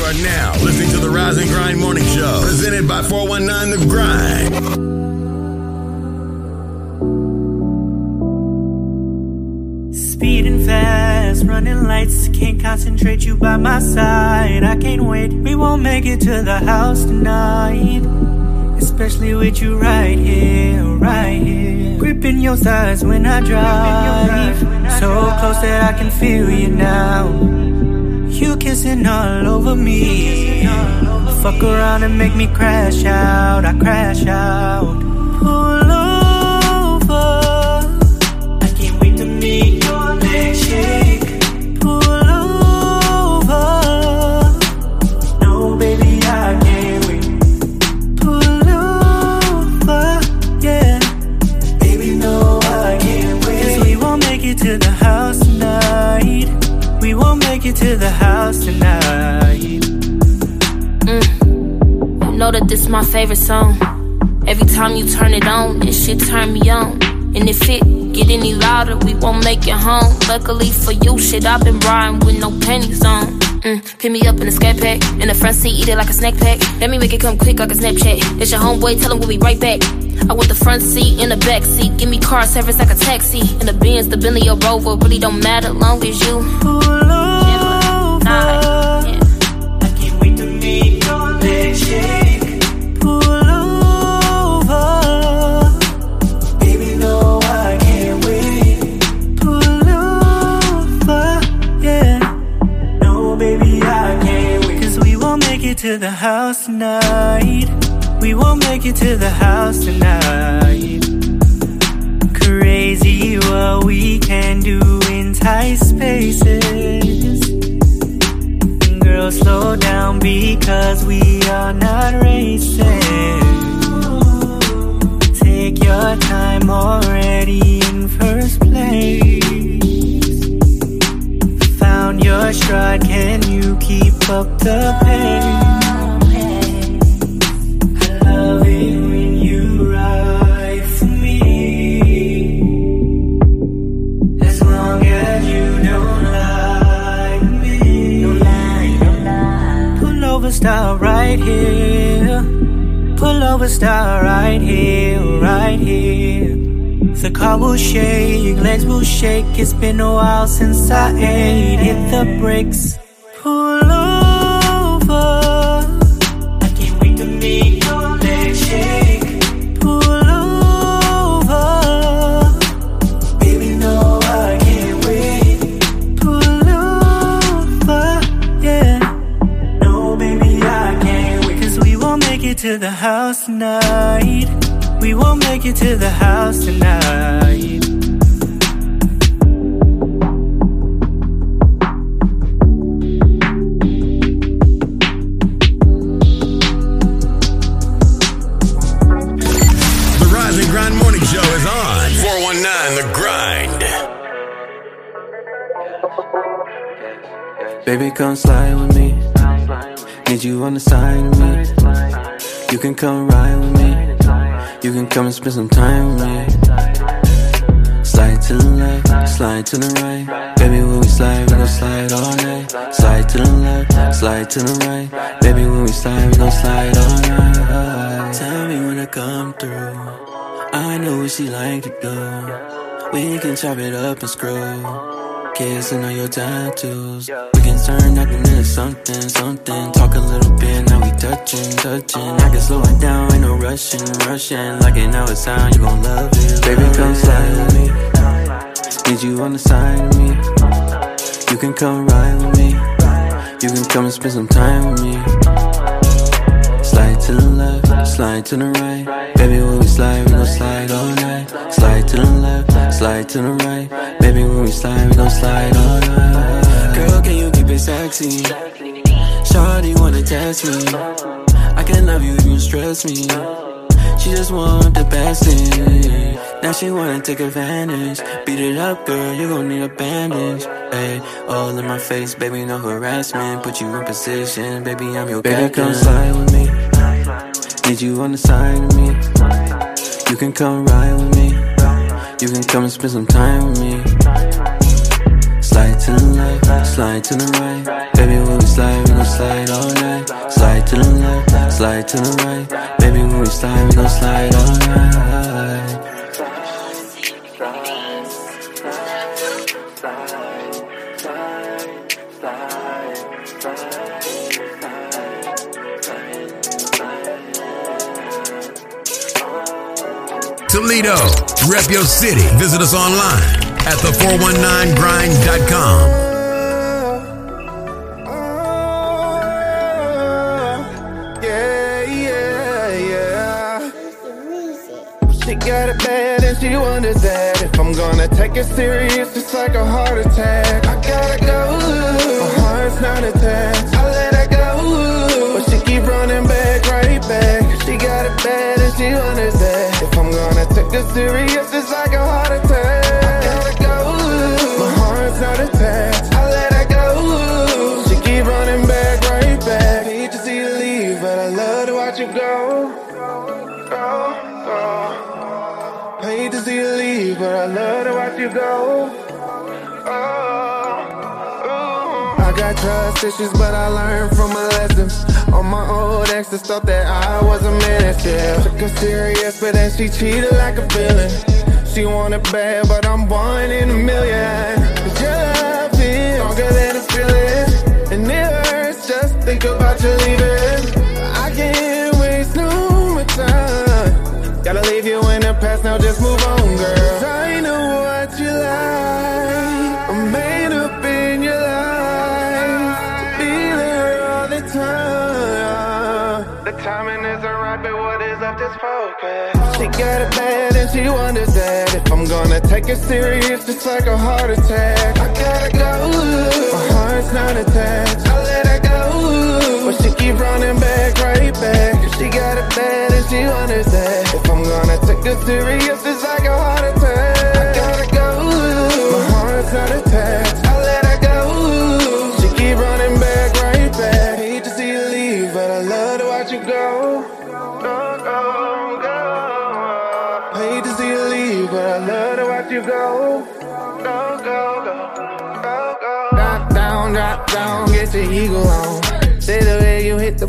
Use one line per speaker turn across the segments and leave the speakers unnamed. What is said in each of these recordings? right now, listening to the Rise and Grind Morning Show, presented by 419 The Grind.
Speeding fast, running lights, can't concentrate you by my side. I can't wait, we won't make it to the house tonight. Especially with you right here, right here. Gripping your thighs when I drive. So close that I can feel you now. You kissing all over me. Fuck around and make me crash out. I crash out. Pull over. I can't wait to meet your next shake. Pull over. No, baby, I can't wait. Pull over, yeah. Baby, no, I can't wait. 'Cause we won't make it to the house tonight. We won't make it to the house tonight.
You know that this my favorite song. Every time you turn it on, this shit turn me on. And if it get any louder, we won't make it home. Luckily for you, shit, I've been riding with no panties on. Mm, pick me up in a scat pack, in the front seat, eat it like a snack pack. Let me make it come quick like a Snapchat. It's your homeboy, tell him we'll be right back. I want the front seat and the back seat. Give me car service like a taxi. In the Benz, the Bentley, or Rover, really don't matter long as you.
Pull over.
Nah, yeah.
I can't wait to meet your next shake. Pull over. Baby, no, I can't wait. Pull over, yeah. No, baby, I can't wait. Cause we won't make it to the house tonight. We won't make it to the house tonight. Crazy what we can do in tight spaces. Girl, slow down because we are not racing. Take your time already in first place. Found your stride, can you keep up the pace? I love it when you ride for me. As long as you don't like me, don't lie, don't lie. Pull over, stop right here. Pull over, stop right here, right here. The car will shake, legs will shake. It's been a while since I ate. Hit the brakes. Pull over. I can't wait to meet your next shake. Pull over. Baby, no, I can't wait. Pull over, yeah. No, baby, I can't wait. Cause we won't make it to the house tonight. We won't make it to the house tonight.
The Rise and Grind Morning Show is on 419 The Grind.
Baby, come slide with me. Need you on the side of me. You can come ride with me. You can come and spend some time with me. Slide to the left, slide to the right. Baby, when we slide, we gon' slide all night. Slide to the left, slide to the right. Baby, when we slide, we gon' slide all night. Tell me when I come through. I know what she like to do. We can chop it up and screw. Kissing on your tattoos. We can turn nothing into something, something. Talk a little bit, now we touching, touching. I can slow it down, ain't no rushing, rushing. Like an hour time, you gon' love it. Baby, come slide with me. Need you on the side of me. You can come ride with me. You can come and spend some time with me. Slide to the left, slide to the right. Baby, when we slide, we gon' slide all night. Slide to the left, slide to the right. Baby, when we slide, we gon' slide all night. Girl, can you keep it sexy? Shawty wanna test me. I can love you if you stress me. She just want the best in. Now she wanna take advantage. Beat it up, girl, you gon' need a bandage. Hey, all in my face, baby, no harassment. Put you in position, baby, I'm your baby. come slide with me. Need you on the side of me. You can come ride with me. You can come and spend some time with me. Slide Slide to the left, slide to the right. Baby, when we slide, we gon' slide all night. Slide to the left, slide to the right. Baby, when we slide, we gon' slide all night.
Toledo, rep your city. Visit us online at the419grind.com.
Yeah, yeah, yeah. She got it bad and she wonders that if I'm gonna take it serious, it's like a heart attack. I gotta go. My heart's not attached. I let her go, but she keep running back, right back. She got it bad and she wonders that if I'm gonna take it serious, it's like a heart attack. I gotta go. My heart's not attached. I let her go. She keep running back, right back. Hate to see you leave, but I love to watch you go. Go, go. Hate to see you leave, but I love to watch you go. I got trust issues, but I learned from my lessons. On my old exes thought that I was a menace. Yeah. Took her serious, but then she cheated like a villain. She wanted bad, but I'm one in a million. Your love is stronger than a feeling, and it hurts just think about you leaving. I can't waste no more time. Gotta leave you in the past now, just move on, girl. 'Cause I know what you like. I'm made up in your life. Be there all the time. The timing isn't right, but what is up this focus? She got it bad and she wonders that if I'm gonna take it serious, it's like a heart attack. I gotta go. My heart's not attached. I let her go, but she keep running back, right back. She got it bad and she wonders that if I'm gonna take it serious, it's like a heart attack. I gotta go. My heart's not attached. I let her go. She keep running back, right back. Hate to see you leave, but I love to watch you go. Go, go, go. Hate to see you leave, but I love to watch you go. Go, go, go. Go, go. Drop down, drop down, get your ego on. Say the way you hit the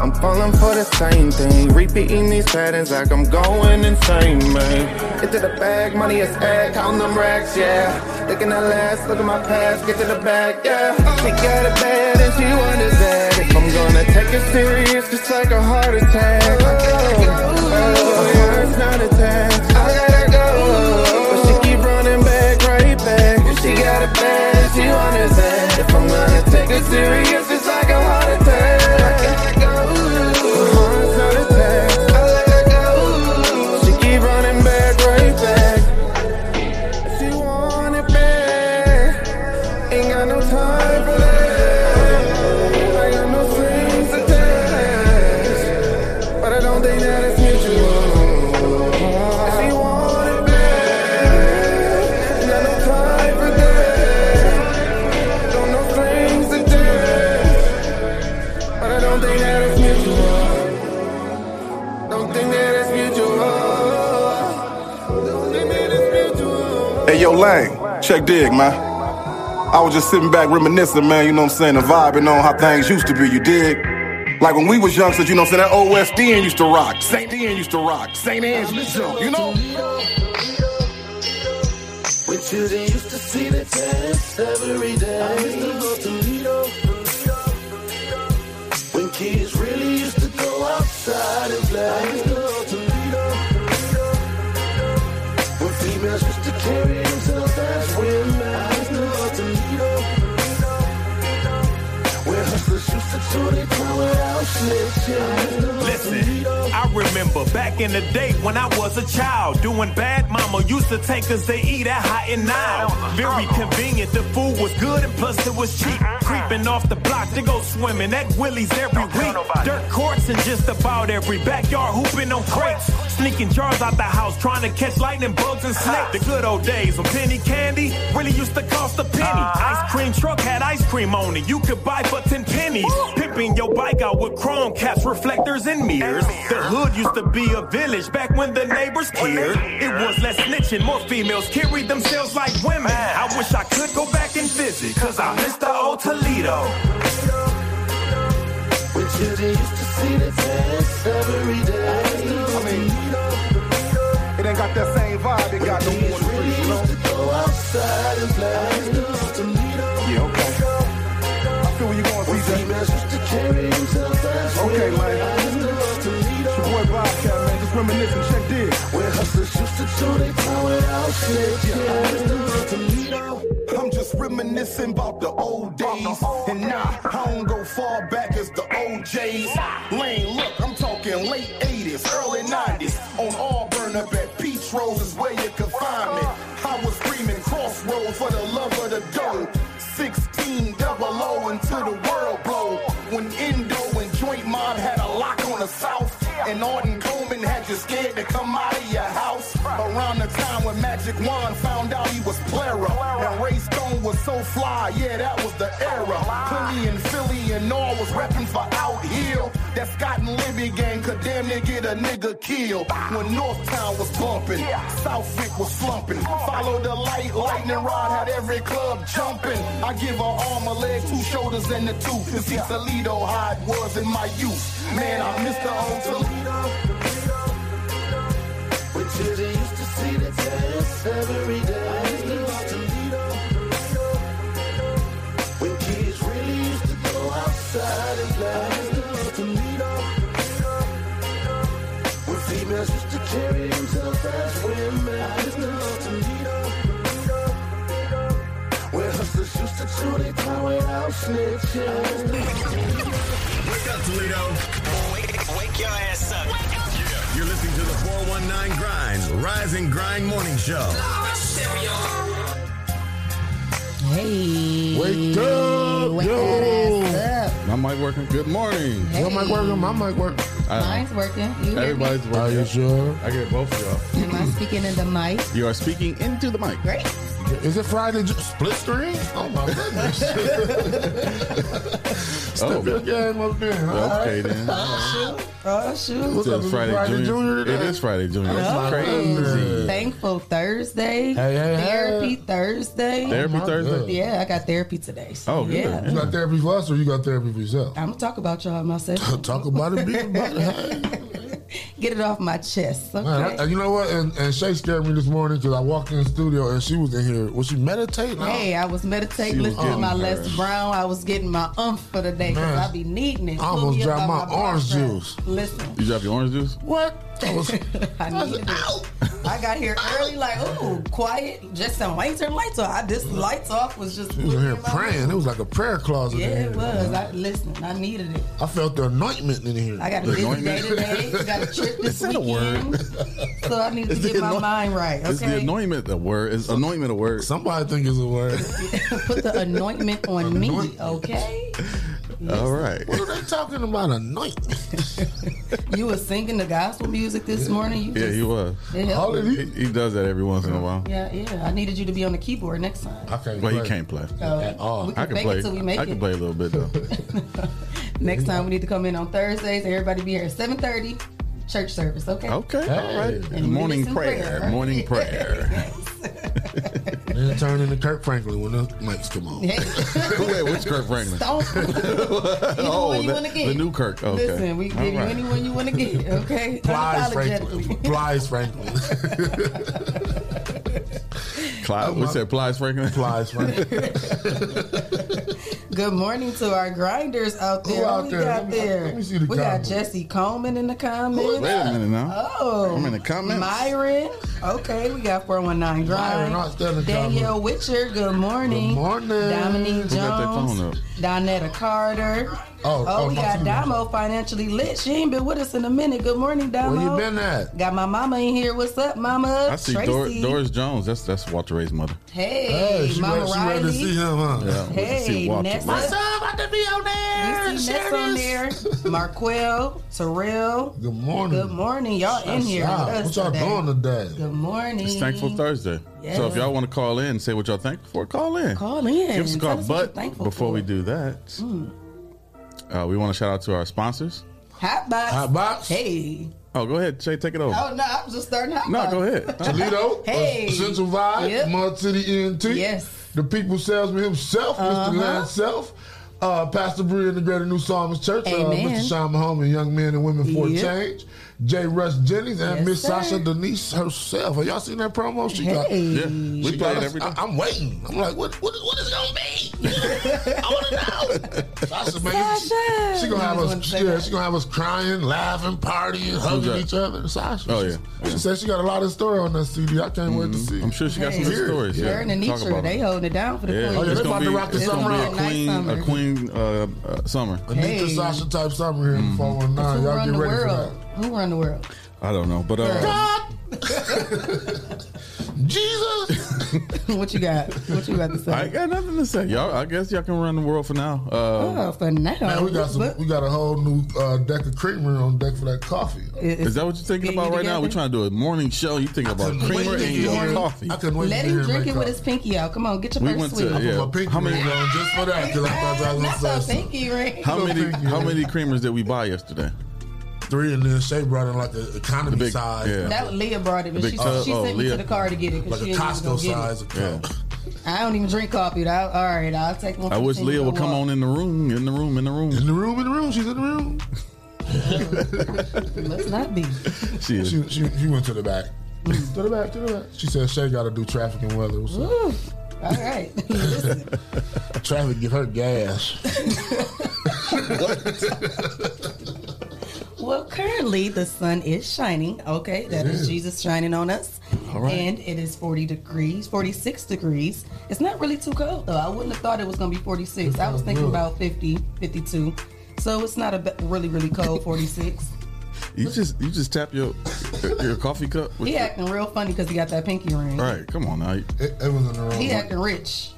I'm falling for the same thing. Repeating these patterns like I'm going insane, man. Get to the bag, money is egg, count them racks, yeah. Looking at last, look at my past, get to the back, yeah. She got it bad and she wonders that if I'm gonna take it serious, it's like a heart attack. Oh, I gotta go. My heart's not attached. I gotta go. But she keep running back, right back. She got it bad and she wonders that if I'm gonna take it serious, it's like a heart attack. I gotta go. My heart's not attached. I let her go. She keep running back, right back. She want it bad. Ain't got no time for that. I got no strings attached. But I don't think that it's mutual. And she want it bad. Ain't got no time for that. Don't no strings attached. But I don't think that it's mutual. Don't think that it's mutual. Don't think that it's mutual.
Hey, yo, Lang, check dig, man. I was just sitting back reminiscing, man, you know what I'm saying, and vibing on how things used to be, you dig? Like when we was youngsters, you know what I'm saying, that old West End used to rock. St. Ian used to rock. St. Anne's used to jump, you know?
With you, they used to see the dance every day. I used to go to Lido. When kids really used to go outside and play. I used to go to Lido. When females used to carry them to the bathroom. I used to go to Lido. Where hustlers used to throw their power out slips. Yeah, I used to go
Listen, I remember back in the day when I was a child, doing bad. Mama used to take us to eat at Hot and Now. Very convenient, the food was good and plus it was cheap. Creeping off the block to go swimming at Willie's every week. Dirt courts in just about every backyard, hooping on crates. Sneaking jars out the house, trying to catch lightning bugs and snakes. The good old days when penny candy really used to cost a penny. Ice cream truck had ice cream on it, you could buy for 10 pennies. Pimping your bike out with chrome caps, reflectors, and mirrors. The hood used to be a village back when the neighbors cared. It was less snitching, more females carried themselves like women. I wish I could go back and visit, cause I miss the old Toledo.
When children used to see the test every day.
I mean, it ain't got that same vibe it got no more than free, you know?
Go outside and play. Toledo.
Yeah, okay. I feel where you going, CJ.
Females used to carry themselves as
Okay,
well.
man.
I used to love Toledo.
It's your boy Bobcat, man. Just reminiscing. Check this.
Where hustlers used to throw their power out slick. Yeah, I used to love Toledo.
I'm just reminiscing about the old days. And nah, I don't go far back as the OJs. Lane, look, I'm talking late 80s, early 90s. On Auburn up at Peach Rose is where you could find me. I was screaming crossroads for the love of the dough. 16 double O until the world blow. When Indo and Joint Mob had a lock on the South. And Orton Coleman had you scared to come out of your house. Around the time when Magic Wand found out he was plera. And Ray Stone was so fly, yeah, that was the era. Philly and Philly and all was repping for out here. That Scott and Libby gang could damn near get a nigga killed. When Northtown was bumping, Southwick was slumping. Follow the light, lightning rod had every club jumping. I give her arm, a leg, two shoulders, and a tooth to see Toledo how it was in my youth. Man, I miss the old Toledo.
When children used to see the test every day. I used to love Toledo. When kids really used to go outside and play. I used to love Toledo. When females used to carry themselves as women. I used to love Toledo. Where hustlers used to chew their time without snitching. I used to love Toledo.
Wake up, Toledo.
Wake, wake your ass up.
You're listening to the 419 Grind, Rise and Grind Morning Show.
Hey.
Wake up,
Wake
yo.
that ass up.
My mic working. Good morning.
Hey.
I
Your mic
working. My mic working.
Mine's working. You hear me?
everybody's
Are
working.
you sure?
I get both of
Am I speaking in the mic?
y'all. You are speaking into the mic.
Great.
Is it Friday ju- split screen? Oh my goodness.
Oh,
Good game up there. huh?
okay then.
Oh, shoot.
It's
up, it's
Friday,
Friday
Junior.
Junior
It
today.
is Friday Junior.
Oh,
It's crazy.
Thankful Thursday.
hey, hey.
therapy Thursday.
Therapy Thursday.
Yeah, I got therapy today. so
Oh, good.
Yeah.
You
You got therapy for us or you got therapy for yourself?
I'm gonna talk about y'all in my session.
Talk about it, be about it. Hey.
Get it off my chest. Okay.
Man, I- you know what? And, and Shay scared me this morning because I walked in the studio and she was in here. Was she meditating?
Hey, I was meditating,
She was
listening to
getting
my
her.
Les Brown. I was getting my umph for the day because
Man,
I be needing it.
I almost
Hook me up
dropped
by
my orange
boyfriend.
juice.
Listen,
You drop your orange juice?
What? I was,
I needed it. I got here early, like, ooh, quiet. Just some lights, turn lights off. I, this lights off was just.
she was in here
my-
praying. It was like a prayer closet.
Yeah,
in here.
it was. I listen. I needed it.
I felt the anointment in here.
I got a busy day
anointment?
today. Got a trip this
Is that a
weekend, so I needed to
Is the
get my
anoint-
mind right.
Is the
Okay,
anointment a word? Is anointment a word?
Somebody think it's a word.
put the anointment on me.
Anointment.
Okay,
All right.
what are they talking about? Anointment.
you were singing the gospel music this morning. You
Yeah,
just-
he was.
it helped
All
me.
of
He,
these.
he does that every once in a while.
Yeah, yeah. I needed you to be on the keyboard next time.
I can't.
Well,
play.
he can't play.
So
At all.
Oh, we
I
can,
can
fake
play.
it till we make
I can
it.
play a little bit though.
Next time we need to come in on Thursdays. Everybody be here at seven thirty, church service. Okay.
Okay. All right.
And
Morning
unison
prayer.
prayer.
Morning prayer.
Then it turned into Kirk Franklin when the mics come on.
Hey,
Wait, which Kirk Franklin?
don't.
Oh,
you
the,
wanna get.
the new Kirk. Okay.
Listen, we can
All
give you
right.
anyone you want to get. Okay.
Plies Franklin.
Unapologetically.
Plies Franklin.
Clyde- we said Plies Franklin.
Plies Franklin.
Good morning to our grinders out there.
Who out
we
there?
got
Let me-
there?
let me see the
we got
comments.
Jesse Coleman in the
Wait
comments.
a minute now.
Oh,
I'm in the comments.
Myron, Okay, we got 419
Byron, I
Grind.
still in
Danielle Witcher, good morning.
Good morning.
Dominique
Who got their phone
Jones. Donetta Carter.
Oh, oh,
we
my
got
phone.
Damo financially lit. She ain't been with us in a minute. Good morning, Damo.
Where you been at?
Got my mama in here. What's up, mama?
I see Dor-
Oh, Tracy.
Doris Jones. That's that's Walter Ray's mother.
Hey,
Hey, she
Mama
ready- she
Riley.
ready to see him, huh?
Yeah, I went to see
Hey,
Walter
Nessa.
Ray.
about to be on there.
You see Ness on there. Marquell, Terrell.
Good morning.
Good morning. Y'all in here.
Shout out.
with us
What y'all
today.
doing today?
Good morning.
It's Thankful Thursday. So if
Yeah.
y'all want to call in and say what y'all thankful for, call in.
Call in.
Give us a
Tell
call.
us what
But
you're thankful
before
for.
we do that,
Hmm.
uh, we want to shout out to our sponsors.
Hot box.
Hot box.
Hey.
Oh, go ahead, Shay, take it over.
Oh no, I'm just starting hot
no,
box.
go ahead.
Toledo,
Hey.
uh, Central Vibe,
Yep.
Mud City ENT.
Yes.
The people salesman himself, Mr.
Uh-huh.
Land Self. Uh, Pastor Bree in the Greater New Psalmist Church, uh,
Amen.
Mr. Sean Mahoma, Young Men and Women for
Yep.
Change, J. Russ Jennings, and
Yes,
Miss
sir.
Sasha Denise herself. Have y'all seen that promo? She got,
Hey.
Yeah, we
she
play
got
it
us-
every day.
I, am waiting. I'm like, what, what, what is it gonna be? I want to know. Sasha, man, she-
Sasha.
she gonna have
You just wanted to
us.
say
Yeah,
that.
she gonna have us crying, laughing, partying, hugging
that?
each other. Sasha.
Oh,
She's-
yeah.
She said she got a lot of story on that CD. I can't wait to see.
I'm sure she got
Hey.
some good stories.
Her
Yeah,
and Anitra, they
it.
holding it down for the
Yeah,
queen.
Oh, yeah,
it's
they
gonna
about to
be,
rock the
it's
summer
gonna be a
out.
Nice
queen,
summer.
a queen uh, uh, summer.
Anita
Hey.
Sasha type summer here
Mm-hmm.
in 419.
Who
Y'all
run
get
the
ready
world? Who run the world?
I don't know, but uh,
for that. Jesus.
what you got? What you got to say?
I ain't got nothing to say, y'all. I uh, guess y'all can run the world for now. Uh,
oh, for now.
Man, we got some,
What-
we got a whole new uh, deck of creamer on deck for that coffee.
Is that what you're thinking
Getting
about right now?
together?
We're trying to do a morning show. You think about
couldn't
creamer
wait to
and
get
your
here.
coffee.
I couldn't wait
Let
to
him
hear
drink it
make
with his pinky out. Come on, get your
We
first
went to-
sweet.
yeah.
My pinky
How many-
ring on just for that. 'cause I thought y'all was
Not
gonna
your
say something.
pinky ring.
How many
Thank you.
how many creamers did we buy yesterday?
Three and then Shay brought in like an economy
The big-
size,
yeah.
That was Leah brought it, but
The
she,
big tub?
she
Oh,
sent me
Leah.
to the car to get it. 'cause
Uh, like a
she ain't even gonna
Costco
get it.
size of cup.
I don't even drink coffee. I, all right, I'll take one.
I
for the
wish
team
Leah
for
would come
walk.
on in the room, in the room, in the room.
In the room, in the room, she's in the room.
Let's not be.
She is.
She, she, she went to the back. to the back, to the back. She said Shay got to do traffic and weather. What's up?
Woo. All right. Listen,
Traffic give her gas.
well, currently the sun is shining. Okay, that is Jesus shining on us. All
right.
And it is 40 degrees, 46 degrees. It's not really too cold though. I wouldn't have thought it was going to be 46. I was thinking
good.
about 50, 52. So it's not a be- really, really cold 46.
You just you just tap your your coffee cup. With
He
your-
acting real funny because he got that pinky ring.
All right, come on now.
It, it was in the
He
room.
acting rich.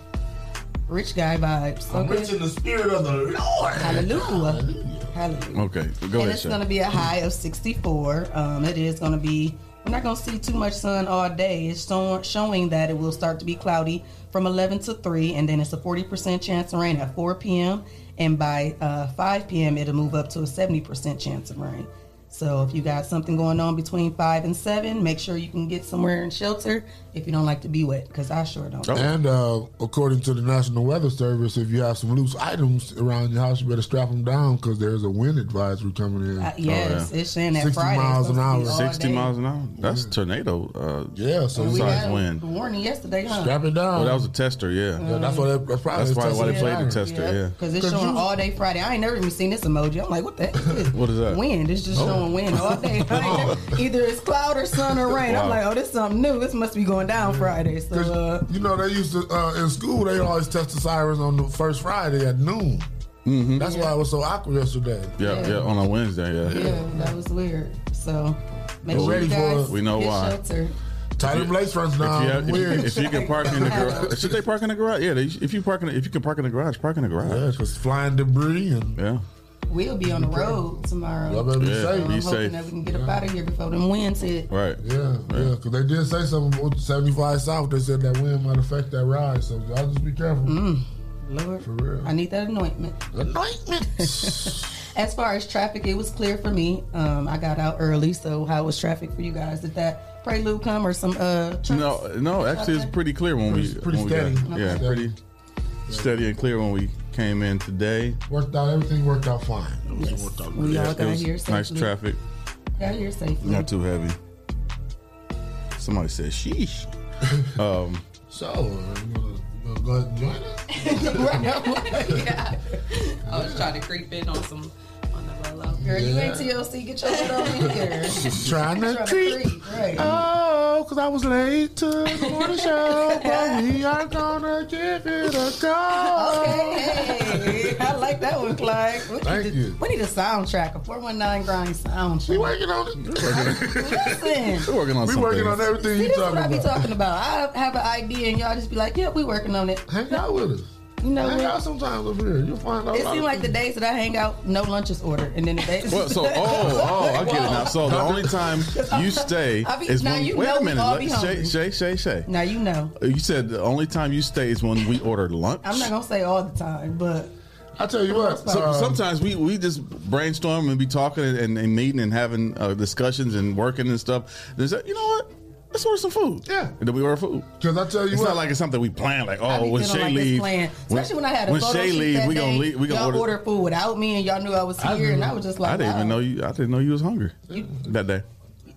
Rich guy vibes.
I'm
Okay.
rich in the spirit of the Lord.
Hallelujah. Hallelujah.
Okay, go
and
ahead.
it's
Shay.
going to be a high of 64. Um, it is going to be, we're not going to see too much sun all day. It's show, showing that it will start to be cloudy from 11 to 3, and then it's a 40% chance of rain at 4 p.m. And by uh, 5 p.m., it'll move up to a 70% chance of rain. So if you got something going on between 5 and 7, make sure you can get somewhere and shelter if you don't like to be wet, because I sure don't.
Oh.
And uh, according to the National Weather Service, if you have some loose items around your house, you better strap them down because there's a wind advisory coming in.
Uh, yes,
Oh,
it's saying that
60
Friday. it's
Oh, miles an
supposed to be
hour.
all
Sixty
day.
miles an hour. That's tornado. Uh,
yeah, so
We
it's like,
Besides
got
wind.
a warning yesterday, huh?
strap it down.
oh, that was a tester. Yeah,
yeah, that's why that, that's probably
that's probably why they
testing
played the
fire.
tester. Yeah.
Because it's
'Cause
showing
you-
all day Friday. I ain't never even seen this emoji. I'm like, what the heck is this?
What is that?
Wind. It's just showing wind all day. I ain't never- Either it's cloud or sun or rain.
Wow.
I'm like, oh, this something new. This must be going down Friday. So, uh,
You know, they used to uh, in school. They always test the sirens on the first Friday at noon.
Mm-hmm.
That's why it was so awkward yesterday.
Yeah, yeah,
Yeah.
on a Wednesday. Yeah.
yeah, that was weird. So, make
We're
sure
ready
you
for
guys
it.
We know
get
why.
shelter.
Tight them lace fronts
If
now.
you, have, if, you-
weird.
if you can park in the garage, should they park in the garage? Yeah, they, if you park in, the, if you can park in the garage, park in the
yeah,
garage.
because flying debris and
Yeah,
We'll be on the road
y'all
tomorrow.
better be
Yeah.
safe.
Be
I'm hoping
safe.
that we can get up out of here before them winds hit.
right.
Yeah, yeah, because they did say something about 75 South. They said that wind might affect that ride, so y'all just be careful.
Lord,
For real.
Mm. I need that anointment.
Anointment.
As far as traffic, it was clear for me. Um, I got out early, so how was traffic for you guys? Did that prelude come or some uh? Trunks?
No, no, actually, it's pretty clear when we
Pretty- pretty
when we got-
steady.
yeah,
Okay.
pretty steady and clear when we came in today.
worked out. Everything worked out fine. Everything
Yes.
worked out
We
good.
all
it
got
was
here
nice
safely.
traffic,
Got here safely.
not too heavy. Somebody said, "Sheesh." Um,
So, uh, you gonna, you gonna go ahead and join us?
yeah. I was trying to creep in on some on the rollout. Girl, you ain't TLC. Get your head on in here.
Trying to
Trying to creep, right?
Oh, show because I was late to the morning show, but we are gonna give it a go.
Okay, I like that one, Clyde. We
Thank
need
you.
A, we need a soundtrack, a 419 grind soundtrack. We
working on it.
Listen.
We're working on
we
some
working on
things.
everything
See,
you
this is what I
talking
be
about.
talking about. I have an idea, and y'all just be like, "Yeah, we working on it."
Hang out with us.
You know
Hang
what?
out sometimes over here. You'll find out.
It seemed like the days that I hang out, no lunch is ordered, and then the days.
Well, so oh oh, I get it now. So the only time you stay
I be-
is
now
when.
you
wait
know
a
we
minute,
all
let-
be
Shay,
hungry.
Shay, Shay, Shay.
now you know.
You said the only time you stay is when we order lunch.
I'm not gonna say all the time, but
I tell you what.
So,
um,
sometimes we, we just brainstorm and be talking and, and, meeting and having uh, discussions and working and stuff. And say, you know what? Let's order some food.
Yeah.
And then we order food.
Because I tell you
It's
what.
not like it's something we plan. Like,
I be
oh, when
feeling
Shay
like it's
leaves,
planned. especially when, I had a
when
photo
Shay
shoot
leaves,
that
we gonna
day,
leave. We gonna
y'all
order.
ordered food without me, and y'all knew I was
I
here, and I
knew.
was just like,
I didn't even
wow.
know you. I didn't know you was hungry that day.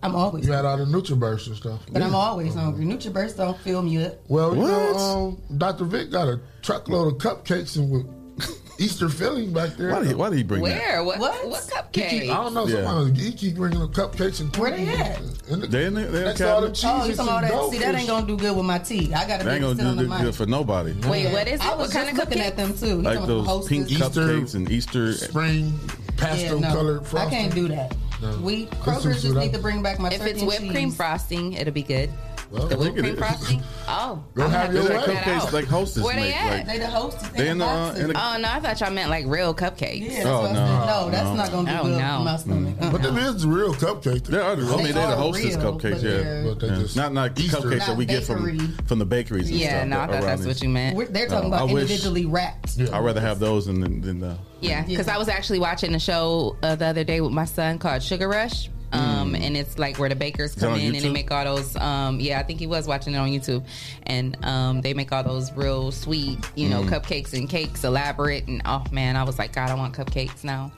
I'm always,
you had all the NutriBurst and stuff.
but I'm always hungry. NutriBurst don't fill me up.
Well, you
What?
know, um, Dr. Vic got a truckload of cupcakes and with Easter filling back there.
Why did he, Why did he bring that?
Where? What?
What?
What,
He keep- I
cupcake?
don't know.
Yeah.
Sometimes he keep bringing up cupcakes and
Where they
cookies
at?
and- and
They in there- they in
next
the
to all the
cabinet?
cheese
Oh, you talking about that? See, that ain't gonna do good with my tea. I gotta
That
be
ain't gonna
sit
do
on the
good-
mic.
good for nobody.
Wait, what is it?
I was
What
just
kind of
looking
cupcake?
at them too. You
Like
talking about
those
Hostess?
pink
Easter-
cupcakes and Easter.
spring pastel
no.
colored frosting.
I can't do that.
No.
We
That's some
Kroger's
shit
just
I-
need to bring back my
If
turkey
it's
and
whipped cream
cheese.
frosting, it'll be good.
Well,
The
I
whipped
think it
cream
is.
frosting? Oh.
Go
I'm gonna
have
have
your
to
Is
way.
that
check that
cupcakes
out.
like hostess
Where they
make?
at?
Like,
They the hostess.
They in the, uh,
boxes.
in the-
Oh, no, I thought y'all meant like real cupcakes.
yeah, that's
Oh,
what I
no.
said. no, that's not gonna do
Oh,
good
no.
with my stomach.
But them is real cupcake.
There are, I mean, they're the
are
hostess
real,
cupcakes,
but
yeah.
they're-
But they
Yeah.
just
not not
Easter.
cupcakes that
Not
we get from
bakery.
from the bakeries. And
Yeah,
stuff
no, I thought
around
that's
these-
what you meant.
We're- They're talking
No, I
about
wish-
individually wrapped.
Yeah.
I'd rather have those than than, than the.
Yeah, because
Yeah.
I was actually watching a show uh, the other day with my son called Sugar Rush. Um, and it's like where the bakers
that
come
Mm. on
in and they
YouTube?
make all those. Um, yeah, I think he was watching it on YouTube, and um, they make all those real sweet, you
Mm.
know, cupcakes and cakes, elaborate. And oh man, I was like, God, I want cupcakes now.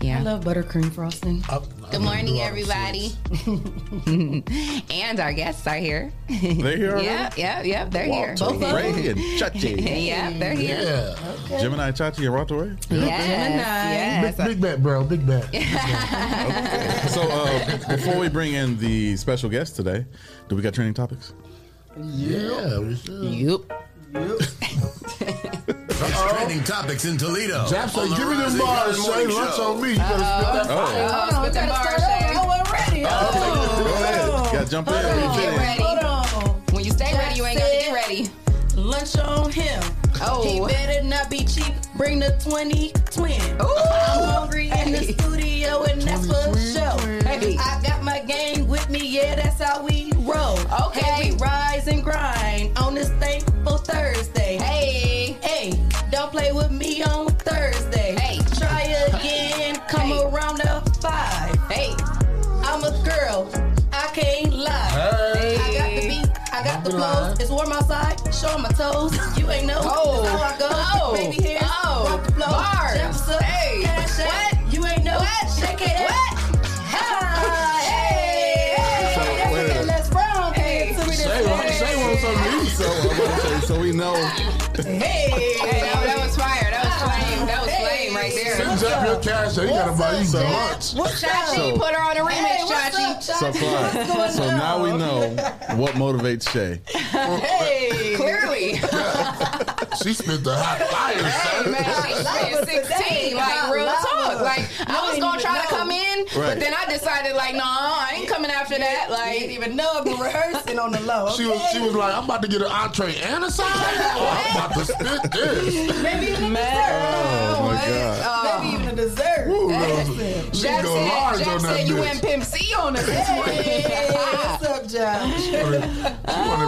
Yeah.
I love buttercream frosting.
I- I
Good
never do
morning,
all the
everybody,
sweets.
and our guests are here.
They here already?
Yep, yep, yep. They're here.
Walter
Both of
Ray and Chachi,
Yeah, they're here.
Yeah.
Gemini Chachi and Walter Ray.
Yes, yes.
Big bet, bro. Big bet.
So uh, before we bring in the special guest today, do we got training topics?
yeah, we should.
Yup.
It's trending topics in Toledo.
Jap say,
on the
give me them
Rising Grind
bars, Shay.
Morning
Lunch
Show.
on me. You better spit that
Oh,
Hold on, we gotta start over. I wasn't ready.
go ahead. Got to jump in.
Get
Get
ready.
Hold on. Hold on.
When you stay ready, you ain't gonna
said-
get ready.
Lunch on him.
Oh.
He better not be cheap. Bring the 20 twin. I'm hungry in the studio and that's for
20
sure.
twin.
Hey, I got my gang with me, yeah, that's how we roll.
Okay.
Hey, we rise and grind on this thankful Thursday.
Hey.
Hey, don't play with me on Thursday.
Hey.
Try again, come
Hey.
around the five.
Hey.
I'm a girl, I can't lie. I got the beat, I got the
Don't be lying.
clothes. It's warm outside, showing my toes. You ain't know
Oh.
that's how I go.
Oh.
Baby hair,
Oh.
rock the flow.
Bars.
Jump us up,
Hey.
cash out. You ain't know
What?
Shake it out.
What?
Ah, Hey, hey,
So,
that's
wait a
what
minute.
that Les Brown
Hey.
did to me this
Shay wants,
morning.
Shay wants something to eat, so, I want to say- so we know.
Hey, that,
Hey,
that was fire. That was flame. That was flame right there.
Send Jap your cash. He got to buy you some lunch.
what's up?
So-
Chachi, put her on a remix,
Hey, what's up,
Chachi.
So
Chachi? What's
far,
going
so
on?
now we know what motivates Shay.
Hey,
Clearly.
She spit the hot fire,
Hey,
son.
man, she's 16. Like, real talk. Like, I was going to try to come in,
Right.
but then I decided, like, no, Oh, I ain't coming after that.
I
Like,
didn't even know I've been rehearsing on the low.
She was, she was like, I'm about to get an entree and a side. Oh, I'm about to spit this.
maybe even a
Oh, my
dessert.
God.
Oh, maybe even a dessert.
Uh,
Ooh,
Listen.
she
Jeff
go large
said, Jeff
on that
said you
bitch.
went Pimp C on us this morning.
Hey, what's up, Josh?
She wanted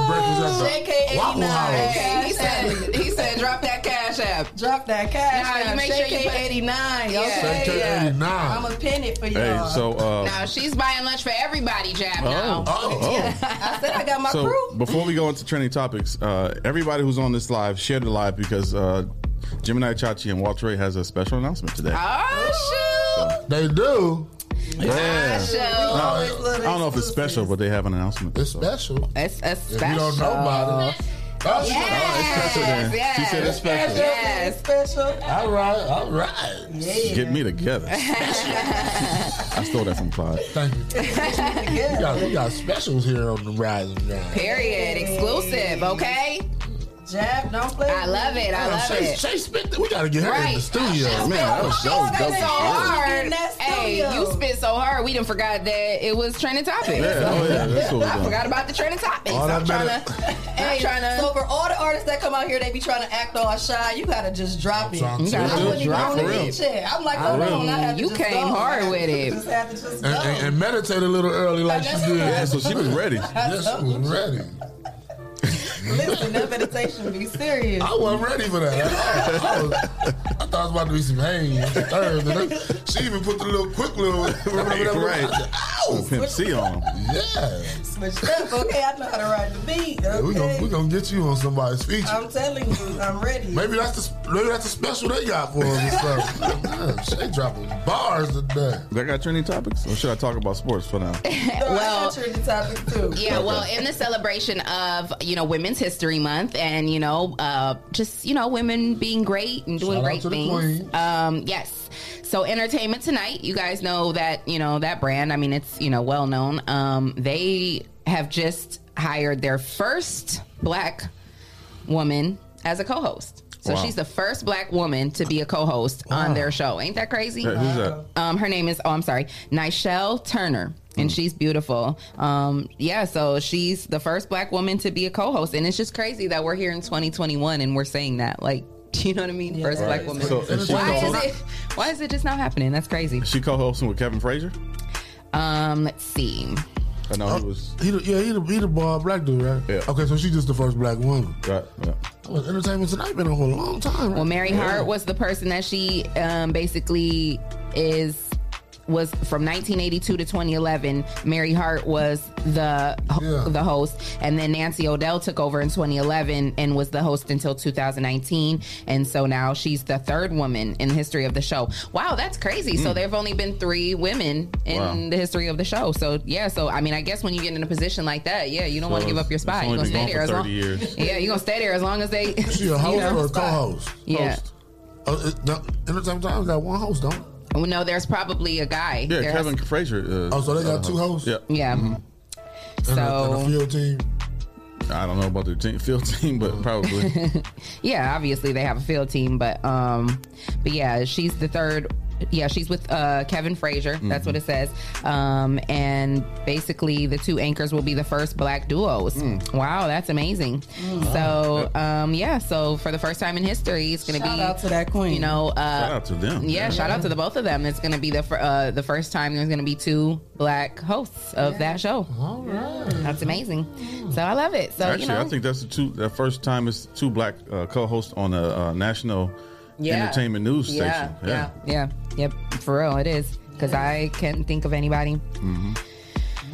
breakfast at the
JK89.
Waffle House.
Hey, he said, he said, drop that cash app.
Drop that cash.
Nah,
Nah,
you make sure you put-
JK89.
Yeah.
Okay.
JK89.
I'm going to pin it for y'all.
Hey, so uh,
Now she's buying lunch for everybody, Jab.
oh,
Now.
oh, oh.
I said I got my
So
crew.
before we go into trending topics, uh, everybody who's on this live, share the live because uh, Gemini Chachi and Walter Ray has a special announcement today.
Ah.
Oh,
They do.
yeah. Uh,
shoot. show.
I
Always love
don't know if it's special, but they have an announcement.
It's special.
It's a
If you don't know
special.
about it, Oh, it's
special then. She said it's special.
Yes, special.
All right, all right.
Get me together. I stole that from Clyde.
Thank you. We got, we got specials here on the Rising Ground.
Period. Exclusive. Okay.
Jab, don't play.
I love it. I
Damn,
love
Shay-
it.
Shay Smith, we gotta get her in the studio.
Man,
that was, that was
so hard. Hey, you spit so hard, we done forgot that it was trending topics.
Yeah, oh yeah, that's what we
I
doing.
forgot about the trending topics.
All that
I'm trying
matter-
to.
Hey, so for all the artists that come out here, they be trying to act all shy. You gotta just drop it.
Sometimes
I
you
wouldn't
do.
even
Drop
on
for
the
real.
beach chair. I'm like,
For
hold
real.
on, I have to
You
just
came
go.
hard
I
with it.
Just have to just
And,
go.
and, and meditate a little early like she did.
Yeah, so she was ready.
Yes, she was ready.
Listen, that meditation be serious.
I wasn't ready for that. I, I- I was, I thought it was about to be some pain. Third, and then she even put the little quick little.
Right, right. Pimp C on him.
Yeah.
Switched up. Okay, I know how to ride the beat. Okay.
We're gonna, we gonna get you on somebody's feature.
I'm telling you, I'm ready.
Maybe that's the maybe that's the special they got for us and stuff. Man, Shay dropping bars today.
Do I got trending topics, or should I talk about sports for now?
Oh.
well,
topic too.
Yeah,
Okay.
well, in the celebration of you know Women's History Month, and you know, uh, just you know, women being great and doing
Shout out
great
to the
things.
queens.
Um, yes. So, Entertainment Tonight, you guys know that you know that brand. I mean, it's you know well known. Um, they have just hired their first black woman as a co-host. So
Wow.
she's the first black woman to be a co-host on their show. Ain't that crazy?
Hey, who's that?
Um, her name is oh, I'm sorry, Nichelle Turner,
Mm.
and she's beautiful. Um, yeah, so she's the first black woman to be a co-host, and it's just crazy that we're here in 2021 and we're saying that. Like, do you know what I mean? first black woman.
So, and she
why is
co-host-
it? Why is it just not happening? That's crazy.
She co-hosting with Kevin Frazier.
Um, let's see.
I know he was.
Oh, He, the- yeah, he the, he the bald black dude, right? Yeah. Okay, so she's just the first black woman.
Right. Yeah.
Well, Entertainment Tonight been on for a long time.
Well, Mary Hart was the person that she um, basically is was from 1982 to 2011. Mary Hart was the ho- the host, and then Nancy Odell took over in 2011 and was the host until 2019. And so now she's the third woman in the history of the show. Wow, that's crazy. So
Mm.
there have only been three women in
Wow.
the history of the show. So yeah, so I mean, I guess when you get in a position like that, yeah, you don't
So
want to give
it's-
up your
it's
spot. You're
only
gonna
been
stay
gone
there
for
as long.
30 years.
Yeah, you're gonna stay there as long as they.
She a
you
host
know,
or a
spot.
co-host?
Yeah.
Host. Uh, uh, no, Entertainment Tonight got one host, don't? it?
Well, no, there's probably a guy.
Yeah,
There has-
Kevin Frazier. Uh,
Oh, so they got two hosts?
Yeah. Mm-hmm.
Yeah.
And
So-
and the field team.
I don't know about their team, field team, but probably.
yeah, obviously they have a field team, but um, but yeah, she's the third. Yeah, she's with uh, Kevin Frazier. That's
Mm-hmm.
what it says. Um, and basically, the two anchors will be the first black duos.
Mm.
Wow, that's amazing. So, um, yeah, so for the first time in history, it's going to be
Shout out to that queen.
You know, uh,
Shout out to them.
Yeah, shout out to the both of them. It's going to be the fir- uh, the first time there's going to be two black hosts of that show.
All right,
that's amazing. So I love it. So
Actually,
you know,
I think that's the two. The first time it's two black uh, co-hosts on a uh, national
Yeah.
entertainment news
Yeah,
station.
yeah, yeah, Yep, for real, it is. Because I can't think of anybody.
hmm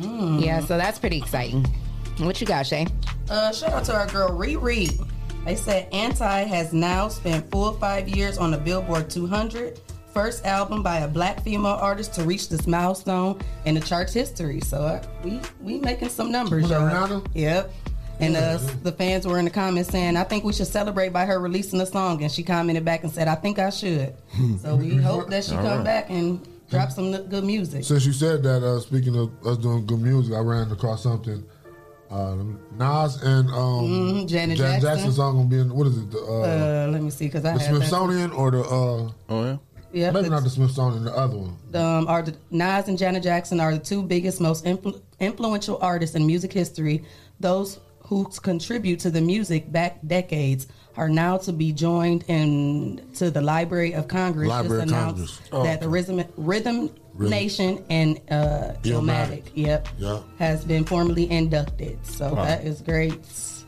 Mm.
Yeah, so that's pretty exciting. What you got, Shay?
Uh, shout out to our girl Riri. They said Anti has now spent full five years on the Billboard 200, first album by a black female artist to reach this milestone in the chart's history. So uh, we we making some numbers,
Was that
y'all.
Rihanna?
Yep. And
Yeah.
uh, the fans were in the comments saying, "I think we should celebrate by her releasing a song." And she commented back and said, "I think I should." so we hope that she
All
come
right.
back and drop some n- good music.
Since you said that, uh, speaking of us doing good music, I ran across something. Uh, Nas and um,
Mhm, Janet Jackson.
song gonna be in what is it? The, uh,
Uh, let me see, 'cause I
the
had that.
Smithsonian or the uh,
oh yeah,
Yeah,
maybe
the-
not the Smithsonian, the other one.
um, are the, Nas and Janet Jackson are the two biggest, most influ- influential artists in music history. Those who contribute to the music back decades are now to be joined in to the Library of Congress.
Library
Just
of
announced
Congress. Oh,
that the Rhythm, Rhythm,
Rhythm.
Nation and uh,
Illmatic.
Illmatic, yep,
Yeah.
has been formally inducted. So
Wow.
that is great.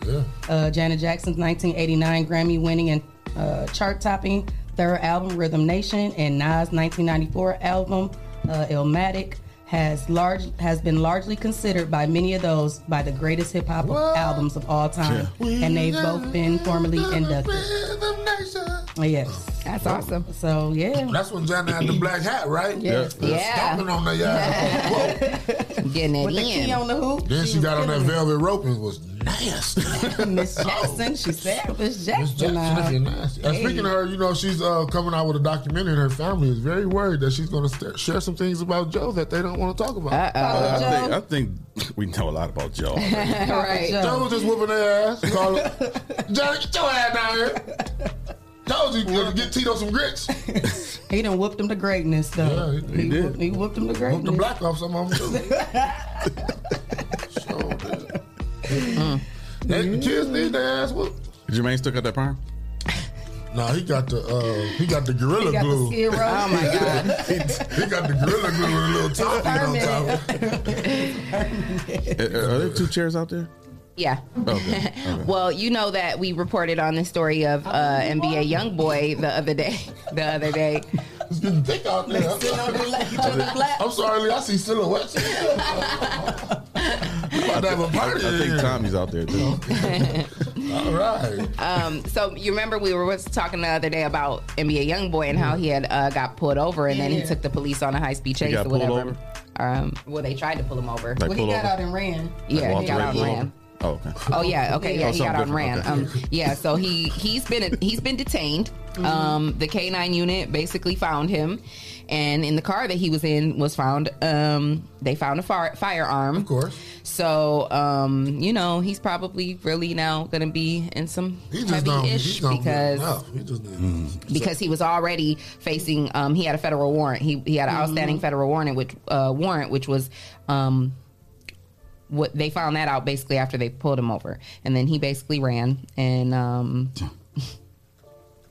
Yeah.
Uh, Janet Jackson's 1989 Grammy winning and uh, chart topping third album, Rhythm Nation, and Nas' 1994 album, uh, Illmatic, has large has been largely considered by many of those by the greatest hip hop albums uh, of all time, and they've both been formally inducted. Yes.
That's awesome.
So yeah,
that's when Janet had the black hat, right?
Yes. Yeah. Yeah.
Stomping on the yard.
Getting it
With the
in.
key on the hoop.
Then she,
was
got on that
killing it.
velvet rope and was nasty.
Miss Jackson, she said Miss Jackson.
Jackson,
now.
if you're
uh,
nasty. And speaking of her, you know, she's uh, coming out with a documentary, and her family is very worried that she's going to st- share some things about Joe that they don't want to talk about.
But I, think, I think we know a lot about Joe.
right. Joe was just whooping their ass. Call her, Johnny, get your ass down here. Told you, gonna uh, get Tito some grits.
He done whooped him to greatness though.
Yeah, he did.
Whooped, he whooped him to
Whooped
greatness.
the black off some of them too.
Mm.
They, the kids need their ass whooped.
Jermaine still got that perm?
No, he got the uh, he got the gorilla
He got the
glue.
skid row. Oh, my God.
he, he got the gorilla glue with a little top on top. of it.
Uh, uh, Are there two chairs out there?
Yeah.
Okay, okay.
well, you know that we reported on the story of uh, NBA YoungBoy the other day. The other day.
It's getting thick out there. I'm sorry, I'm sorry Lee, I see silhouettes. We about to have a party.
I think Tommy's out there too.
All right.
Um, so you remember we were was talking the other day about NBA YoungBoy and how he had uh, got pulled over and then he
Yeah.
took the police on a high speed chase
got
or
pulled
whatever.
over?
Um, well, they tried to pull him over.
Like, Well, he pull got over? out
and ran.
Like
Yeah,
Walter
he got
Ray
out and
pulled
ran.
over? Oh, okay.
Oh yeah, okay, yeah,
Oh,
he
something
got on ran.
different, okay. Mm-hmm.
Um, yeah, so he he's been he's been detained. Um, the K nine unit basically found him, and in the car that he was in was found. Um, they found a fire, firearm, of
course.
So um, you know he's probably really now going to be in some
He just
heavy
don't.
ish
He don't
because
because he just need
Hmm. because he was already facing um, he had a federal warrant he, he had an
Mm-hmm.
outstanding federal warrant which uh, warrant which was um, what they found that out basically after they pulled him over and then he basically ran and um,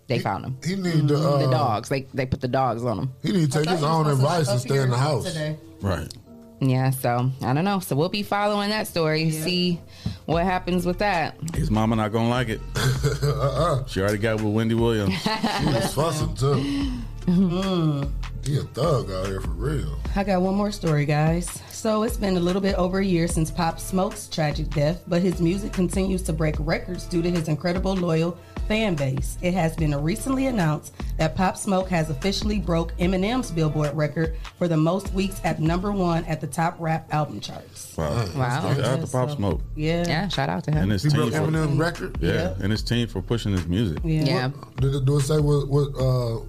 they found him
he need to,
the
uh,
dogs they, they put the dogs on him
he need to take his own advice and stay in the house.
Right.
yeah so i don't know so we'll be following that story see what happens with that
His mama not gonna like it.
Uh-uh.
She already got with Wendy Williams.
He was fussing too. He a thug out here for real.
I got one more story, guys. So it's been a little bit over a year since Pop Smoke's tragic death, but his music continues to break records due to his incredible loyal fan base. It has been recently announced that Pop Smoke has officially broke Eminem's Billboard record for the most weeks at number one at the top rap album charts.
Wow.
Wow.
Shout out to Pop Smoke.
Yeah.
Yeah, shout out to
And his
He
team
broke
for-
Eminem's record?
Yeah.
Yeah.
And his team for pushing his music.
Yeah.
What, did it, do it say what what uh,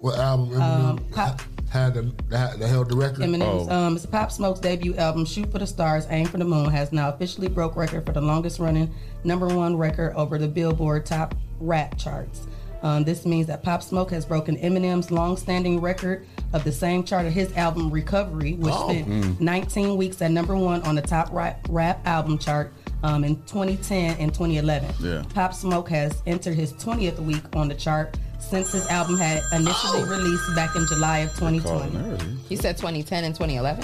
what album Eminem
Um, Pop,
had the had the held the record?
Oh.
Oh.
Eminem's um, it's Pop Smoke's debut album, Shoot for the Stars, Aim for the Moon, has now officially broke record for the longest running number one record over the Billboard Top Rap charts. Um, this means that Pop Smoke has broken Eminem's long-standing record of the same chart of his album Recovery, which
Oh.
spent
Mm.
19 weeks at number one on the top rap, rap album chart um, in 2010 and 2011.
Yeah.
Pop Smoke has entered his 20th week on the chart since his album had
Oh.
initially released back in July of 2020.
he said 2010 and 2011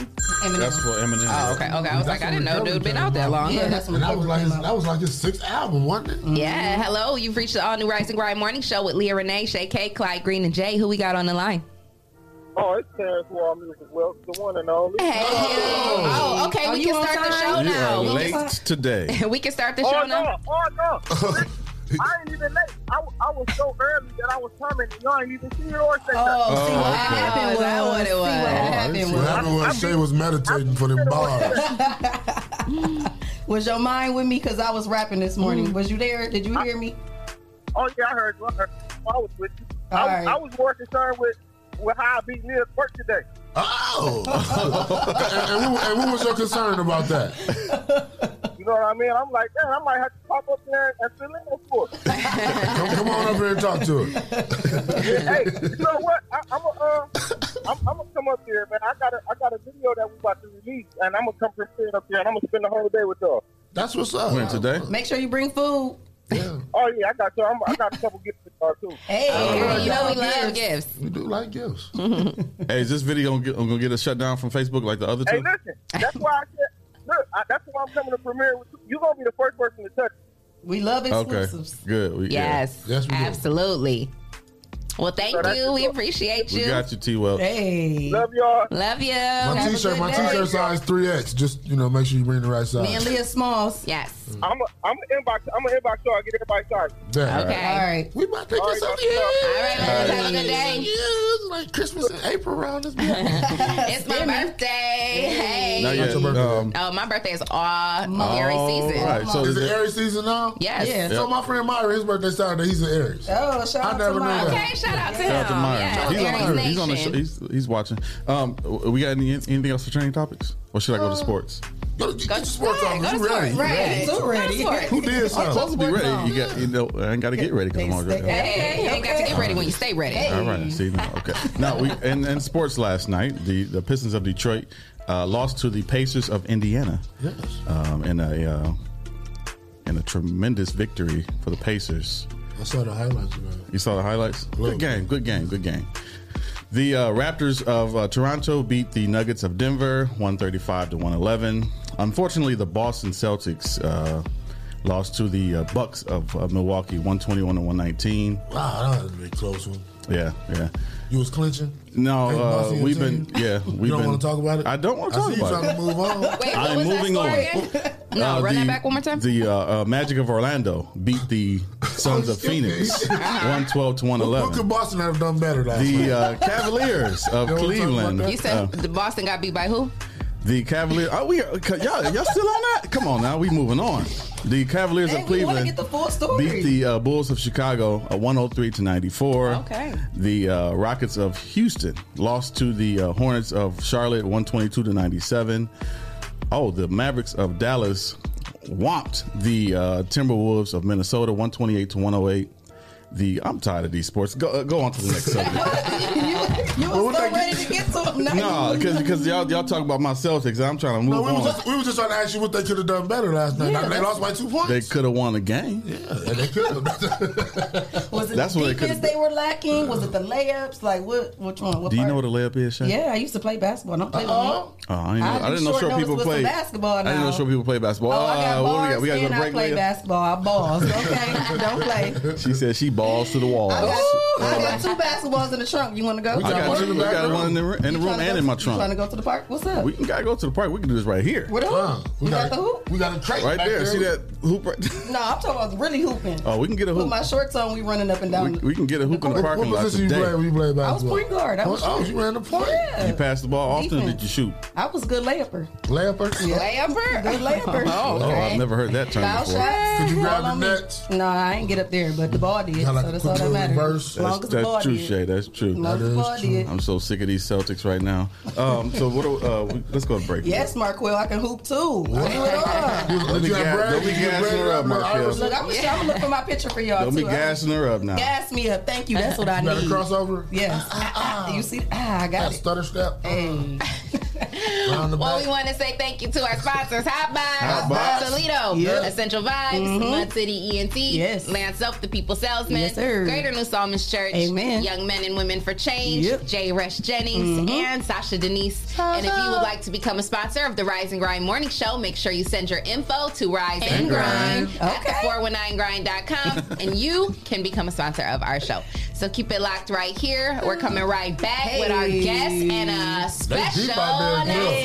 That's for Eminem.
Oh, okay, okay. I was like, I didn't know dude been out that long.
Yeah, that's and that was like his, that was like his sixth album, wasn't it?
Yeah, hello. You've reached the all new Rise and Grind morning show with Leah Renee, Shay K, Clyde Green, and Jay. Who we got on the line?
Oh, it's Terrence Walton. Well, the one and only.
Hey, Oh, okay.
Are
we
you
can
on
start the
time?
Oh,
show
You
now.
are
We can-
late today.
we can start the
Oh,
show
no,
now.
Oh, no. I ain't even late. I, w- I was so early that I was coming and y'all ain't even see it or say
Oh,
see, what okay.
happened was- that what it was.
See what happened
What happened was Shay was meditating for them bars.
Was your mind with me? Cause I was rapping this morning.
Mm.
Was you there? Did you hear me?
Oh yeah, I heard you. I, heard you. I was with you. I,
All right.
was, I was more concerned with, with how I beat Neil's work today.
Oh, and, and, what, and what was your concern about that?
You know what I mean? I'm like, man, I might have to pop up there and fill in that for it.
Come, come on up here and talk to her.
hey, you know what? I, I'm gonna uh, I'm, I'm gonna come up there, man. I got a I got a video that we about to release, and I'm gonna come prepare up there, and I'm gonna spend the whole day with y'all.
That's what's up.
When today?
Make sure you bring food.
Oh yeah, I got you. I'm, I got a couple gifts for y'all too.
Hey,
Girl, you know we love gifts.
We do like gifts.
Hey, is this video gonna get, gonna get a shutdown from Facebook like the other
Hey,
two?
listen, that's why I said, look, I, that's why I'm coming to premiere with you. You're gonna be the first person to touch.
We love
okay, good. We, yeah.
Yes.
Yes, we do.
absolutely. Well, thank
So that's
you. We appreciate
We
you.
got you, T. Well.
Hey.
Love y'all.
Love you.
My
Have a
t-shirt,
good
my
day.
t-shirt size three X. Just you know, make sure you bring the right
Me and
size.
Leah Smalls. Yes.
I'm a, I'm an inbox. I'm an inbox. Y'all get everybody started.
Damn.
Okay.
All
right.
We about to
All right, y'all. All right,
ladies, have a good day.
Yeah, it's like Christmas in April around this.
it's my birthday. Hey.
Not yet. Um,
Oh, my birthday is all Mary season.
All right, so
is
is
it
it-
Aries season now?
Yes.
Yeah.
Yeah.
So my friend Myra, his birthday Saturday. He's an Aries.
Oh, shout
I
out
never
to
knew
Myra.
that.
Okay, shout out to
Shout out to
him.
Myra.
Yeah,
he's,
Aries
on, the- he's on the show.
Nation.
He's, he's watching. Um, we got any, anything else for training topics, or should I
Uh,
go to sports?
Go to sports
Right,
office.
go
You
to
ready?
sports.
You
Right.
ready?
Go to sports.
Who did
I'm supposed to
something?
be ready. You got, you know, I ain't got to get ready because I'm already.
Hey, hey, you got to get ready when you stay ready.
All right, see now, okay. Now we and, and sports last night. The the Pistons of Detroit uh, lost to the Pacers of Indiana.
Yes.
Um, in a uh, in a tremendous victory for the Pacers.
I saw the highlights of that.
You saw the highlights. Good game. Good game. Good game. The uh, Raptors of uh, Toronto beat the Nuggets of Denver 135 to 111. Unfortunately, the Boston Celtics uh, lost to the uh, Bucks of, of Milwaukee 121 to 119.
Wow, that was a big close one.
Yeah, yeah.
You was clinching.
No,
Ain't
uh,
Bucks in
we've
your
been.
team?
Yeah, we've
You don't
been.
want to talk about it?
I don't want to talk
see you
about
trying
it.
to move on.
Wait, what
I'm
was
moving
that story
on.
again? No,
Uh,
run
the-
that back one more time.
The uh, uh, Magic of Orlando beat the
Oh,
Sons of Phoenix 112 to
Who
111.
could Boston have done better last night?
The uh, Cavaliers of
You wanna talk
Cleveland.
about
You
uh,
said the Boston got beat by who?
the Cavaliers. Are we? Y'all, y'all still on that? Come on now, we moving on. The Cavaliers
Hey,
of
we want to
Cleveland
get the full story.
beat the uh, Bulls of Chicago uh, 103 to 94.
Okay.
The uh, Rockets of Houston lost to the uh, Hornets of Charlotte 122 to 97. Oh, the Mavericks of Dallas whomped the uh, Timberwolves of Minnesota 128 to 108. The I'm tired of these sports. Go, uh, go on to the next subject.
you were so ready to get to him.
no, because y'all y'all talk about my Celtics. and I'm trying to move
No, we
on.
was, just, we was just trying to ask you what they could have done better last night.
Yeah,
Now, they
that's-
lost by two points.
They could have won a game.
Yeah, they could
Was it
That's what they
the defense
could've-
they were lacking? Was it the layups? Like what? Which one? What
Do you
part?
know what a layup is, Shaq?
Yeah, I used to play basketball. Don't play
Uh-oh.
Oh, I didn't know,
I
I
do
didn't know
short
sure
notice
people
with some
played
basketball
I didn't know
now.
sure people played basketball.
Oh, I got
Uh, what do we
bars
got? We got to go to
and I
break
play
later.
basketball. I balls. Okay, don't play.
She said she balls to the wall.
I got, I got two basketballs in the trunk. You want to go?
I got one in the, got one in the, room- in the
You
room
tryna
and
go-
in my
you tryna
trunk.
go to the park? What's up?
We can gotta go to the park. We can do this right here.
What up?
we
You got
got,
the hoop?
we got a crate
Right
back
there. See that hoop right
No, I'm talking about really hooping.
Oh, we can get a
Put
hoop.
my shorts on. We running up and down.
We, we can get a hoop in the
What,
parking
what
lot
position you
today.
played when you played
I was
basketball?
point guard. I was
oh, you ran the point.
You passed the ball often or did you shoot?
I was a good layuper.
Layup.
Layuper.
Good layuper.
Oh, I've never heard that term
Foul
before.
shots.
Could you grab
All
the
on me.
net?
No, I ain't get up there, but the ball did.
Got like
so
a
that's all
quick
that
little
matters.
reverse.
Long
That's,
as the ball
that's true,
did.
Shay. That's true.
Long as the ball did.
I'm so sick of these Celtics right now. Um, so what? do- Uh, we- let's go to break.
Yes, Marquell, I can hoop too. I do it all.
Don't be,
You got
gas,
Brad,
don't be
you got Brad
gassing her up,
Robert,
Markel.
Look, I'm gonna I'm gonna look for my picture for y'all
Don't
too.
be gassing her up now.
Gas me up. Thank you. That's what I
You got a
need.
crossover?
Yes. Ah, ah, you see? Ah, I got
Got a
it.
stutter step?
Hey.
Round the
Well, we
back?
want to say thank you to our sponsors, Hot
Hot
Vibes,
Vibes.
Toledo,
Yeah.
Essential Vibes,
Mhm.
Mud City ENT,
Yes.
Lance Up, The People Salesman,
Yes, sir.
Greater New Psalmist Church,
Amen.
Young Men and Women for Change,
Yep.
J. Rush Jennings,
Mhm.
and Sasha Denise. And if you would like to become a sponsor of the Rise and Grind Morning Show, make sure you send your info to Rise and,
And
Grind,
Grind.
at the419grind.com, and you can become a sponsor of our show. So keep it locked right here. We're coming right back with our
Hey.
guests and a special
out there, girl.
announcement.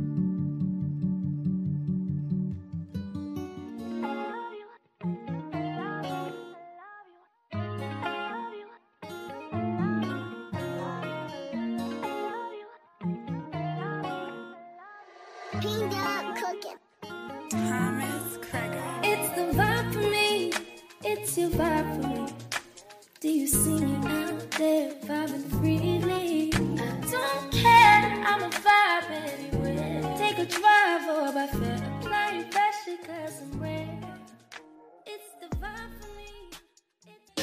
cooking up, cooking. Thomas Cracker. It's the vibe for me. It's your vibe for me. Do you see me out there vibing freely? I don't care. I'm a vibe anywhere. Take a drive or by fair. Apply your best because I'm rare. It's the vibe for me.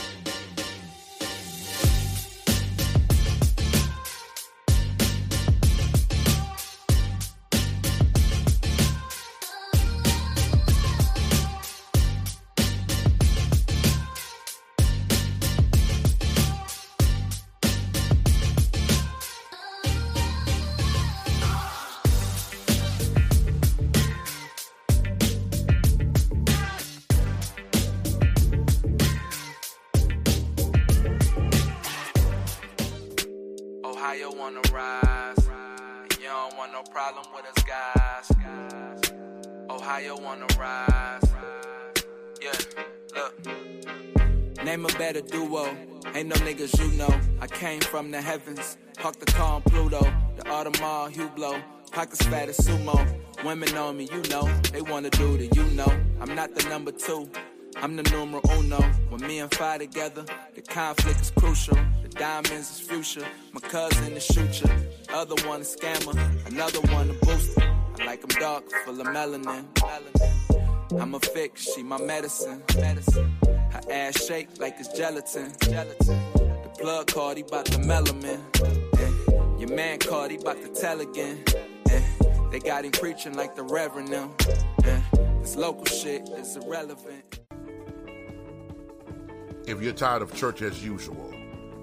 Ohio on the rise. And you don't want no problem with us guys. Ohio on the rise. Yeah, look. Name a better duo. Ain't no niggas you know. I came from the heavens. Parked the car on Pluto. The Audemars Hublot. Pockets fat as sumo. Women on me, you know. They wanna do the you know. I'm not the number two. I'm the numero uno. When me and Fi together, the conflict is crucial. The diamonds is future. My cousin is shooter. Other one a scammer. Another one a booster. I like 'em dark, full of melanin. Melanin. I'm a fix, she my medicine. Medicine. Her ass shake like it's gelatin. Gelatin. The plug card, he bout the melanin. Eh. Your man called, he bout to tell again. Eh. They got him preaching like the reverend now. Eh. This local shit is irrelevant.
If you're tired of church as usual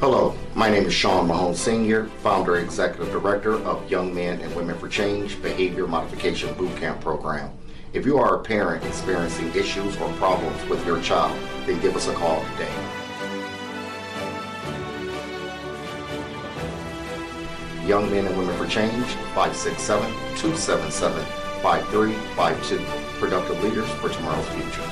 Hello, my name is Sean Mahone Sr., founder and executive director of Young Men and Women for Change Behavior Modification Boot Camp Program. If you are a parent experiencing issues or problems with your child, then give us a call today. Young Men and Women for Change, 567 277 5352. Productive Leaders for Tomorrow's Future.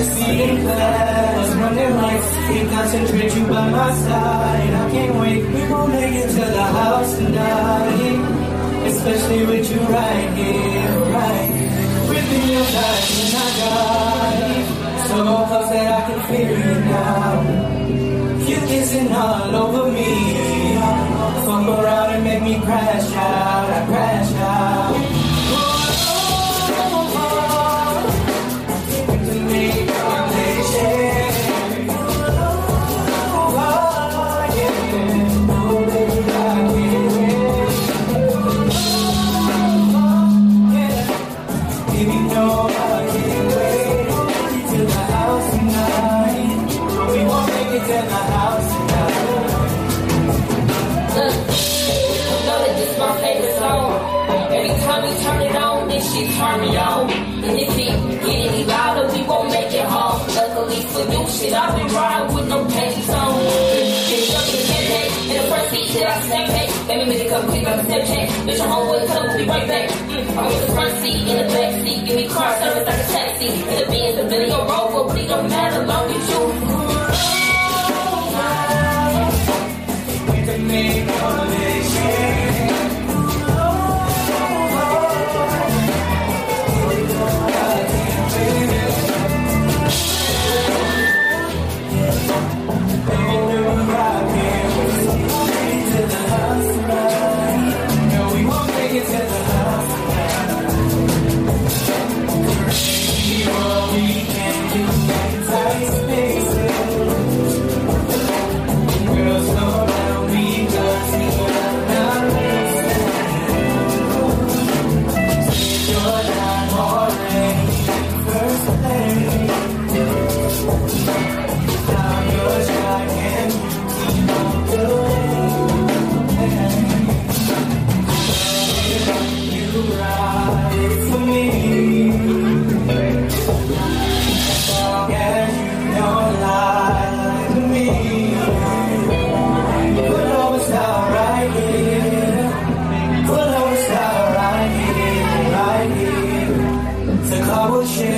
Speeding fast, running lights, can't concentrate you by my side. I can't wait, we won't make it to the house tonight. Especially with you right here, right. Within your touch, and I dive. So close that I can feel you now. You're kissing all over me. Fuck around and make me crash out, I crash out.
Look, you know that this my favorite song. Every time you turn it on, this shit turn me on. And if it get any louder, we won't make it home. Luckily for you, shit, I've been riding with no panties on. Been stuck in the jet lag, in the front seat, shit, I snap back. Baby, make it come quick like a step check. Bitch, your homeboy, come, we'll be right back. Mm, I'm in the front seat, in the back seat. Give me car service like a taxi. In the Benz, the Bentley, or Rover, please don't matter, long as you.
No, we won't make it to the house.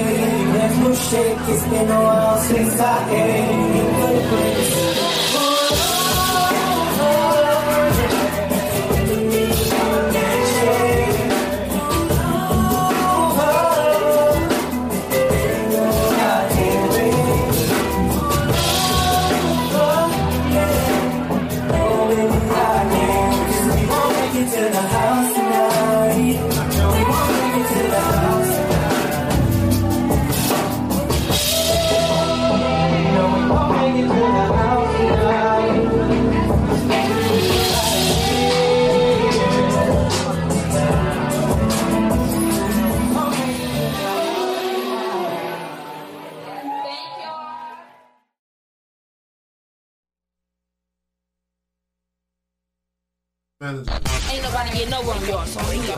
shake. It's been a while since I ate the grapes.
Ain't nobody get
Oh.
nowhere on yours, so we go.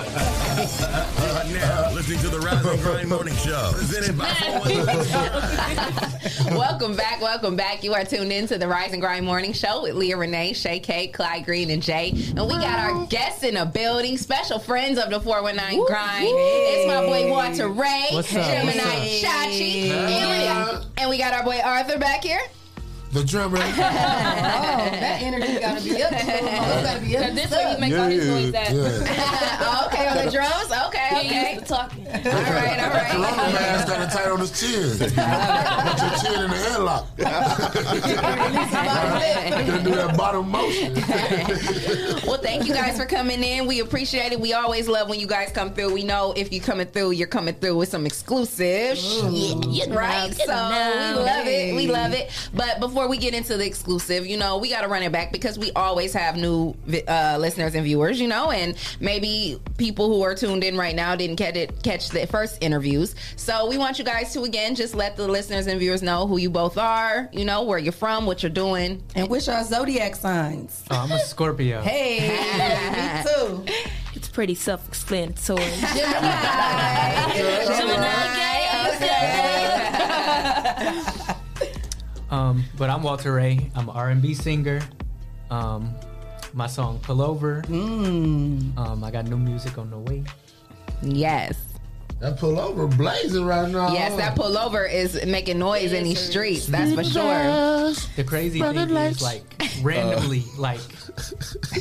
Up now, listening to the Rise and Grind Morning Show, presented by
welcome back, welcome back. You are tuned in to the Rise and Grind Morning Show with Leah Renee, Shay Kate, Clyde Green, and Jay. And we got our guests in the building, special friends of the 419 Grind. It's my boy Walter Ray,
What's up,
Gemini
what's up?
Shachi,
Hey.
and, and we got our boy Arthur back here.
The drummer.
that
Oh, energy gotta be up. Gotta be up.
This where you make all these noise at. okay, on the drums. Okay,
Yeah,
okay.
used to talking.
Corona mask got a tight on his chin. Put your chin in the headlock. Then do that bottom motion.
well, thank you guys for coming in. We appreciate it. We always love when you guys come through. We know if you coming through, you're coming through with some exclusives,
you know,
right?
you
so
know.
we love it. We
Hey.
love it. But before we get into the exclusive, you know, we got to run it back because we always have new vi- uh, listeners and viewers, you know, and maybe people who are tuned in right now didn't catch it, catch the first interviews. So we want you guys to again just let the listeners and viewers know who you both are, you know, where you're from, what you're doing,
and which are zodiac signs.
Oh, I'm a Scorpio.
Hey, me too.
It's pretty self-explanatory.
Um, but I'm Walter Ray. I'm an R&B singer. Um, my song "Pull Over." Um, I got new music on the way.
Mm. Yes.
That pullover blazing right now.
Yes, that pullover is making noise in these streets. That's for sure.
The crazy
Brother
thing
Lex.
is, like, randomly,
Uh.
like,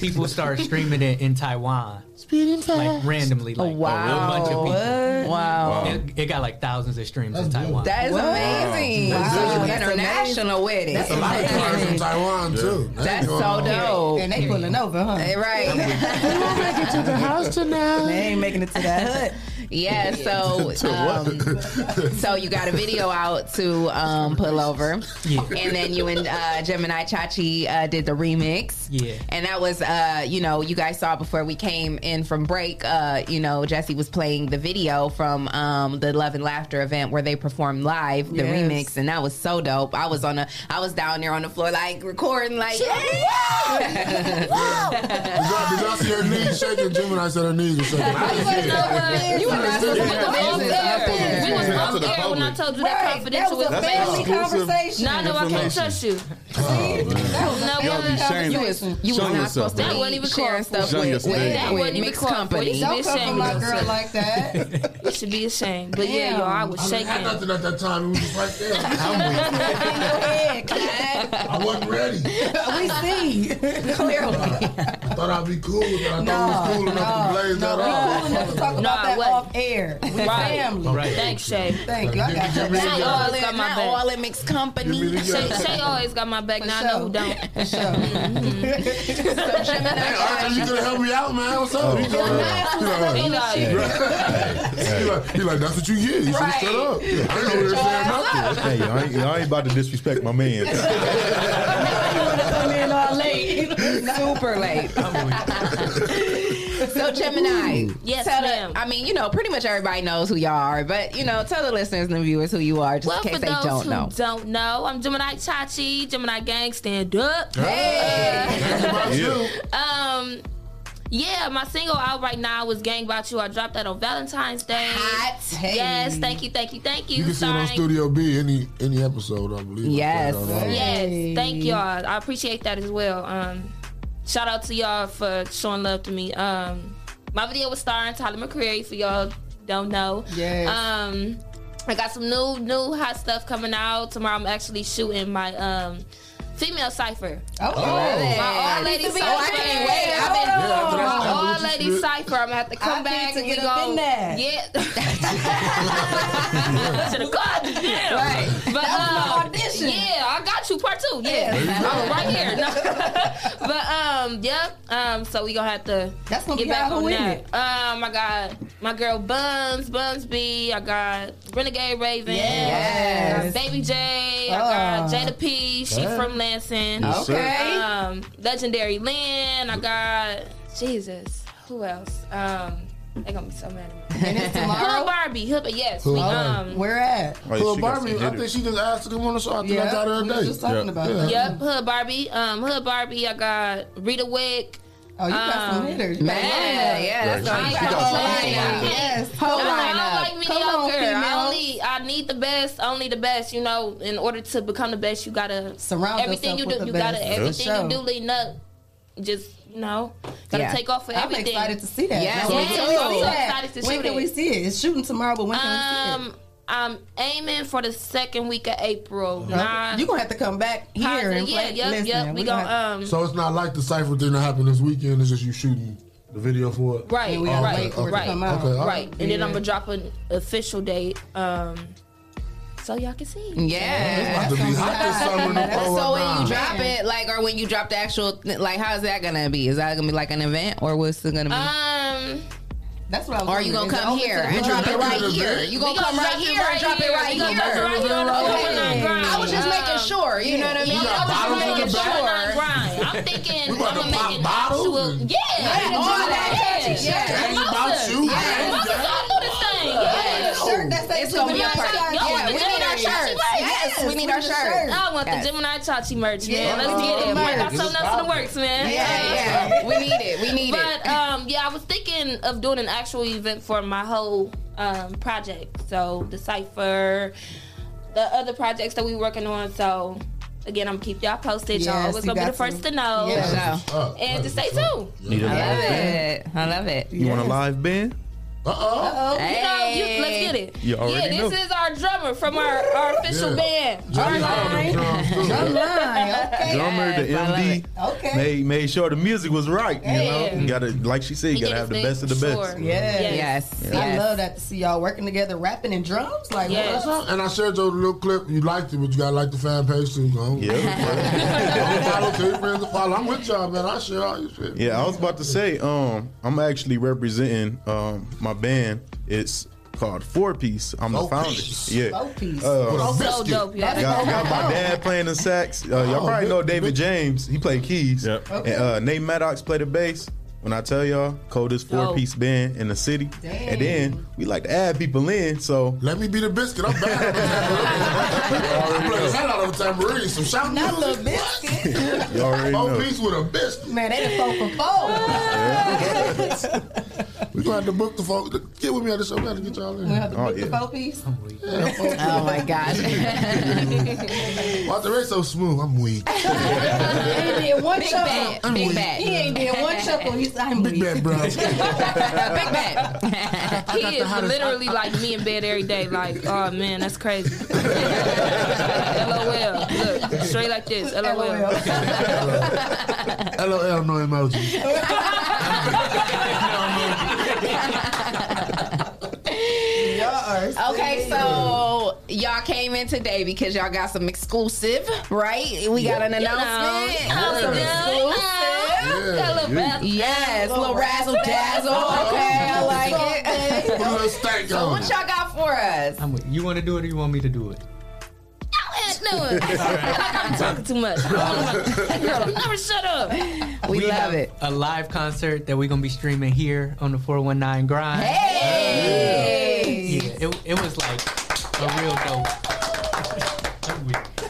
people start streaming it in Taiwan. Like, randomly. Like, oh,
Oh, wow.
a bunch of people.
What? Wow.
It, it got, like, thousands of streams in Taiwan.
That is amazing.
Wow.
Oh,
So
That's amazing.
international with it.
That's a lot of cars in
Taiwan too.
That's so dope.
And they pulling over, huh?
Eh,
Right.
make it to the house tonight. They ain't making it to that hood.
Yeah, so um, so you got a video out to um, pull over,
Yeah.
and then you and uh, Gemini Chachi uh, did the remix.
Yeah.
And that was, uh, you know, you guys saw before we came in from break. Uh, you know, Jesse was playing the video from um, the Love and Laughter event where they performed live the
Yes.
remix, and that was so dope. I was on a, I was down there on the floor like recording, like,
Did y'all see her knees shaking? Gemini said her knees were shaking.
You were not supposed to be
on there. We was on there when I told you that
Right,
confidential
that was a
was
family
fake.
Exclusive conversation.
No, no, I can't
information.
trust you.
No,
Y'all be sharing-
you was, you was
showing
not
yourself,
supposed to
man. That
be
wasn't even
sharing
called for.
stuff
Showing
with,
yourself.
with,
That
with
wasn't even
mixed
called for.
company.
Don't come for my girl
like that.
You should be ashamed. But yeah,
Damn.
y'all, I was
I
shaking.
mean, I nothing at that time. It was just right there. I wasn't ready.
we see clearly.
I thought I'd be cool with it. I thought it was cool enough to blaze that
we
off.
cool enough to talk about that off air. With
Right.
family.
Right.
Thanks, Shay.
Thank you. I got
Shay
that. back.
always got my back.
all in mixed company.
Shay, Shay always got my back. Now I know who don't.
Hey, Arthur, you could have helped me out, man. What's up? You know, you know,
Eli.
you know. You like, you like, that's what you get. You should have shut up. I ain't over here saying nothing.
Hey, y'all ain't, y'all ain't about to disrespect my man.
Come in all late. Super late. so Gemini,
Yes,
tell
ma'am.
The, I mean, you know, pretty much everybody knows who y'all are, but you know, tell the listeners and the viewers who you are, just
Well,
in
for
case they
those
don't
who
know.
don't know, I'm Gemini Chachi, Gemini Gang, stand up. Um, yeah, my single out right now was "Gang About You." I dropped that on Valentine's Day. Hot. Yes, thank you, thank you, thank you.
You can see it on
Starring-
Studio B any any episode, I believe. I
Yes.
put it on all of them.
Yes, thank y'all. I appreciate that as well. Um, shout out to y'all for showing love to me. Um, my video was starring Tyler McCreary. For y'all don't know,
Yes.
Um, I got some new new hot stuff coming out. Tomorrow I'm actually shooting my um female cipher.
Oh,
my all lady
Oh, I
cipher. I've
can't wait.
been
Yeah, after that-
my
after what
all
you
lady
said.
cipher. I'm gonna have to
I
come
need
back
to
and
get
we
up
gon-
in there.
Yeah. to the club. Damn.
Right.
But
That was my
um,
audition.
Yeah, I got you part two. Yeah.
Yeah.
I'm right here. No. but um, yep. Um, so we gonna have to That's
gonna
get
be
back
y'all
on
who in
that.
it.
Um, I got my girl Buns, Buns B. I got Renegade Raven.
Yes.
I got Baby J. I
Oh.
got Jada P. She
Okay.
from Lansing.
Yes, sir. Okay.
Um, Legendary Lynn. I got Jesus. Who else? Um, they gonna be so mad at me. Hood Barbie. Hood, yes.
Hood
we,
Barbie.
um,
Where at?
Oh, yeah, she got some
Barbie, I
hitters.
think
she just asked to come on the show. I think I got her today. Yeah. Yeah.
Yep,
Uh-huh.
Hood Barbie. Um, Hood Barbie. I got Rita Wick. Um,
Oh, you got some hitters. You got
man,
lineup. Yeah, that's what I'm
I ain't
talking
gonna
about.
play.
Yes,
I
whole
don't-
lineup.
I don't like
Come
mediocre.
on,
I
females.
only I need the best. Only the best. You know, in order to become the best, you gotta
Surround
everything
yourself
you
with
do.
the
You
best.
gotta
Yeah.
everything
Sure.
you do leading up. Just you know, gotta
Yeah.
take off for
I'm
everything.
excited to see that.
Yes,
Now,
yes.
when can we
I'm
see
so
that?
excited to
When
shoot
can
it.
we see it? It's shooting tomorrow, but when can we see it?
Um, I'm aiming for the second week of April. Not
You're gonna have to come back here
Positive.
and
Yeah,
play.
yep,
Listen,
yep, we
gonna
gonna,
have-
um,
So it's not like the cipher thing that happened this weekend. It's just you shooting the video for it.
Right,
Oh, okay,
right,
okay,
right,
okay, all
right. And then I'm gonna drop an official date, um, so y'all can see.
Yeah.
It's about to be hot this summer in the
So
four
when
nine.
you drop it, like, or when you drop the actual, like, how's that gonna be? Is that gonna be like an event, or what's it gonna be?
Um,
that's what I was.
Or you gonna
wondering. Is it
come
open
here
to
and
the
drop
public?
it right here? You gonna come right here and drop it right here? Okay. I was just making
Um,
sure. You know what I mean? I was just making sure.
I'm thinking I'm gonna
pop
make an
bottles
actual. Yeah,
Yeah, all that.
yeah,
Yeah. Ain't about you.
Yeah,
Yeah.
mimosas all through this thing. Yeah.
Shirt that says
It's gonna be a
Gemini
party.
Chachi.
Y'all
Yeah,
want the
we need
Gemini
our
Chachi
shirts.
merch?
Yes, we need our shirts.
I want
Yes.
the Gemini Chachi merch, man.
Yeah,
Let's
we
get
need
it.
the
I got
merch.
something else in the works, man.
Yeah, yeah. We need it. We need it.
But um, yeah, I was thinking of doing an actual event for my whole um, project. So the cipher, the other projects that we working on. So again, I'm keep y'all posted. y'all
Yes,
always
you
gonna be
got
the first
to.
to know.
Yeah.
And to stay tuned.
Need a
I love
live band?
it. I love it.
You want a live band?
Uh-oh. Oh, You know, you, let's
Hey.
get it.
You already
yeah,
know.
this is our drummer from our, our official
Yeah.
band.
Drum
Our
line.
Drum line, okay.
Drummer, the MD,
Okay.
made made sure the music was right. You
Yeah.
know, you gotta like she said, you
He
gotta
did
have the
his
best of the
thing,
best.
sure. Yes.
Yes.
I love that to see y'all working together, rapping and drums. Like,
Yes.
what?
And I shared your little clip. You liked it, but you gotta like the fan page too. Go. Yeah. follow, tell your friends to follow. I'm with y'all, man. I share all your shit.
Yeah, I was about to say, um, I'm actually representing um my band. It's called Four Piece. I'm the
Four
founder.
Piece.
Yeah.
Oh,
Four Piece.
Uh,
Four So Biscuit. dope, y'all.
Got, got my dad playing the sax. Uh, y'all
Oh,
probably
Big-
know David James. He played keys. Yep.
Okay.
And uh, Nate Maddox played the bass. When I tell y'all, coldest four
Dope.
piece band in the city. And then we like to add people in. So
let me be the biscuit. I'm back. I play the hell out of a tambourine. Some shout
Not
music.
little biscuit.
You already know.
Four piece with a biscuit.
Man, they done four for four.
We gonna have to book the folk. Get with me on the show. We gotta get y'all in.
We have to
oh,
book the four piece.
Oh my gosh.
Why the race so smooth? I'm weak.
He ain't did one
Big
chuckle.
bad.
I'm
Big
weak.
bad.
He ain't did one chuckle. He's I'm Big
bad, bro.
He is literally like me in bed every day. Like, oh man, that's crazy. LOL. Look, straight like this. LOL.
LOL, no emoji.
Okay, so y'all came in today because y'all got some exclusive, right? We got an
You know,
announcement.
you know,
Some
you
exclusive.
Yeah, Little yeah. razzle-
Yes, little
Little
razzle dazzle.
razzle.
Okay, I like it.
Put a little stank
So what y'all got for us?
I'm with you. You want to do it or you want me to do it?
No, I'm talking too much. Girl, never shut up.
We, love it. A live concert that we're gonna be streaming here on the 419 Grind.
Hey!
Yeah, it, it was like a real dope.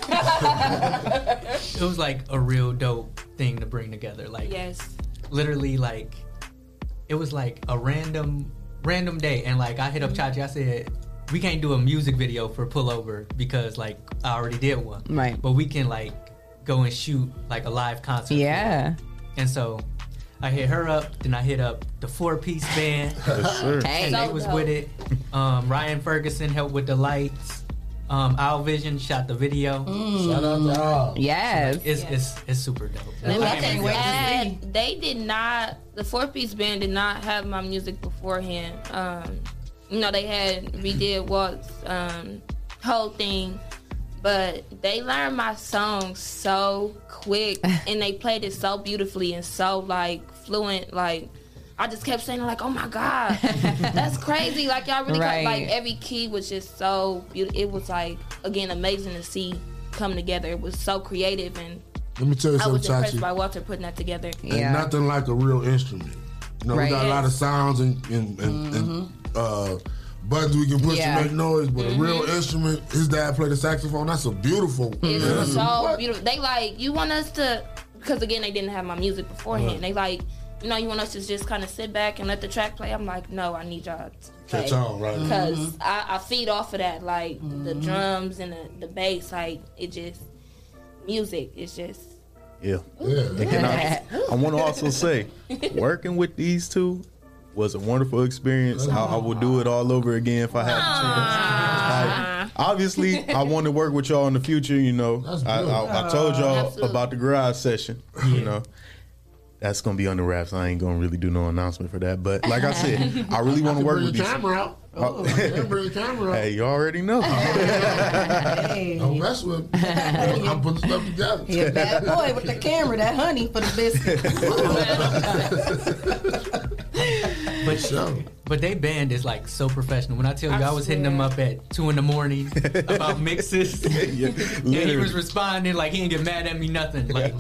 it was like a real dope thing to bring together. Like
Yes.
literally like it was like a random random day and like I hit up
Mm-hmm.
Chachi, I said, We can't do a music video for pullover because like I already did one.
Right.
But we can like go and shoot like a live concert.
Yeah.
And so I hit her up, then I hit up the four piece band.
Yes, sir. Hey.
And they was with it. Um, Ryan Ferguson helped with the lights. Um, Owl Vision shot the video.
Mm. Shout out to Owl. Yes.
it's, it's it's super dope.
Let me
I can't
just
wait to
add, they did not. The four piece band did not have my music beforehand. Um, you know, they had redid Walt's um, whole thing, but they learned my song so quick, and they played it so beautifully and so like fluent, like. I just kept saying like, "Oh my god, that's crazy!" Like y'all really got-
Right.
like every key was just so beautiful. It was like again amazing to see come together. It was so creative and
Let me tell you
I was
something,
impressed by
Chachi.
Walter putting that together.
Ain't nothing like a real instrument. You know,
Right.
we
Mm-hmm.
got a lot of sounds and, and, and, and uh, buttons we can push
Yeah. Mm-hmm.
to make noise, but a real instrument, his dad played the saxophone. That's a beautiful.
It's
Yeah, that's a-
so beautiful. They like you want us to because again they didn't have my music beforehand.
Right.
They like you know you want us to just kind of sit back and let the track play. I'm like, no, I need y'all to
Catch on, right.
Because I, I feed off of that, like the drums and the, the bass, like it just music. It's just
Yeah. And can I, I want to also say, working with these two was a wonderful experience. I, I would do it all over again if I had the chance. Like, obviously, I want to work with y'all in the future. You know, I, I, I told y'all about the garage session. You know. That's gonna be on the wraps. I ain't gonna really do no announcement for that. But like I said, I really want to work
bring
with
the
these.
camera out.
Oh,
Yeah, bring the camera out.
hey, you already know.
Don't mess with me. I'm putting stuff together.
Yeah, bad boy with the camera, that honey for the biscuit.
But but they band is like so professional. When I tell you, I, was hitting them up at two in the morning about mixes, and he was responding like he didn't get mad at me nothing. Like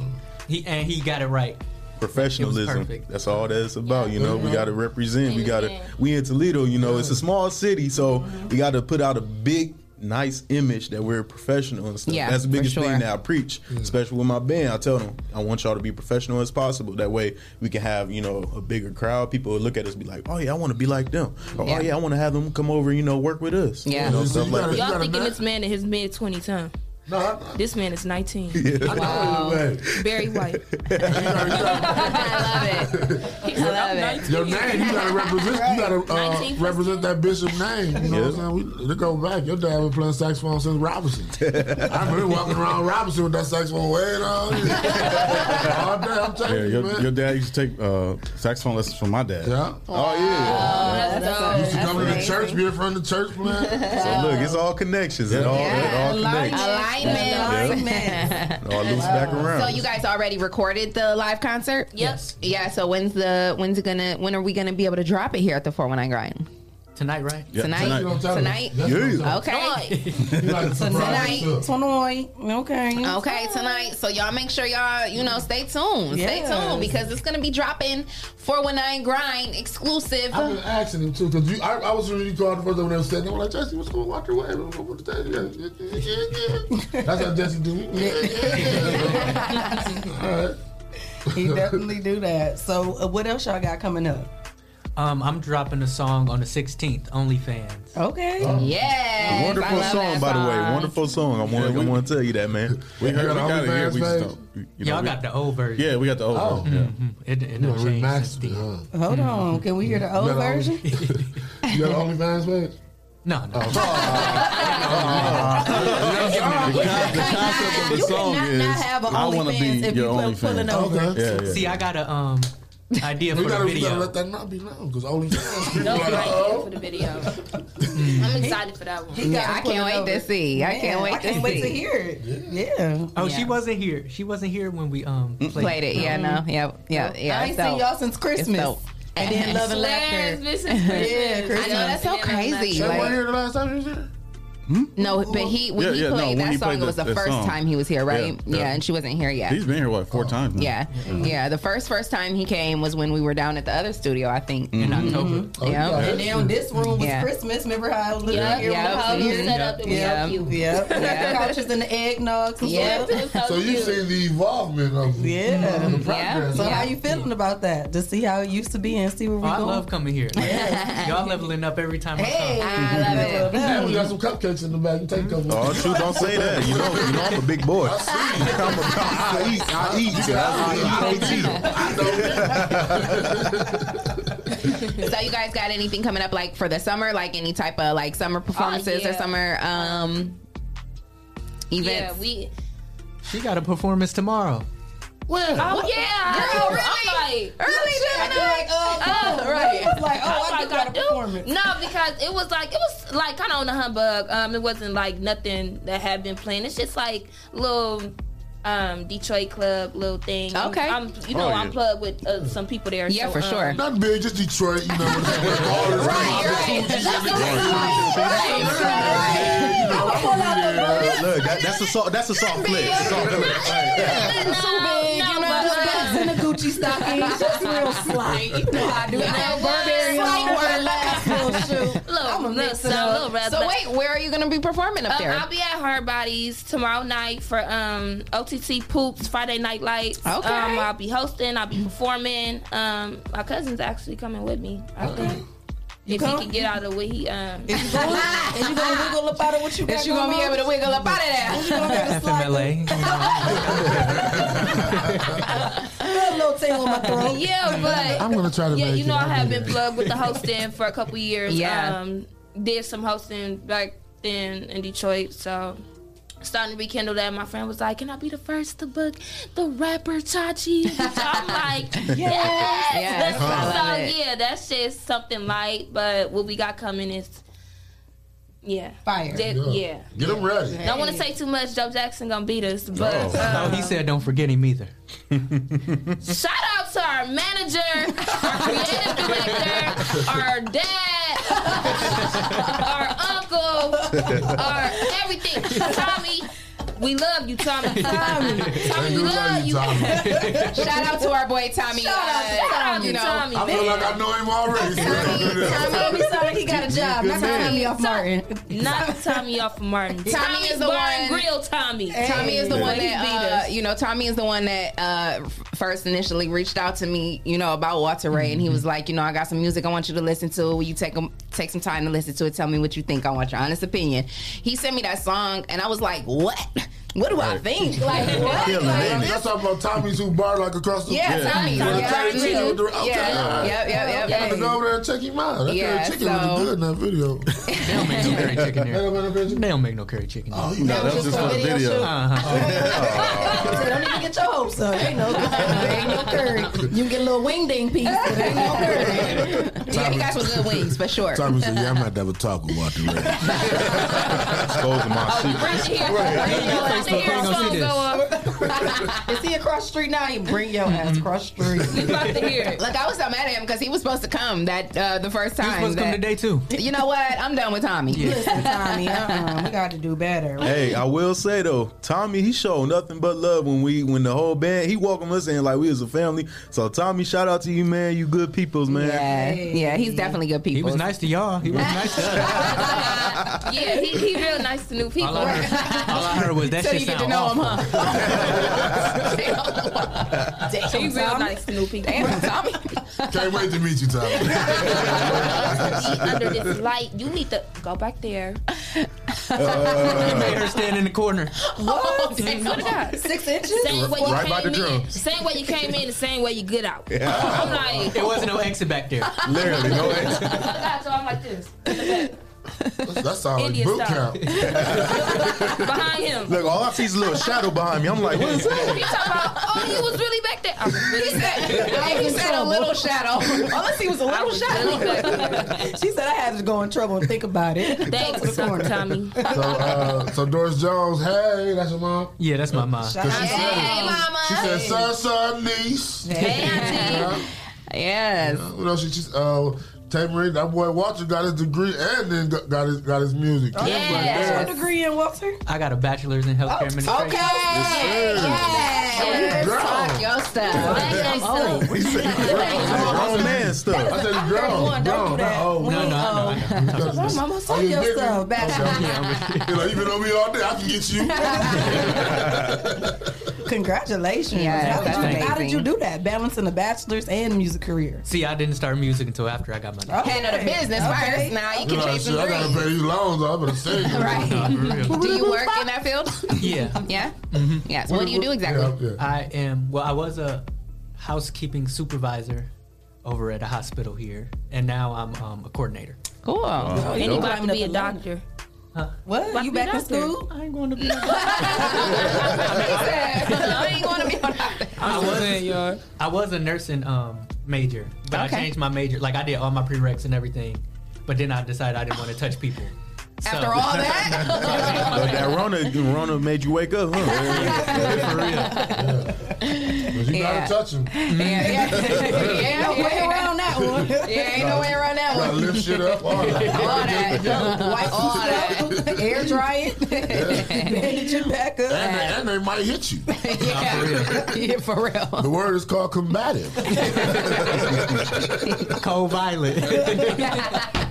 he and he got it right.
professionalism.
perfect.
That's all that's about. You know, we got to represent. We got to. We in Toledo. You know, it's a small city, so we got to put out a big, nice image that we're professional and stuff.
Yeah,
that's the
for
biggest
sure.
thing that I preach, especially with my band. I tell them I want y'all to be professional as possible. That way, we can have you know a bigger crowd. People will look at us, and be like, "Oh yeah, I want to be like them." Or,
Yeah.
"Oh yeah, I want to have them come over. You know, work with us."
Yeah.
you know,
You
stuff like that.
y'all thinking this man in his mid twenty time. this man is nineteen.
Yeah.
Wow. Barry White.
Your name, you gotta represent. You gotta uh,
1915.
represent that bishop name. You know what I'm saying? We, to go back, your dad been playing saxophone since Robinson. I remember him walking around Robinson with that saxophone way down. All day, I'm telling
Yeah,
you,
your,
man.
your dad used to take uh, saxophone lessons from my dad.
Yeah.
Oh yeah.
used to come to the church, be in front of the church, man.
So look, it's all connections. It all, it all connects.
Alignment.
Yeah. It all loops back around.
So you guys already recorded the live concert?
Yes.
Yeah. So when's the when's it gonna when are we gonna be able to drop it here at the 419 grind?
Tonight, right?
tonight. Tonight. Okay. Tonight.
Tonight. Okay.
Okay, tonight. So y'all make sure y'all, you know, stay tuned. Stay
Yes.
tuned because it's gonna be dropping 419 grind exclusive.
I've been asking him too because I, I was really called the first time when they were standing. I'm like, Jesse, what's going on? Walk your way. I don't know what to tell you. That's how Jesse do.
he definitely do that. So uh, what else y'all got coming up?
Um, I'm dropping a song on the 16th. OnlyFans.
Okay.
Oh.
Yeah.
Wonderful song, by the way. Wonderful song. I want, I want to tell you that, man.
We heard we got it here. We just don't.
Y'all got the old version.
Yeah, we got the old
Oh.
version. Yeah.
It, it done changed since then.
Hold on. Can we hear the old
Not all-
version?
You got an OnlyFans page?
No, no.
concept of the song is
have a
I want to
OnlyFans
be
if
your
you
only
put- pulling
fan.
over.
Okay. Yeah, yeah.
See, I got a um idea for
We gotta,
the
we
video.
gotta let that not be known because OnlyFans.
No idea for the video. I'm excited for that one.
He got Yeah, I can't wait to see. I can't wait to see.
it. Yeah.
Oh,
Yeah.
she wasn't here. She wasn't here when we um played,
Played it. Yeah, no. Yeah, yeah, yeah.
I ain't
So,
seen y'all since Christmas.
dope.
And then love and
Swears,
laughter.
Mrs.
Yeah,
Swears. I
Christmas.
know, that's so crazy,
They weren't
like-
here
the last time you was here?
No, but he when
Yeah,
he
yeah, no,
played
when
that
he
song,
played
it was the,
the- the
first
song.
time he was here, right?
Yeah,
Yeah,
yeah.
and she wasn't here yet.
He's been here Mm-hmm. what four times now.
Yeah, yeah. The first first time he came was when we were down at the other studio, I think,
In Mhm.
October.
Oh,
Yeah.
And then this room was
Yeah.
Christmas. Remember how it looked
Yeah,
out here
yeah,
with the
it was
whole
set up
Yep,
to help you.
yep. The couches and the eggnogs. and
Yep.
stuff.
So you see the involvement of
Yeah.
of the progress.
So how you feeling about that? To see how it used to be and see where we
Oh, I
going.
love coming here. Like, y'all leveling up every time
Hey,
I come.
I love it.
Yeah, we got some cupcakes in the back. You take a couple.
Oh, shoot, don't say that. You know, you know I'm a big boy.
I eat. I eat.
I eat.
I don't eat.
so you guys got anything coming up like for the summer? Like any type of like summer performances or
Oh, yeah.
summer um events?
Yeah, we.
She got a performance tomorrow.
Where?
Oh yeah,
Girl, really?
I'm like,
Early
shit,
Gemini?
I do like,
Oh,
uh,
right.
I was like,
I
oh, I,
think
got
I
a
do.
performance. No, because it was like it was like kind of on the humbug. Um, it wasn't like nothing that had been planned. It's just like little. Um, Detroit club little thing. I'm-
Okay.
I'm, you know
Oh,
I'm
yeah.
plugged with uh, some people there. so, um,
Not big, just Detroit, you know. right,
right. That's what
Yeah, Look, that, that's a soft, that's a soft flick. Soft flick. Right.
too big, you know, just bucks in a Gucci stocking, just real slight. You know how I do.
Yeah.
No Burberry
Yeah.
on
Yeah.
or last little shoe.
Little-
I'ma
little
mix it
some,
up.
little red
So
back.
wait, where are you gonna be performing up
Uh,
there?
I'll be at Hard Bodies tomorrow night for um, OTT Poops Friday Night Lights.
Okay.
Um, I'll be hosting. I'll be performing. Um, my cousin's actually coming with me. I
Uh-uh.
think. If he can get out of what he um. Is
going? Is you gonna wiggle up out of what you
got
Is you gonna be
going on?
able to wiggle up out of there?
FMLA.
a little thing on my
throat. Yeah, but
I'm gonna try to
Yeah,
make
you
it.
know I
I'm
have
gonna-
been plugged with the hosting for a couple years.
Yeah.
um, did some hosting back then in Detroit, so. Starting to rekindle that, my friend was like, "Can I be the first to book the rapper Chachi?" So I'm like, "Yes,
Yes, I love
so
it.
yeah, that's just something light, but what we got coming is, yeah,
fire,
yeah.
Get them ready.
Don't want to say too much. Joe Jackson gonna beat us, but
uh,
uh,
Oh, he said don't forget him either.
Shout out to our manager, our creative director, our dad, our uncle, our everything. Tommy, we love you, Tommy. Tommy, Tommy we love you.
Shout out to our boy Tommy.
Shout out to
uh,
Tommy,
you know,
Tommy.
I feel like I know him already.
Tommy sound like he got a job. Not Tommy off Martin.
Not Tommy off of Martin.
Tommy
Tommy
is the
Barn
one-
Grill Tommy.
Tommy is the one
He beat
that
us.
uh, you know. Tommy is the one that uh, f- first initially reached out to me, you know, about Walter Ray, and he was like, you know, I got some music I want you to listen to. Will you take 'em- take some time to listen to it? Tell me what you think. I want your honest opinion. He sent me that song, and I was like, what? What do I think? Like what?
Killing
Like,
it. That's talking about Tommy's who bar like across the
Yeah, Tommy's.
Yeah,
Yeah.
Tommy's.
Yeah.
Okay, all right.
Yep, yep, yep.
I'm gonna go over there and check him out. That
Yeah,
yeah, chicken was
so-
good in that video.
They don't make no curry chicken there. They don't make no curry chicken. Uh, There.
Oh, you No, got that was it. just for the video shoot.
Uh-huh.
Don't even get your hopes up. Ain't no, ain't no curry. You can get a little wing ding piece, but ain't no curry.
yeah, he got some good wings for sure.
Tommy said, "Yeah, I'm not have a talk with Walter Ray."
Exposing
Oh,
my secret.
Right here.
Right.
Let the earphone go up.
Is he across the street now? He bring your
Mm-hmm.
ass across the street.
You about to hear it.
Look, I was so mad at him because he was supposed to come that uh, the first time.
He was supposed to
that-
come today too.
You know what? I'm done with Tommy.
Listen, Tommy, uh-uh, we got to do better.
Hey, I will say though, Tommy, he showed nothing but love when we when the whole band he welcomed us in like we was a family. So Tommy, shout out to you, man. You good peoples, man.
Yeah, yeah, he's definitely good people.
He was nice to y'all. He was nice to us.
Yeah, he, he real nice to new people.
All I heard, all I heard was that
Till
shit
you get
sound
to know
awful.
him, huh?
He real nice to new people.
Damn, Tommy.
Can't wait to meet you, Tommy.
under this light. You need to go back there.
He made her stand in the corner.
What?
Same- swear to God.
Six inches?
Same way you
Right by the
came in,
drums.
same way you came in, the same way you get out. I'm like,
There wasn't no exit back there.
Literally, no
oh God, so I'm like this
That sounds like
Indian
boot
style.
camp.
behind him.
Look, all I see is a little shadow behind me. I'm like, what is that?
He talking about, oh, he was really back there. I was really back there.
He said a little shadow. Unless he was a
I
little
was really
shadow.
back there.
She said I had to go in trouble and think about it.
Thanks, Uncle Tommy.
So, uh, so Doris Jones, hey, that's your mom.
Yeah, that's my mom.
Cause she said,
Hey, mama.
she said, sir, sir, niece.
Hey,
Yeah.
auntie. Yes.
You know, she just, uh, Tamarine, that boy Walter got his degree and then got- got his, got his music.
Oh,
That's
yeah.
right
That's
there.
your degree in Walter?
I got a bachelor's in healthcare administration.
Okay.
Yes, sir.
Yes.
Girl.
Talk your stuff.
Hey, hey,
He said,
Grown man
I
stuff.
said, girl,
Don't
girl,
do that.
not old.
No, no, no, no. I'm talking-
Well, mama,
Oh,
suck
you
your
did?
stuff back.
Yeah, I'm with you.
You know, even though we all there, I can get you.
Congratulations.
Yes,
how, did
that's
you, how did
amazing.
you do that? Balancing a bachelor's and music career.
See, I didn't start music until after I got my degree.
Handle the business first. Now you
You
can
know,
chase
shit,
some
I gotta pay
dreams.
these loans. I better save.
Right.
No, for real.
Do you work in that field?
Yeah.
Yeah.
Mm-hmm.
Yes. What do you do exactly?
Yeah, yeah.
I am. Well, I was a housekeeping supervisor over at a hospital here, and now I'm um, a coordinator.
Cool.
Wow.
and you
Dope.
about to be a doctor.
What?
About
you
to be a
back in
doctor.
school?
I ain't going to be.
I ain't going to be on
I was, I was a nursing um, major, but I changed my major. Like I did all my prereqs and everything, but then I decided I didn't want to touch people.
After all that?
But that Rona, Rona made you wake up, huh?
You
Yeah.
gotta touch him.
Yeah, yeah. yeah,
No way around that one.
Yeah, ain't no way around that
Gotta
one.
lift shit up. All that.
All that. Wipe all that.
Air dry it. Bandage it back up.
And, they, and they might hit you.
yeah. yeah, for real.
The word is called combative.
Cold violet.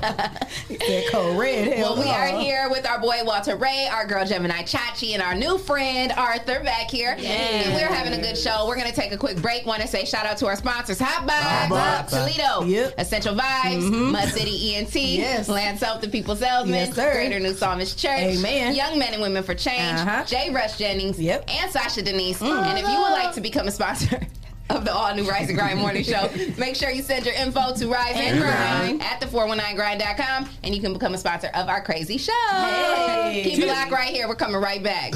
That code red. hell
Well,
Uh-huh.
we
no.
are here with our boy Walter Ray, our girl Gemini Chachi, and our new friend Arthur back here. And we're having a good show. We're going to take a quick break. Want to say shout out to our sponsors Hot Box, Toledo, Essential Vibes, Mud City ENT,
Mm-hmm. Yes.
Land South, the People's Elven,
Yes, sir.
Greater New Psalmist Church,
Amen.
Young Men and Women for Change,
Uh-huh.
Jay Rush Jennings, and Sasha Denise.
Mm.
And if you would like to become a sponsor, of the all new Rise and Grind Morning Show. Make sure you send your info to Rise and
And
Grind at the419grind.com and you can become a sponsor of our crazy show.
Hey.
Keep it locked right here. We're coming right back.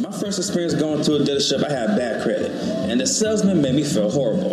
My first experience going to a dealership, I had bad credit, and the salesman made me feel horrible.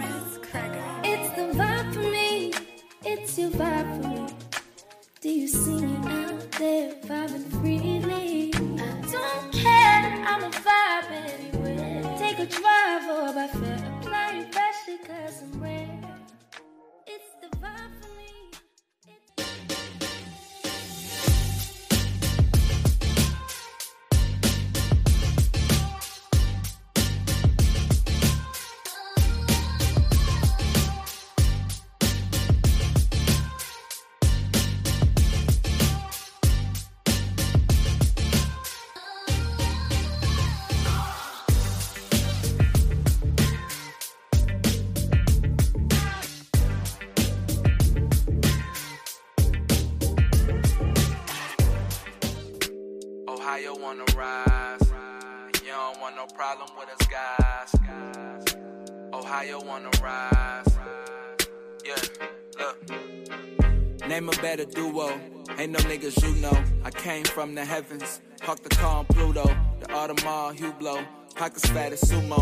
It's the vibe for me. It's your vibe for me. Do you see me out there vibing freely? I don't care. I'm a vibe anywhere. Take a drive or by fair. Apply your pressure cause I'm rare. It's the vibe for me.
Ohio wanna rise. And you don't want no problem with us guys. Ohio wanna rise. Yeah, look. Name a better duo. Ain't no niggas you know. I came from the heavens. Park the car on Pluto. The Audemars Hublot. Pockets fat as sumo.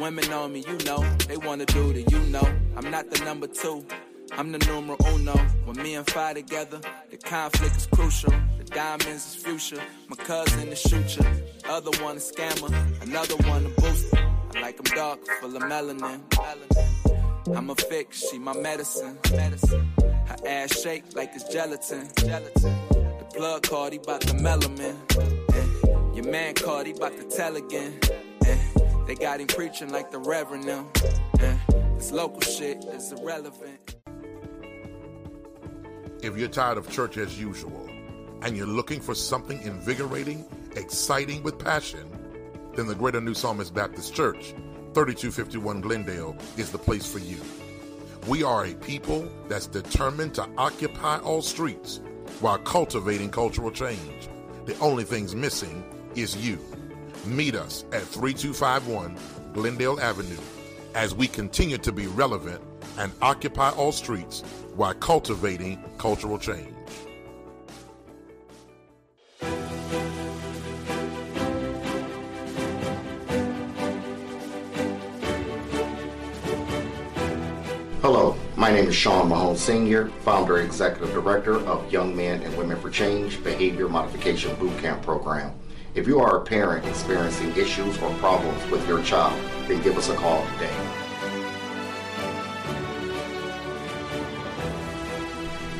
Women on me, you know. They wanna do the you know. I'm not the number two. I'm the numero uno. When me and Fi together, the conflict is crucial. The diamonds is future. My cousin is shooter. Other one a scammer. Another one a booster. I like 'em dark, full of melanin. Melanin. I'm a fix, she my medicine. Medicine. Her ass shake like it's gelatin. Gelatin. The plug card, he bout the melanin. Eh. Your man called, he bout to tell again. Eh. They got him preaching like the reverend now. Eh. This local shit is irrelevant.
If you're tired of church as usual and you're looking for something invigorating, exciting with passion, then the Greater New Psalmist Baptist Church, 3251 Glendale, is the place for you. We are a people that's determined to occupy all streets while cultivating cultural change. The only thing's missing is you. Meet us at 3251 Glendale Avenue as we continue to be relevant and occupy all streets while cultivating cultural change.
Hello, my name is Sean Mahone Sr., founder and executive director of Young Men and Women for Change Behavior Modification Bootcamp Program. If you are a parent experiencing issues or problems with your child, then give us a call today.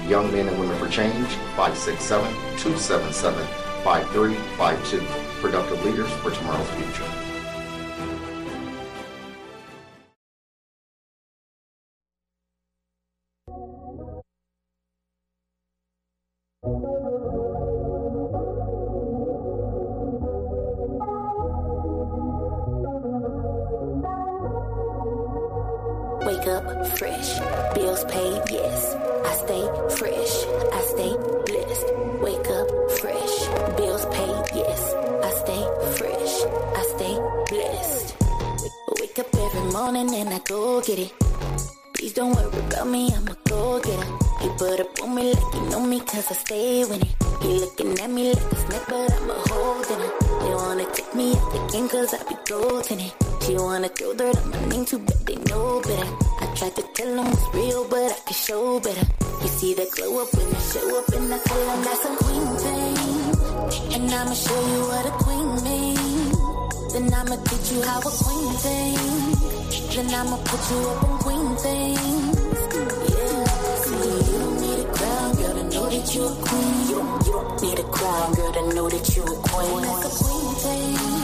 Young Men and Women for Change, 567 277 5352. Productive leaders for tomorrow's future.
Wake up fresh. Bills paid, yes. I stay fresh. I stay blessed. Wake up fresh. Bills paid, yes. I stay fresh. I stay blessed. Wake up every morning and I go get it. Please don't worry about me, I'ma go get it. He put up on me like he know me cause I stay with it. He looking at me like a snack, but I'm a holding it. They wanna take me out the game cause I be golden it. She wanna throw dirt on my name too, but they know better. I tried to tell them it's real, but I can show better. You see that glow up when I show up and I tell them that's a queen thing. And I'ma show you what a queen means. Then I'ma teach you how a queen thinks. Then I'ma put you up in queen things. Yeah, see, you don't need a crown, girl, to know that you a queen. You don't, you don't need a crown, girl, to know that you a queen. That's a queen thing.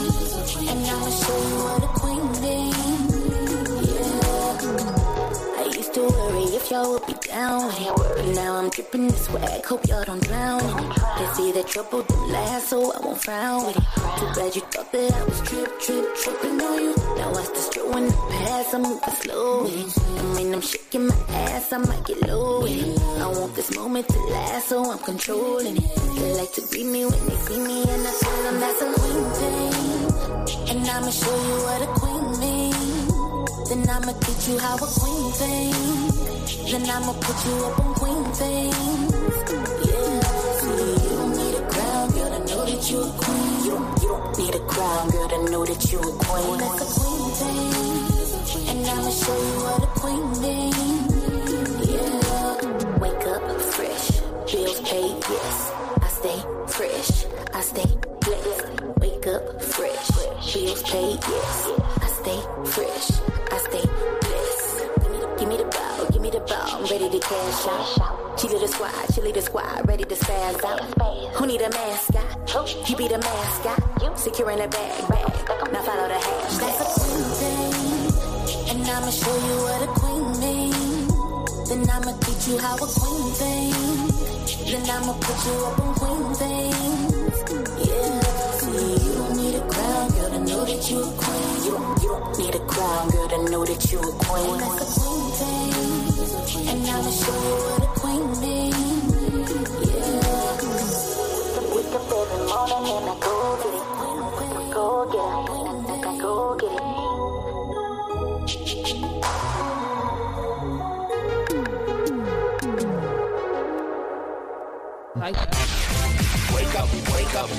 And I'ma show you what a queen means. Yeah. I used to worry if y'all would be down with it. But now I'm dripping this swag, hope y'all don't drown in it. They see that trouble don't last, so I won't frown with it. Too bad you thought that I was trip, trip, tripping on you. Now I still strolling the past, I'm moving slow with it. I mean, I'm shaking my ass, I might get low with it. I want this moment to last, so I'm controlling it. They like to be me when they see me, and I tell them that's a queen thing. And I'ma show you what a queen means. Then I'ma teach you how a queen thinks. Then I'ma put you up on queen things. Yeah, see, you don't need a crown, girl, to know that you a queen. You don't, you don't need a crown, girl, to know that you a queen. That's a queen thing. And I'ma show you what a queen means. Yeah, wake up fresh. Bills paid, yes. I stay fresh. I stay blessed. Wake up fresh. Bills paid, yes. I stay fresh. I stay blessed. Give me the, give me the ball, give me the ball. I'm ready to cash out. She lead the squad, she lead the squad, ready to spaz out. Who need a mascot? You be the mascot. Securing a bag, bag. Now follow the hashtag. That's a queen thing, and I'ma show you what a queen means. Then I'ma teach you how a queen thinks. Then I'ma put you up on queen things. Yeah, see, you don't need a crown, girl, to know that you a queen. You don't, you don't need a crown, girl, to know that you a queen. That's a queen thing, and I'ma show you what a queen means. Yeah, wake up every morning and I go get it, go get it, I go get it.
Wake up, wake up.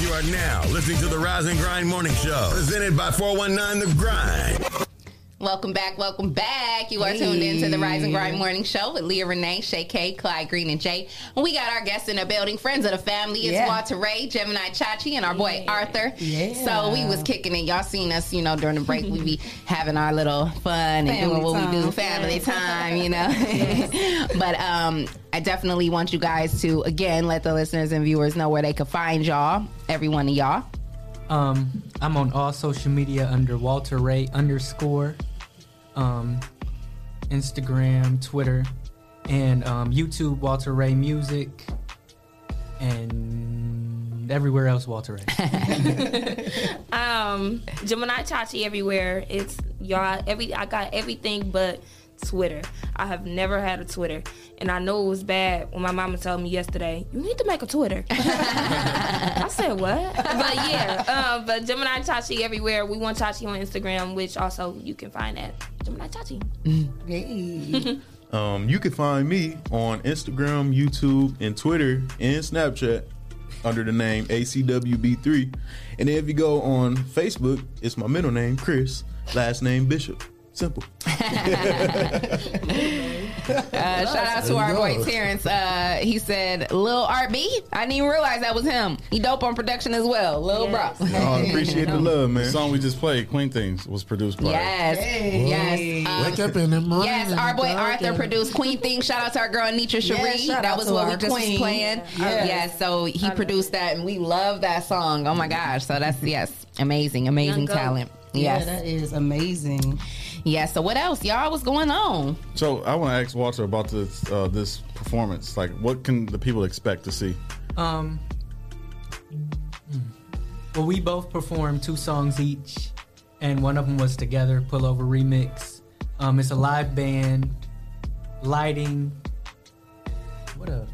You are now listening to the Rise and Grind Morning Show, presented by 419 The Grind.
Welcome back, welcome back. You are tuned in to the Rise and Grind Morning Show with Leah Renee, Shay K, Clyde Green, and Jay. And we got our guests in the building, friends of the family. It's
Yeah.
Walter Ray, Gemini Chachi, and our boy Arthur. So we was kicking it. Y'all seen us, you know, during the break. we be having our little fun and
Family
doing what we do,
time.
family
Yes.
time, you know. but um I definitely want you guys to again let the listeners and viewers know where they could find y'all, every one of y'all.
Um, I'm on all social media under Walter Ray underscore, um, Instagram, Twitter, and um, YouTube Walter Ray Music, and everywhere else Walter Ray.
Um, Gemini Chachi everywhere. It's y'all every I got everything but Twitter. I have never had a Twitter. And I know it was bad when my mama told me yesterday, you need to make a Twitter. I said, what? But yeah, um, but Gemini Chachi everywhere. We want Chachi on Instagram, which also you can find at Gemini Chachi.
Hey.
Um, you can find me on Instagram, YouTube, and Twitter and Snapchat under the name ACWB3. And then if you go on Facebook, it's my middle name, Chris, last name Bishop. Simple.
Uh, shout out to
There
our
you go.
boy Terrence. Uh, he said, Lil RB. I didn't even realize that was him. He dope on production as well. Lil Bro.
I
appreciate the love, man.
The song we just played, Queen Things, was produced by.
Yes. Yes. Um,
Wake up in the morning.
Yes, our boy Arthur produced Queen Thing. Shout out to our girl Nitra
Yeah,
Cherie.
shout
that
out
was
to
what we
our
just was
queen.
playing.
Yeah.
Yes, so he produced that, and we love that song. Oh my gosh! So that's yes, amazing, amazing
Young goat.
talent.
Yeah,
Yes,
that
is amazing. Yeah. So what else, y'all? What's going on?
So I want to ask Walter about this uh, this performance. Like, what can the people expect to see?
Um. hmm. Well, we both performed two songs each, and one of them was together pullover remix. Um, it's a live band, lighting. What a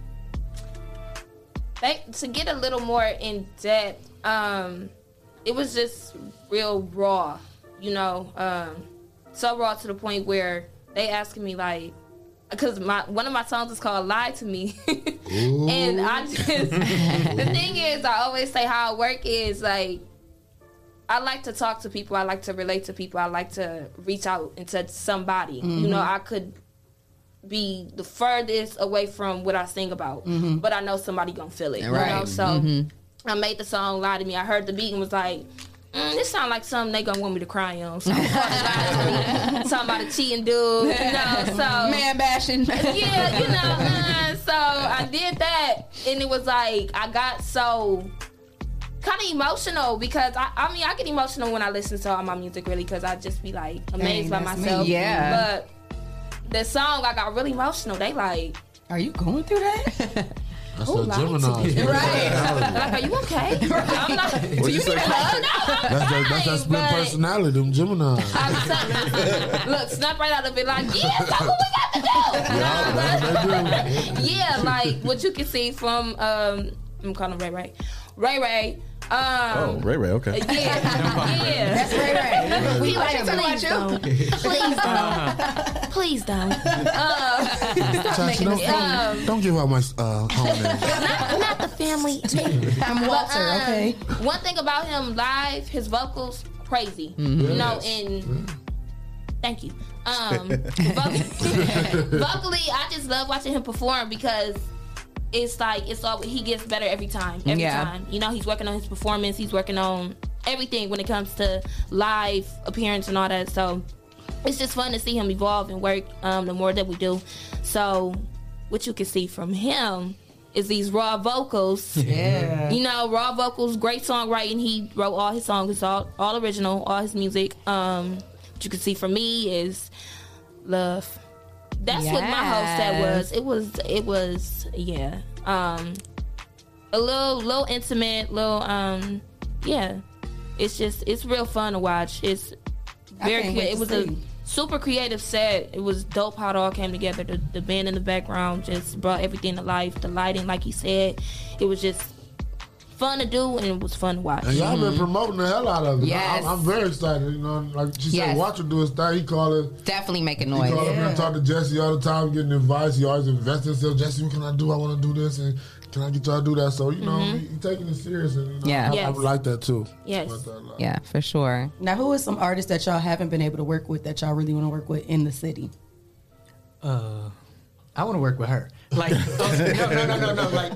Back, to get a little more in depth, um, it was just real raw, you know, um, so raw to the point where they asking me like, because my one of my songs is called "Lie to Me," and I just the thing is, I always say how I work is like I like to talk to people. I like to relate to people. I like to reach out and touch somebody. You
Mhm.
know, I could be the furthest away from what I sing about,
Mhm.
but I know somebody gonna feel it. You know, so
Mm-hmm.
I made the song "Lie to Me." I heard the beat and was like. Mm, this sound like something they gonna want me to cry on. So I'm gonna lie to me. talking about a cheating dude, you know. So
Man bashing.
yeah, you know. uh, so I did that, and it was like I got so kind of emotional because I, I mean I get emotional when I listen to all my music really because I just be like amazed
Dang,
by
that's me.
myself.
Yeah.
But the song I got really emotional. They like,
Are you going through that?
That's
Who
a
lied to
Gemini.
you?
personality.
like, are you okay? I'm like, do
What'd
you
you
need
say?
a hug? No, I'm
That's that, that's that split
but-
personality, them Geminis.
Look, snap right out of it like, yes, that's what we got to do. yeah, like what you can see from um I'm calling him Ray Ray. Ray Ray.
Oh,
Um
Ray Ray, okay.
Yeah, yeah.
That's Ray Ray.
We
We like
like
him.
please don't. Please don't. Please don't. Uh,
Chachi, don't,
um,
don't, don't give out my uh, home name.
not, not the family. um,
I'm Walter, okay?
One thing about him live, his vocals crazy.
Mhm.
You know,
Yes. Mm-hmm.
and thank you. Um, voc- vocally, I just love watching him perform because it's like it's all he gets better every time. Every
Yeah.
time, you know, he's working on his performance. He's working on everything when it comes to live appearance and all that. So. It's just fun to see him evolve and work um, the more that we do. So, what you can see from him is these raw vocals.
Yeah.
You know, raw vocals, great songwriting. He wrote all his songs. It's all, all original, all his music. Um, what you can see from me is love. That's what my host that was.
Yes.
It was it was yeah. Um a little little intimate, little um yeah. It's just it's real fun to watch. It's
I
very
can't
crea-
wait
it
to
was a
see.
super creative set. It was dope how it all came together. The, the band in the background just brought everything to life. The lighting, like you said, it was just fun to do and it was fun to watch. Mm-hmm.
And y'all been promoting the hell out of it.
Yes.
I'm, I'm very excited. You know, like she
Yes.
said, watch him do his thing. He call it.
Definitely making
He
noise.
call up here and talk to Jesse all the time, getting advice. He always invests himself. Jesse, what can I do? I want to do this, and can I get y'all to do that? So you know,
Mhm.
Mm-hmm.
he, he taking it serious, and you know,
Yeah.
I,
Yes.
I like that too.
Yes.
Yeah, for sure.
Now, who is some artists that y'all haven't been able to work with that y'all really want to work with in the city?
uh, I want to work with her. Like, okay, no, no, no, no, no, like,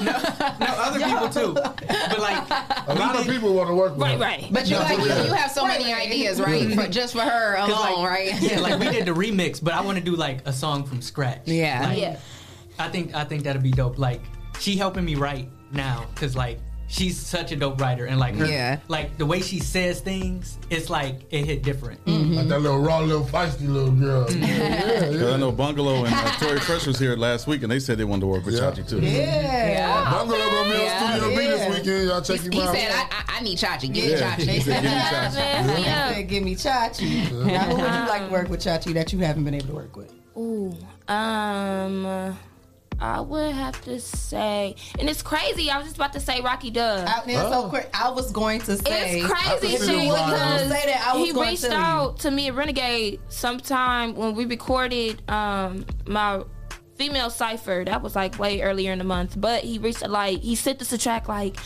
no, no, other people too. But like,
A lot of people want to work with
Right,
him.
right.
But you
No,
like you,
for real.
you have so many ideas, right? For, just for her
'Cause,
alone,
like,
right?
Yeah, like we did the remix, but I want to do like a song from scratch.
Yeah.
Like,
Yeah.
I think I think that'd be dope. Like she helping me write now, cause like she's such a dope writer, and like her,
Yeah.
like the way she says things, it's like it hit different.
Like that little raw, little feisty little girl. yeah, yeah.
'Cause I know Bungalow and uh, Tory Fresh was here last week, and they said they wanted to work with Chachi too.
Yeah.
Bungalow gonna be on
Yeah.
Studio B this weekend. Y'all check
He,
him
he
out.
said, I, I, I need Chachi. Give
Yeah.
me Chachi.
He said, "Give me Chachi."
I said, give me Chachi. Now, who would you like to work
Um,
with Chachi that you haven't been able to work with?
Ooh, um, I would have to say, and it's crazy. I was just about to say Rocky Dub.
I, man,
Oh.
so quick. I was going to say
it's
I
crazy
was
to me
gonna
because
say that. I was
he
gonna
reached
tell you.
out to me at Renegade sometime when we recorded um my female cipher. That was like way earlier in the month, but he reached like he sent us a track like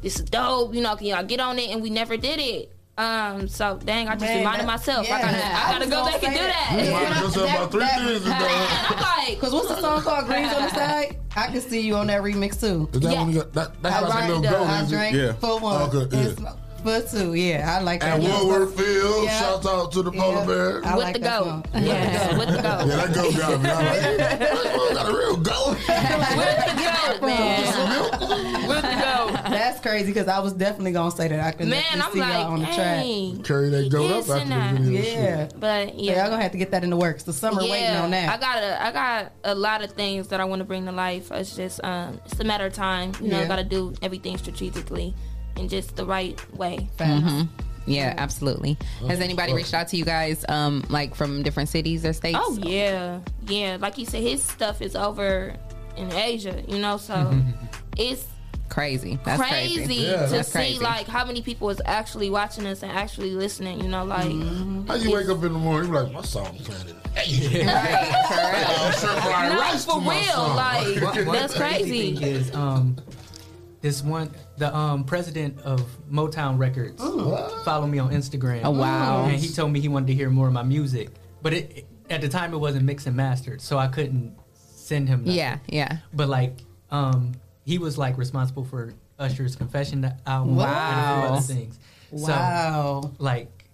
this is dope. You know, can y'all get on it? And we never did it. Um, so dang, I just
Man,
reminded
that-
myself I
yeah.
gotta,
I
I gotta
was
go
gonna
back and
say
do
that.
that.
You reminded yourself about three things ago.
And I'm like,
Cause what's the song called? Greens on the side. I can see you on that remix too.
Is that one you got? That, that's got
I
that
grind
little
up,
girl.
I drank for one.
Okay, yeah.
For two, yeah, I like that.
And
one.
Woodward Field,
Yeah.
shout out to the polar bear.
I like that song. Yeah,
with the goat.
Yeah, that goat got me. I like it. That got a real goat.
With the goat, man. With the goat.
That's crazy because I was definitely gonna say that. I could
Man,
definitely
I'm
see
like,
y'all on the
dang.
track.
Carry that goat up after the video.
Yeah,
but yeah,
y'all gonna have to get that in the works. The summer waiting on that.
I got a, I got a lot of things that I want to bring to life. It's just um, it's a matter of time. You know,
Yeah.
got to do everything strategically and just the right way.
hmm Yeah, absolutely. Has
Oh,
anybody
fuck.
reached out to you guys, um, like from different cities or states?
Oh yeah, yeah. Like you said, his stuff is over in Asia. You know, so it's
Crazy. Mm-hmm. That's crazy.
crazy, to see like how many people is actually watching us and actually listening. You know, like
How you wake up in the morning? You be like, my song playing it. I'm sure fried
No,
rice
for
to my
real,
song.
like, that's
crazy. Thing is, um, this one, the um, president of Motown Records, followed me on Instagram.
Oh, wow.
And he told me he wanted to hear more of my music, but it, at the time it wasn't mixed and mastered, so I couldn't send him. Nothing.
Yeah, yeah.
But like, um, he was like responsible for Usher's Confession album and a few
Wow.
other things.
Wow.
So, like,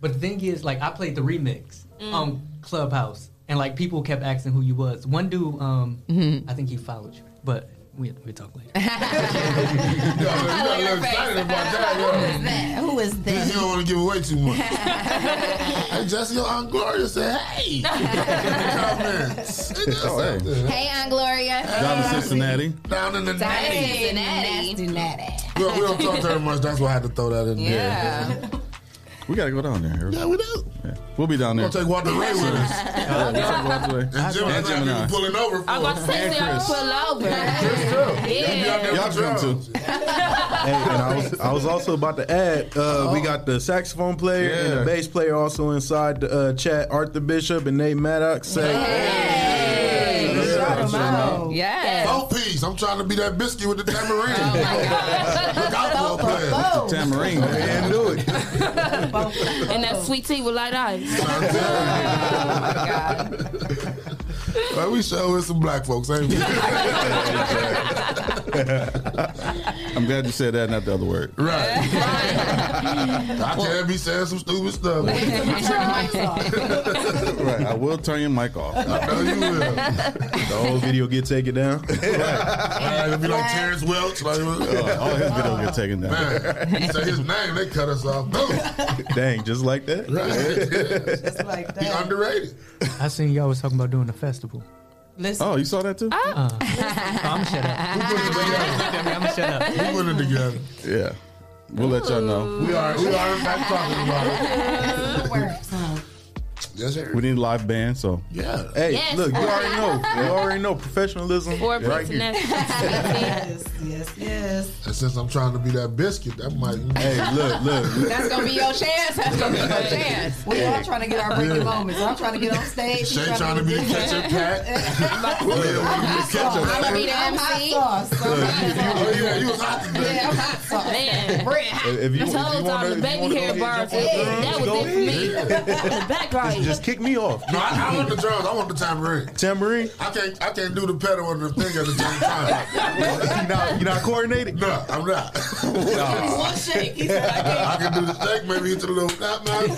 but the thing is, like, I played the remix
Mm.
on Clubhouse, and like people kept asking who you was. One dude, um, I think he followed you, but we we talk later.
I'm excited about that.
Who is
that? You don't want to give away too much. hey, Jesse, your Aunt Gloria said, hey. Comments.
Oh, hey.
Hey, Aunt Gloria.
Down in Cincinnati.
Down in the
Hey, Cincinnati.
We don't, we don't talk to her much. That's why I had to throw that in there.
Yeah.
We gotta go down there.
Yeah, we do.
We'll be down there.
We'll take Walter Ray with us.
Yeah, we'll take Walter Ray.
And Jim
And Gemini.
pulling over for
I'm about to
us.
say,
And
y'all
Chris.
pull over.
Yeah.
Y'all come too.
Hey, and I was, I was also about to add, uh, we got the saxophone player and
Oh. Yeah.
the bass player also inside the uh, chat. Arthur Bishop and Nate Maddox say,
Shout 'em
out.
Yes.
Four piece. I'm trying to be that biscuit with the tamarind. Look out for a player.
Tamarind.
Man, do it.
and that sweet tea with light ice.
Well, we show with some black folks, ain't we?
I'm glad you said that, not the other word.
Right. I can't be saying some stupid stuff.
right. I will turn your mic off. I
know you will.
The whole video get taken down.
Right, it'd be like Terrence Welch. Like,
All his video Oh, get taken down.
man, he say his name, they cut us off. Boom.
Dang, just like that.
Just
like
that. He underrated.
I seen y'all was talking about doing a festival.
Listen.
Oh, you saw that too?
Uh, I'm shut up. I'm shut up.
We put it together.
Yeah. We'll let y'all know.
We are, we are in fact talking about it. Yes, sir.
We need a live band, so
Yeah.
Hey,
Yes.
look, you already know. You already know professionalism right here.
yes, yes, yes.
And since I'm trying to be that biscuit, that might.
Hey, look, look.
That's gonna be your chance. That's gonna be your chance.
We all trying to get our breaking
Yeah.
moments. I'm trying to get on stage.
Shay trying to be the ketchup pack. Lil wanna be the ketchup
I'm
pack.
gonna be the MC. Hot sauce.
Oh, yeah, you was hot today.
Yeah, I'm hot sauce.
Man.
Bread.
If you,
This whole time, the baby hair bars, that was it for me. The back right.
just, just kick me off.
No, I, I want the drums. I want the tambourine.
Tambourine?
I can't. I can't do the pedal and the thing at the same time.
you're, not, you're not coordinated.
No, I'm not.
One shake. He said,
I can do the shake. Maybe hit the little snap man.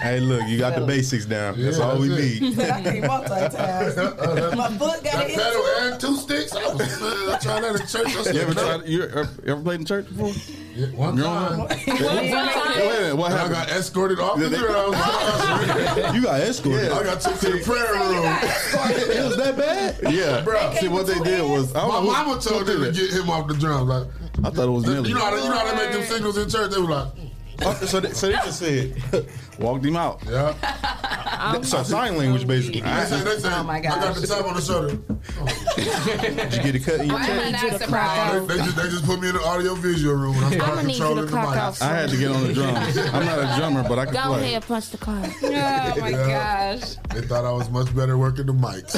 Hey, look, you got the basics down. That's all we
that's it.
need.
I can't multitask. My foot got
That
an itch.
pedal and two sticks. I'm I tried that in church. I said,
You ever
"No."
tried? You ever, you ever played in church before?
Yeah, one time.
Wait a minute, what
And
happened?
I got escorted off
Yeah,
the
they-
grounds.
you got escorted.
I got took to the prayer room.
it was that bad? Yeah.
Bruh.
See what they did was
My
I don't know who-
mama told
who
them to
did
get him off the drum. Like
that. I thought it was Nelly.
you know, how they, you know how they make them signals in church. They were like,
Oh, so, they, so they just said, walked him out.
Yeah.
So sign language, basically.
they say, they say,
Oh,
I got the tap on the shoulder.
Did you get a cut in your
Why am I
check?
not surprised? They, they just, they just put me in the audio visual room and I started
I'ma need you to
controlling the
clock
mic.
out
I had to get on the drums. I'm not a drummer, but I can
Go
play.
ahead, punch the card. Oh
my Yeah.
gosh.
They thought I was much better working the mic.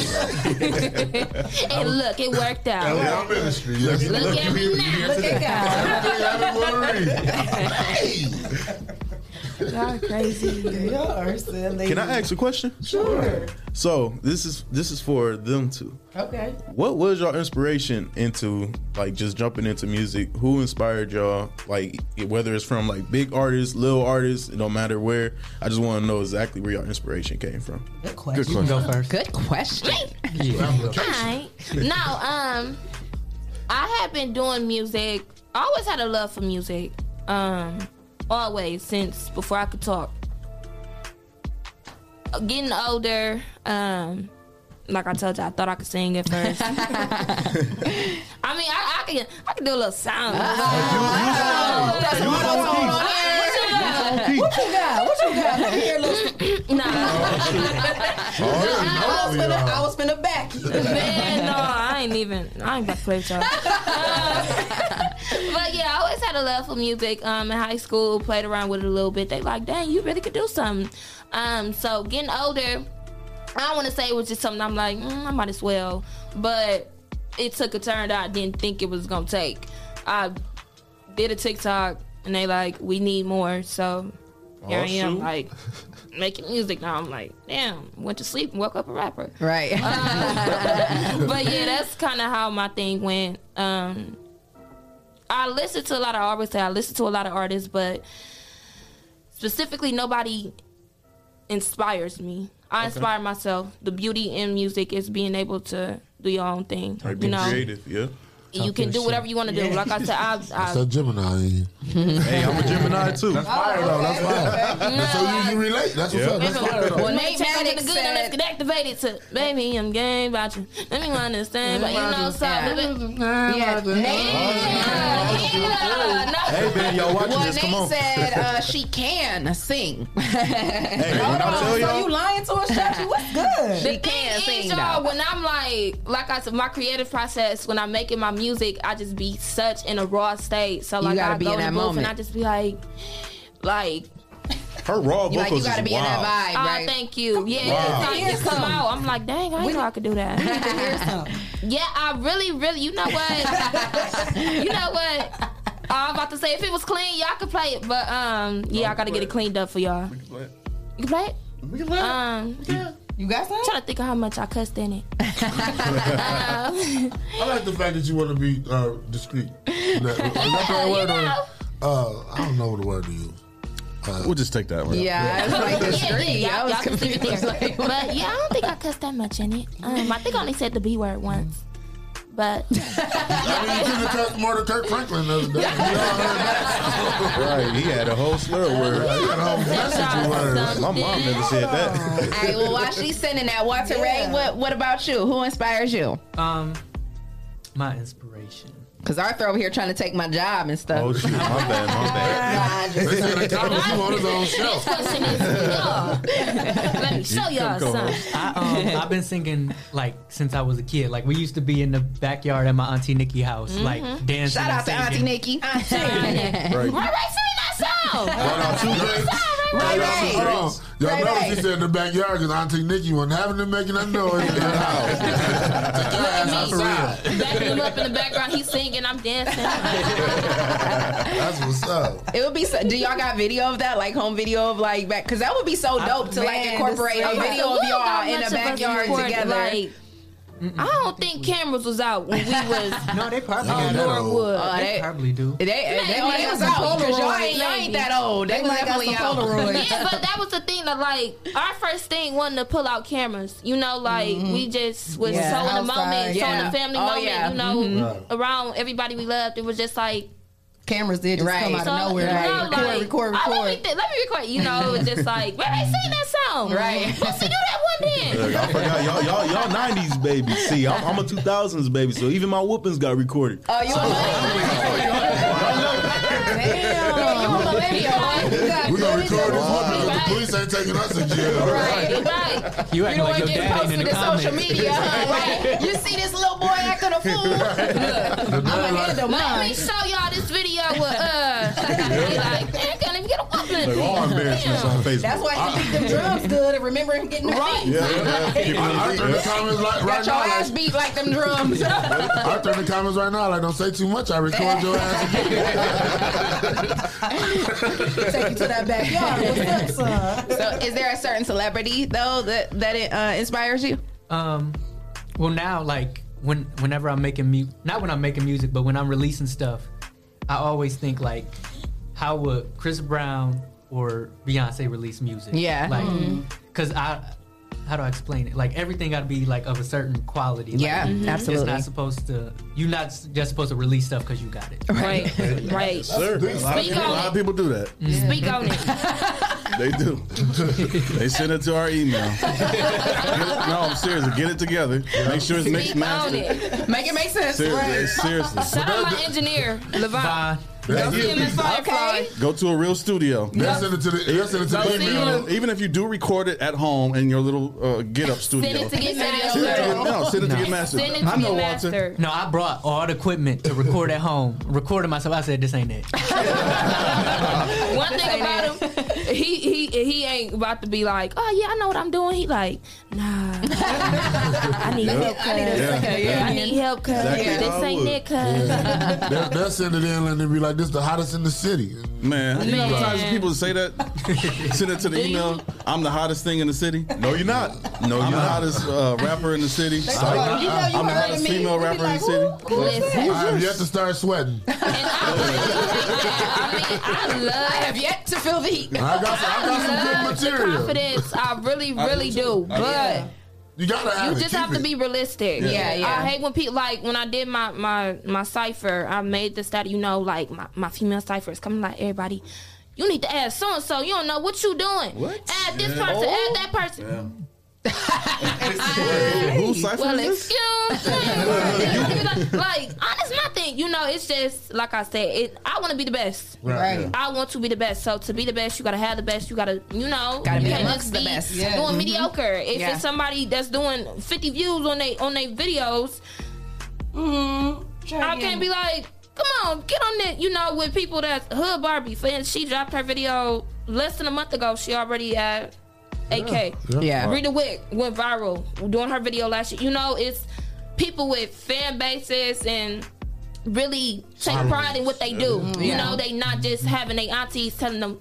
And look, it worked
That was
out.
our ministry. Yes.
Look at me now. Look at God.
Everything I've been wanting to read.
Y'all crazy. Y'all are silly.
Can I ask a question?
Sure.
So this is this is for them two.
Okay.
What was your inspiration into like just jumping into music? Who inspired y'all? Like whether it's from like big artists, little artists, it don't matter where. I just want to know exactly where your inspiration came from.
Good
question. You can go first.
Good question.
Alright. No, um, I have been doing music. I always had a love for music. Um, always since before I could talk. Getting older, um, like I told you, I thought I could sing at first. I mean, I, I can, I can do a little sound. That's what I was on. Yeah.
What you got? What you got? Let me hear a little. I was
Oh,
finna, I was finna back you.
Man, no, I ain't even. I ain't about to play with y'all. Uh, but yeah, I always had a love for music. Um, in high school, played around with it a little bit. They like, dang, you really could do something. Um, so getting older, I don't want to say it was just something. I'm like, mm, I might as well. But it took a turn that I didn't think it was gonna take. I did a TikTok, and they like, we need more. So here I
Oh,
am,
shoot.
like making music now. I'm like, damn, went to sleep and woke up a rapper
Right.
but yeah, that's kind of how my thing went. Um, I listened to a lot of artists. I listened to a lot of artists, but specifically, nobody inspires me. I
Okay.
inspire myself. The beauty in music is being able to do your own thing.
Like
you
being
know,
creative, yeah.
you can do whatever you want to do. Like I said, I've,
That's
I've
that Gemini. in you.
hey, I'm a Gemini too. That's
fire though. That's fire. So you, you relate. That's what's
Yeah.
up. That's fire though.
Well,
Nate
Nate Maddox
Maddox
the good and let's get activated to baby. I'm game about you. Let me understand, but you know
Yeah.
something.
Yeah, Nate.
Hey, man, y'all watching
Well,
this? Come
Nate
on.
said uh, she can sing.
Hey, when I tell
So
y'all,
you lying to us, Shachi? What's
The
good?
thing is, y'all, when I'm like, like I said, my creative process when I'm making my music, I just be such in a raw state. So
You
like,
gotta
I
be
go
in
to
that
the booth
moment.
and I just be like, like,
her raw
You like-
vocals
you gotta
is
be in that
wild.
vibe,
oh,
right?
thank you. Yeah,
Wow.
it's like, it come out. I'm like, dang, I didn't know I could do that. yeah, I really, really, you know what? you know what? I'm about to say if it was clean, y'all could play it, but um, yeah, I gotta get it cleaned up for y'all. You can play it.
We can
play it. Um, yeah.
You got some?
Trying to think of how much I cussed in it.
I like the fact that you want to be uh, discreet. That, is that the right word? or- Uh, I don't know what the word to use. Uh,
We'll just take that one.
Yeah, it's like the street.
y'all-
I was
y'all can see it
confused.
there. but yeah, I don't think I cussed that much in it. Um, I think I only said the B word once. But
I mean, you could have cussed more than Kirk Franklin the other day. You all heard that.
Right, he had a whole slur word.
He had a whole message word.
My mom never said that.
All right, well, while she's sending that, Walter Ray, what, what about you? Who inspires you?
Um, my inspiration.
Because Arthur over here trying to take my job and stuff.
Oh, shoot. My bad, my bad.
They said in the comments, he on his own show.
next question is y'all. Let me show y'all something.
I, um, I've been singing like since I was a kid. Like we used to be in the backyard at my auntie Nikki house,
Mm-hmm.
like dancing.
Shout
and
out to
singing.
Auntie Nikki.
Right.
Right, right, sing that song.
Y'all know-
Right,
hold on. Y'all
Right,
know
right.
what she said in the backyard because Auntie Nikki wasn't having to make that noise in her house. Take your ass outside.
Backing him up in the background, he's singing, I'm dancing.
That's what's up.
It would be so. Do y'all got video of that? Like home video of like back? Because that would be so dope to like
Man,
incorporate
this
a
is-
video
So
of
we don't
y'all
know
in
much
a
of us
backyard
recorded,
together.
like, I don't think cameras was out when we was.
no, they probably
on
had that old.
Norwood.
Oh, they probably do.
They, they,
Man,
they
they
was
got some
out
Polaroids,
because y'all ain't, y'all ain't
ladies.
that old. They,
They
was
might got
definitely
some
out.
Polaroids. yeah, but that was the thing that like our first thing wasn't to pull out cameras. You know, like we just was
Mm-hmm.
so
Yeah.
in the moment, so
Outside,
in
yeah.
the family
Oh,
moment.
yeah.
You know,
Mhm. Right.
around everybody we loved, it was just like
Cameras did just come out
So,
of nowhere.
you know,
Like, record,
like,
record,
oh,
record.
let, me th- let me record. You know, it was just like, where they sing that song?
Mm-hmm.
Right.
Let's do that one then.
Look, I forgot y'all, y'all, y'all '90s babies. See, I'm, I'm a 2000s baby, so even my whoopings got recorded.
Oh, you
We're gonna record this one because the police ain't taking us to jail.
Right,
right.
You acting like your dad ain't in the comments.
Right. You see this little boy acting a fool?
Let me show y'all this video with uh. They like, man, can't even get a whooping.
Like, all embarrassments on Facebook.
That's why he beat them drums good and remember him getting
Right.
right.
Yeah, yeah. I, I turn the comments like right
Got your
now.
ass
Like,
beat like them drums.
I turn the comments right now. Like, don't say too much. I record your ass.
Take you to that backyard. What's up, son?
so, is there a certain celebrity though that that it uh, inspires you?
Um, well now like when whenever I'm making mu not when I'm making music, but when I'm releasing stuff, I always think like, how would Chris Brown or Beyonce release music?
Yeah.
like
Mm-hmm.
Mhm.
because I. How do I explain it? Like everything got to be like of a certain quality. Like,
Yeah,
Mm-hmm.
Mhm.
It's
absolutely.
not supposed to. You're not s- just supposed to release stuff because you got it.
Right, right.
Sir, a lot, of
Speak
people, a lot
on
of
it.
people do that.
Speak on it.
They do. they send it to our email. no, I'm serious. Get it together. Make sure it's mixed
Speak on
mastered.
it.
Make it make sense.
Seriously, seriously.
Shout out my engineer, Levon.
That's
Him and Firefly.
Go to a real studio.
They'll send it to the. They'll send it to the email.
Even, even if you do record it at home in your little uh, get up studio.
Send it to get
Send it to
mastered.
get- no, send it to
No.
get mastered.
Send it to
I know
get
Walter.
mastered.
No, I brought all the equipment to record at home. Recorded myself. I said, "This ain't it."
One thing about him, he he he ain't about to be like, oh yeah, I know what I'm doing. He like, nah, I need
Yeah.
help.
I need a
cuz.
second opinion.
I need help, cuz
Exactly how I
this ain't
would.
it, cuz.
They'll, they'll send it in and they be like, "This the hottest in the city."
Man, you know
Man.
how many times people say that? Send it to the email. I'm the hottest thing in the city. No, you're not. No, I'm the hottest uh, rapper in the city.
They call it, you know you
I'm the
heard
hottest
of me.
female
They be
rapper
like,
in the city.
I have yet to start sweating.
I love. I
have yet to feel the heat.
I got some- I got some good
love the
material.
Confidence, I really,
I do
really
too.
do,
I do
but.
too. You gotta have
You
it.
just
Keep
have
it.
to be realistic.
Yeah. Yeah, yeah.
I hate when people like when I did my my my cipher. I made the stat. You know, like my, my female cipher is coming. Like everybody, you need to ask so and so. You don't know what you doing.
What?
Add this
Yeah.
person.
Oh.
Add that person.
Who cipher
well,
is
excuse me. like, like, honest, my thing. You know, it's just like I said. It. I want to be the best.
Right. Right.
I want to be the best. So to be the best, you gotta have the best. You gotta, you know,
Gotta
you
be
can't
amongst
just
the
be
best.
Doing
Yeah. Mhm.
mediocre. If
Yeah.
it's somebody that's doing fifty views on they on their videos, mm-hmm. I
again.
can't be like, come on, get on that. You know, with people that's hood Barbie. And she dropped her video less than a month ago. She already at. AK.
Yeah. Yeah.
Rita Wick went viral doing her video last year. You know, it's people with fan bases and really take
Followers.
pride in what they do.
Yeah.
You
Yeah.
know, they not just having their aunties telling them.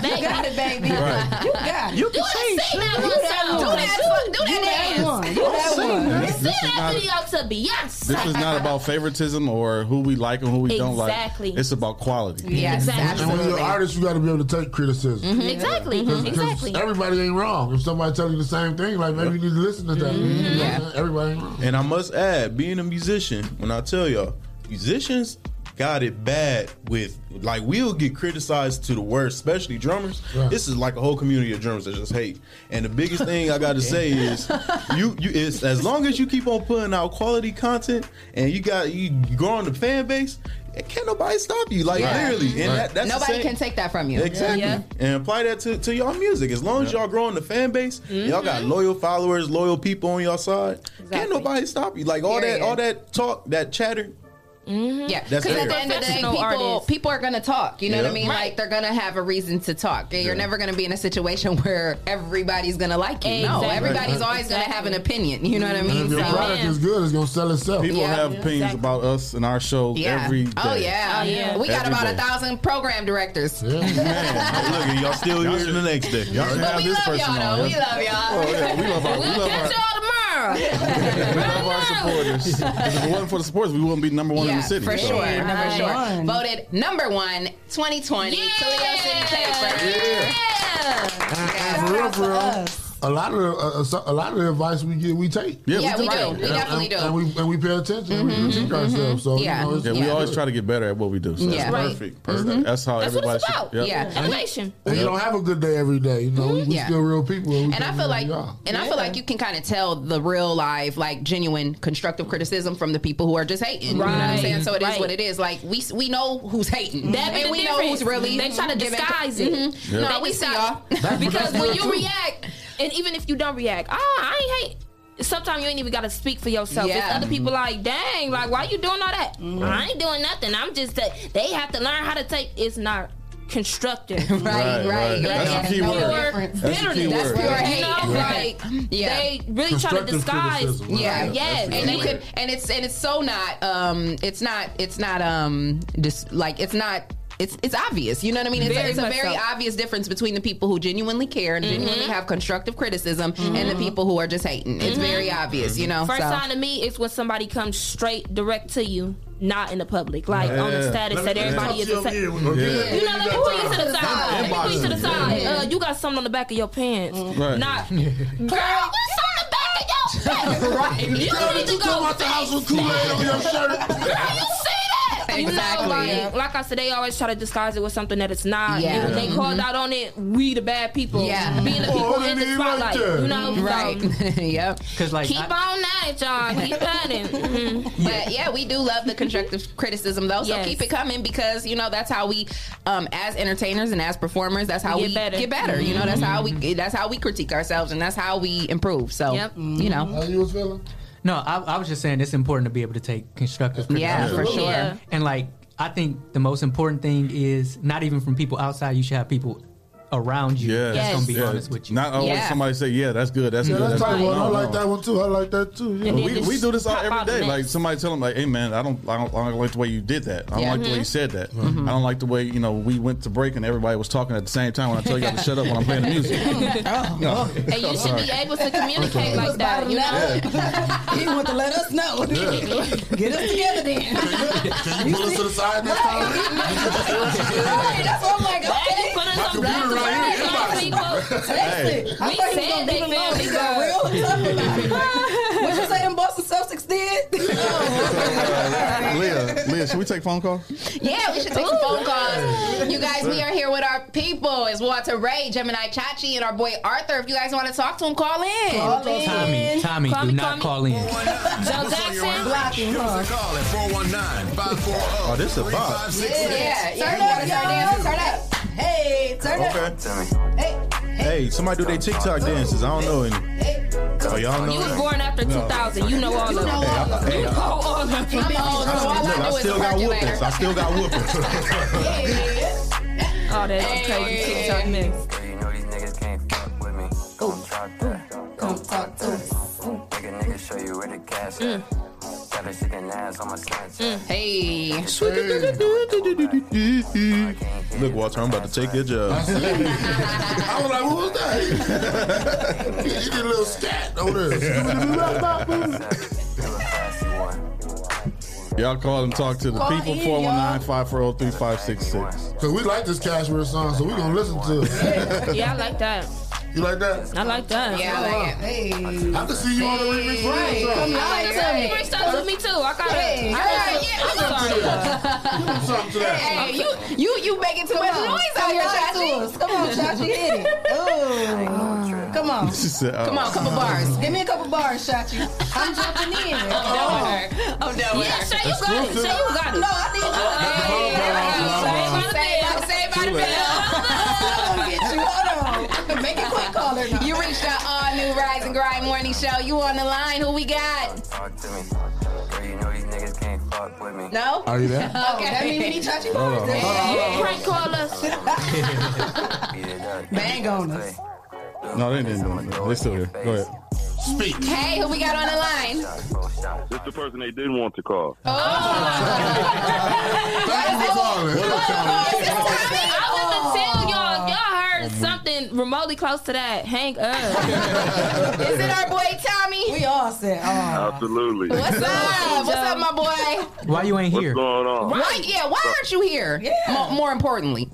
They
got it, baby.
Right.
You got it.
You can
sing.
sing that
You
one
that
song. Do
one.
that, fuck- do
You
that
that
dance.
one. You that
Sing
one.
that.
This-
Send
this is
that
not-
video to Beyonce.
This is not about favoritism or who we like and who we don't like.
Exactly.
It's about quality.
Yes,
And when you're an artist, you got to be able to take criticism.
Mhm. Exactly.
Because-
Mhm.
because
Exactly.
Everybody ain't wrong. If somebody tells you the same thing, like maybe you need to listen to that. You know what I'm saying? Everybody ain't wrong.
And I must add, being a musician, when I tell y'all, musicians got it bad with like we'll get criticized to the worst, especially drummers.
Right.
This is like a whole community of drummers that just hate. And the biggest thing I gotta say is you you is as long as you keep on putting out quality content and you got you growing the fan base, can't nobody stop you. Like
Yeah.
literally. And that, that's the
Nobody
same-
can take that from you.
Exactly. And apply that to, to y'all music. As long as y'all growing the fan base,
Mm-hmm.
y'all got loyal followers, loyal people on y'all side. Can't nobody stop you. Like all that
Period.
all that talk, that chatter.
Yeah,
That's
because
fair.
at the end of the day,
Mm-hmm. Professional
people
artists.
people are gonna talk. You know what
Yeah.
I mean? Like they're gonna have a reason to talk. You're
Yeah.
never gonna be in a situation where everybody's gonna like you. No,
Exactly.
everybody's
Right.
always gonna have an opinion. You know what I
And
mean?
if your
So-
product is good, it's gonna sell itself.
People
Yeah.
have
Yeah.
opinions
Exactly.
about us and our show every day.
Oh yeah.
Look,
We got
Every
about a
day.
thousand program directors.
and y'all still here the next day. Y'all should
But
have
we
this
love
person
y'all
on.
though. We love y'all.
Oh, yeah, we love our- we love
We'll
our-
catch y'all tomorrow.
girl.
We love our supporters. 'Cause if it wasn't for the supporters, we wouldn't be number one in the city.
for
so.
sure.
Right.
For sure. Voted number one 2020 Toledo City Paper.
And for real, for real, a lot of the, uh, uh, so- a lot of the advice we get, we take.
Yeah, we Yeah, do we take do. it. We
And-
definitely
and,
do.
And we and we pay attention. and We critique ourselves. So
yeah.
you know, it's,
we always try to get better at what we do. So
Yeah.
yeah.
That's right.
perfect. perfect. That's how
That's what
everybody
it's about.
should.
Yeah. Emulation.
And you don't have a good day every day. You know, we, we
Yeah.
still real people. we
and I
come
feel
here,
like,
y'all.
and I feel like you can kind of tell the real live, like genuine constructive criticism from the people who are just hating. You know what I'm
Right,
saying? So it is
right.
what it is. Like we we know who's hating,
That be
and
the
we know
difference.
who's really.
They try to
giving-
disguise it.
Mhm.
Yeah.
No,
They
we see y'all.
because
real
when you
too.
react, and even if you don't react, ah, I ain't hate. Sometimes you ain't even gotta speak for yourself. It's
Yeah.
other people like, dang, like why you doing all that?
Mhm.
I ain't doing nothing. I'm just that they have to learn how to take. It's not constructive.
Right, right, right.
That's
Yeah.
the key
Pure
word. That's the key
bitterness.
word.
That's pure
You
hate.
know,
Right.
like,
yeah.
they really try to Constructive disguise- criticism, right.
Yeah,
Yeah,
yes,
that's
and they
the
could, and it's and it's so not. Um, it's not. It's not. Um, just like it's not. It's it's obvious. You know what I mean? It's,
Very
it's a
much
very
so.
obvious difference between the people who genuinely care and genuinely
Mhm.
have constructive criticism and the people who are just hating. It's
Mhm.
very obvious. You know.
Mm-hmm. First
so.
sign to me is when somebody comes straight direct to you, not in the public, like on the
Yeah.
status that
Let me- let me
everybody
talk
is
to
the
you
same. You
over
know,
here. Yeah.
let
Yeah.
me pull you to the
Yeah.
side. Let me pull you to the
Inboxes.
side.
Yeah.
Uh, you got something on the back of your pants.
Right.
Not, girl, what's on the back of your pants?
Right.
You need
Girl, did
to
you
go
come out the house with
fix
Kool-Aid on your
that. Girl,
shirt?
you see that? You know,
Exactly.
like, like I said, they always try to disguise it with something that it's not.
Yeah.
And They
Yeah.
called out on it. We the bad people.
Yeah.
Being the people
Oh,
in
they
the
ain't like
spotlight.
that.
you know, So,
Right. yep.
Cause like
Keep on that, y'all. Keep running. Mhm.
But yeah, we do love the constructive criticism though. So
Yes.
keep it coming because you know that's how we, um, as entertainers and as performers, that's how
Get
we
better. Mm-hmm.
get better. You know, that's how we that's how we critique ourselves and that's how we improve. So you know,
Mm-hmm. how you was feeling?
No, I, I was just saying it's important to be able to take constructive criticism.
Yeah, for Absolutely. sure. Yeah.
And like, I think the most important thing is not even from people outside. You should have people around you
Yeah.
that's gonna be
Yeah.
honest with you.
Not always somebody say, yeah, that's good. That's
Yeah,
good.
that's
that's
tight
good.
one.
No,
I
no.
like that one too. I like that too. Yeah.
But we, we do this all every day. Like somebody tell them, like, "Hey man, I don't, I don't, I don't like the way you did that. I don't
Yeah.
like the way you
Mhm.
said that. I don't like the way you know we went to break and everybody was talking at the same time when I tell y'all to shut up when I'm playing the music. No.
And you
I'm
should
sorry.
be able to communicate like that. You know,
he want to let us know. Get us together then.
Can you pull us to the side next time?
Right, that's what I'm like. Okay.
Put us
My
on
computer
blast.
right here.
Listen,
We
I thought he
said
was gonna
they
give him
felt
love. He
it,
got real tough about it. Like, What you say them Boston Celtics did?
Leah, Leah, should we take phone call?
yeah, we should take some phone calls. You guys, we are here with our people. It's Walter Ray, Gemini Chachi, and our boy Arthur. If you guys want to talk to him, call in.
Call in. Tommy, Tommy, do not call in.
Joe Jackson. Blocking,
Give us a call at 419 540
Oh, this a pop.
Yeah,
Yeah,
turn
you
up,
wanna turn
y'all. Turn up. Hey, turn up.
Hey, somebody do their TikTok dances. I don't know any. Oh, y'all know.
you was
any?
born after
No.
2000. You know all of
Hey,
them.
I- hey,
You know
I-
all of
Look,
them.
I still got whoopings. I still got whoopings.
Oh, that's crazy TikTok mix.
Come talk to us. Make a nigga show you where the cash at. Got a chicken ass on my Snapchat.
Mm. Hey.
Look, Walter, I'm about to take your job.
I was like, who was that? he did a little scat on this.
Y'all call and talk to the
Call
people
in,
419 540 3566.
Cause we like this Cashmere song, so we gonna listen to it.
Yeah, I like that.
You like that?
I like that.
Yeah, I like it.
Hey.
I can see you on the remix
Right.
version.
Come on,
Hey.
hey. Bring something to me too. I gotta.
Hey.
I
Give them
gotta
something to that. Give them something to that.
Hey, you you you making too much
on,
noise out
come
here,
on to us.
Chachi.
Come on, Chachi, hit it. Oh. Ooh. Come on.
She said, oh.
Come on, couple bars. Give me a couple bars, Shachi. I'm jumping in. I'm
done with her. I'm done with her.
Shay, you got it. Shay, you
Oh,
got it.
No, I think you got it.
Say about the bill. Make it quick, caller. You reached our all new Rise and Grind morning show. You on the line. Who we got?
Talk to me. Girl, you know these niggas can't fuck with me.
No?
Are you there?
Okay.
Oh, That means we need
Oh.
Chachi bars.
Hold on, hold
then.
on,
Prank call us.
Bang on us.
No, they didn't do it. They still here. Go ahead.
Speak. Hey, who we got on the line?
This the person they didn't want to call.
Oh. I was gonna tell y'all,
Mm-hmm.
y'all heard something remotely close to that. Hang up.
Is it our boy Tommy? We
all said, "Oh,
Absolutely.
What's up? What's up, my boy?
Why you ain't
What's
here?
going on?
Why? Yeah. Why aren't you here? Mo- more importantly.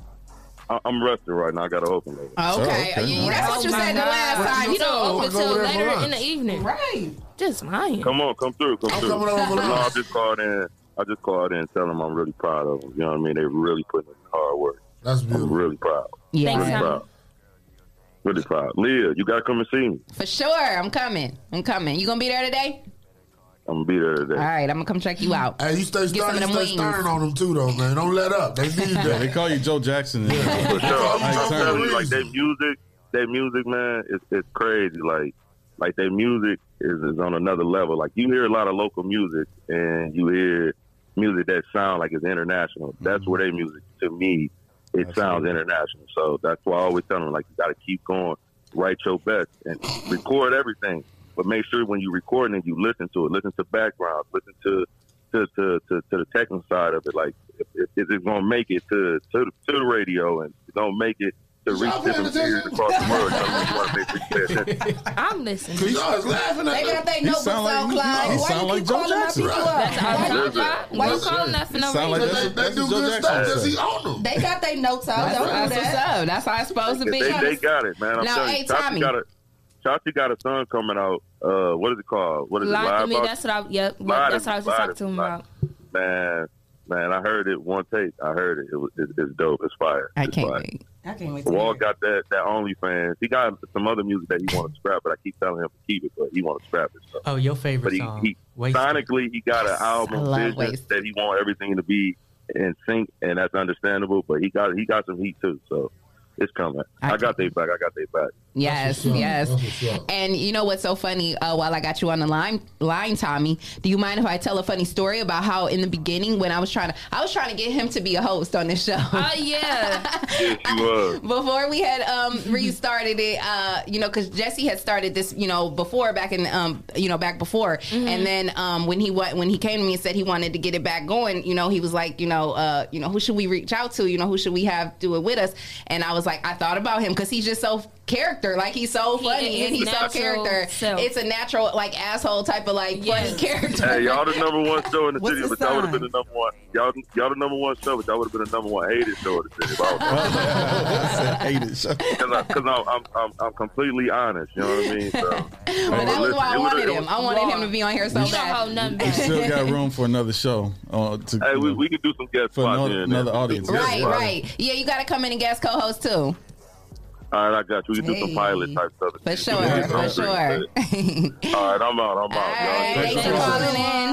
I- I'm rested right now. I got to open later.
Oh, Okay.
okay.
Yeah, that's what you
Oh my
said the
God.
last time
You don't
too.
open till later in the evening.
Right.
Just lying.
Come on, come through, come
I'm
through.
coming over for
no,
lunch.
I just called in. I just called in, telling them I'm really proud of them. You know what I mean? They really putting in hard work.
That's
I'm really proud.
Yeah.
really
Thanks, honey.
proud. Really proud. Leah, you gotta come and see me.
For sure. I'm coming. I'm coming. You gonna be there today?
I'm gonna be there
All
today.
right. I'm gonna come check you out.
Hey, you stay
Get some
stern,
of
you
them
stay
wings.
stern on them too, though, man. Don't let up. They need
Yeah, they
that.
call you Joe Jackson.
For sure. I'm
Turner.
telling you, like their music, their music, man, it's, it's crazy. Like, like their music is, is on another level. Like you hear a lot of local music, and you hear music that sound like it's international. That's where their music, to me, it sounds international. So that's why I always tell them, like, you got to keep going, write your best, and record everything. But make sure when you're recording it, you listen to it, listen to backgrounds, listen to to to, to, to the technical side of it. Like, if, if if it's gonna make it to to the, to the radio and it's gonna make it to reach different ears across the world, you want to make sure you pay attention.
I'm listening.
Cause y'all is laughing at
They
them.
got their
You
notebooks
sound like-
on,
you-
Clyde.
you
Why
sound
you
like
keep
Joe
calling my
Jackson.
people
That's
up?
our
Why you-
job.
Why you
That's
calling
it.
us for no
You sound like
reason?
that's- They- they that's do Joe good Jackson. stuff. That's he on them.
They got their notes out.
That's
Don't
right.
do
That's
that. up. That's how it's supposed to
They,
be.
they got it, man. I'm
Now,
telling
hey,
you, Chauncey
Tommy.
got a Chauncey got a son coming out. Uh, what is it called? What is it?
Lie
Live
to me.
Out-
That's what I. Yep.
Lie to me,
That's what I
lie
was just
to
talking to him
me.
about.
Man, man, I heard it one take. I heard it. It was it, it's dope. It's fire.
I
It's
can't
fire.
wait. I can't wait.
Wall got that that OnlyFans. He got some other music that he want to scrap, but I keep telling him to keep it, but he want to scrap it. So.
Oh, your
But
favorite
he,
song.
he sonically he got an album
love
vision
Wasted.
that he want everything to be in sync, and that's understandable. But he got he got some heat too, so it's coming. I, got their back. I got their back.
Yes, yes. And you know what's so funny? Uh, while I got you on the line, line, Tommy, do you mind if I tell a funny story about how in the beginning when I was trying to, I was trying to get him to be a host on this show.
Oh yeah.
Yes, you are.
before we had um restarted it uh you know because jesse had started this you know before back in um you know back before
Mm-hmm.
and then um when he went when he came to me and said he wanted to get it back going you know he was like you know uh you know who should we reach out to you know who should we have do it with us and i was like i thought about him because he's just so character like he's so funny
is
and he's so
natural
character
self.
it's a natural like asshole type of like funny character
Hey, y'all the number one show in the city, but y'all would have been the number one. Y'all, y'all the number one show, but y'all would have been the number one hated show in the city. Because I'm, I'm, I'm, I'm completely honest. You know what I mean? So,
but that was why i wanted him i wanted him to be on here so
We don't
bad
hold nothing
We
back.
still got room for another show. Uh, to, hey, we,
we could do some guest
for another, another audience.
Right, right. Yeah, you got to come in and guest co-host too.
All right, I got you. We can do some
Hey.
pilot type stuff.
For sure, for sure.
All right, I'm out. I'm out. y'all.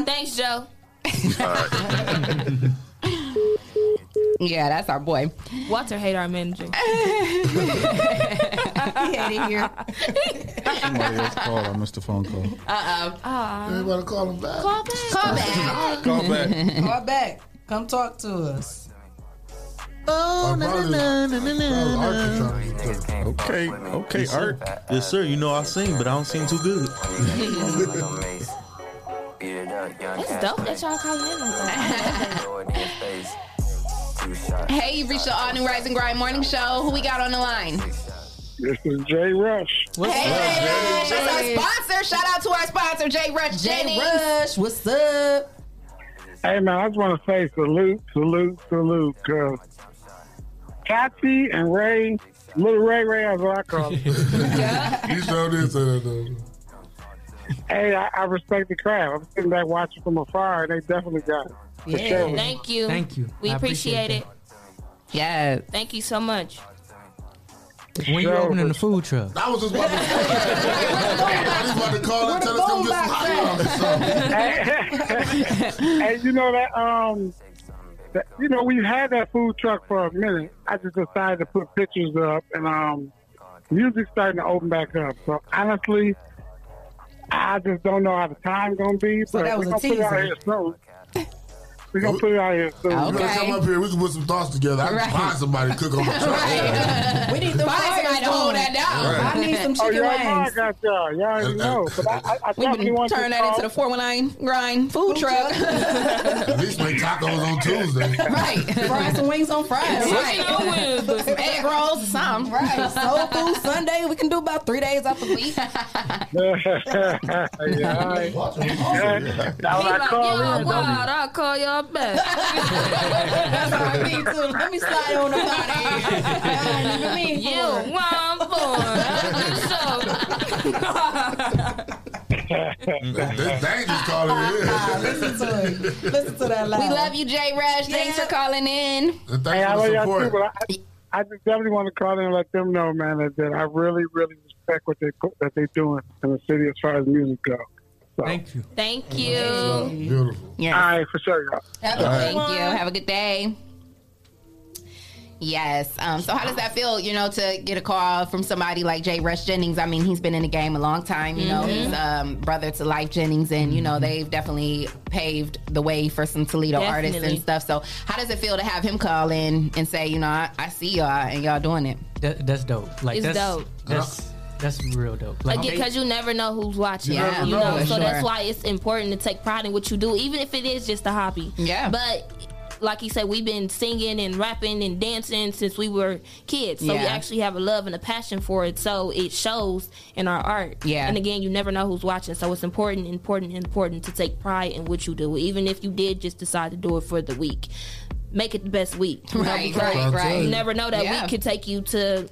Thanks for calling in.
Thanks, Joe.
All right.
Yeah, that's our boy.
Walter hate our manager.
he hate it here.
Somebody else called. I missed the phone call.
Uh
oh.
Everybody call him back.
Call back.
Call back.
Call back.
Call back. Come talk to us.
My
Oh,
brother- brother Archie trying to-
Okay, okay, Art. Yes, sir. You know I sing, but I don't sing too good.
It's dope that y'all calling in like that.
Hey, you reached the all new Rise and Grind morning show. Who we got on the line?
This is Jay Rush.
Hey, Rush, that's our sponsor. Shout out to our sponsor, Jay Rush Jennings. Rush, what's up?
Hey man, I just want to say salute, salute, salute, cause Tati and Ray, little Ray Ray, as I call him.
You showed this to them.
hey, I, I respect the craft. I'm sitting back watching from afar, and they definitely got it. For sure.
Thank you.
Thank you.
We
I
appreciate,
appreciate
it.
Yeah.
Thank you so much.
When you
Sure.
opening the food truck?
I was just about to, I was about to call and tell us come get some hot dogs.
hey, you know that um, that, you know we've had that food truck for a minute. I just decided to put pictures up, and um, music's starting to open back up. So honestly, I just don't know how the time gonna be,
So
but
that
we're
was a
gonna put it out
teaser.
here soon. We're gonna put it out here soon.
You gotta come up here. We can put some thoughts together. I can
Right.
find somebody to cook on the truck.
We need the
Find somebody to hold that down.
Right.
I need some
Oh,
chicken
y'all know I
wings.
got y'all. Y'all already know. But I, I, I
We
definitely
can
want to
turn that
call-
into the 419 grind food truck.
At least make tacos on Tuesday.
Right. Fry some wings on Friday.
Right.
Right.
Some egg rolls or something.
Right. Soul food Sunday. We can do about three days off a week.
yeah, all right. Yeah, Now when I call in, don't
wild, I'll call y'all back.
That's how I mean too. Let me slide on the body. That ain't even me.
You wild
This dangerous calling it is.
Ah, Listen to it. Listen to that
We love you, Jay Rush. Thanks for calling in.
Hey, I love y'all too, but I, I just definitely want to call in and let them know, man, that, that I really, really respect what they put, that they doing in the city as far as music goes. So. Thank you.
Thank you.
Beautiful.
Yeah.
All right, for sure, y'all.
Have a- Thank you. Have a good day. Yes. Um, so, how does that feel? You know, to get a call from somebody like Jay Rush Jennings. I mean, he's been in the game a long time. You know,
Mhm.
he's um, brother to Life Jennings, and you know they've definitely paved the way for some Toledo artists
Definitely.
and stuff. So, how does it feel to have him call in and say, you know, I, I see y'all and y'all doing it?
That, that's dope. Like
It's
that's
dope.
That's that's real dope.
Like,
Like they-
because you never know who's watching.
You never
you
know,
know,
for
so that's
sure.
why it's important to take pride in what you do, even if it is just a hobby.
Yeah.
But like you said, we've been singing and rapping and dancing since we were kids. So we
Yeah.
actually have a love and a passion for it. So it shows in our art.
Yeah.
And again, you never know who's watching. So it's important, important, important to take pride in what you do, even if you did just decide to do it for the week. Make it the best week. you know,
Right,
because
right, right.
You never know that
Yeah.
week could take you to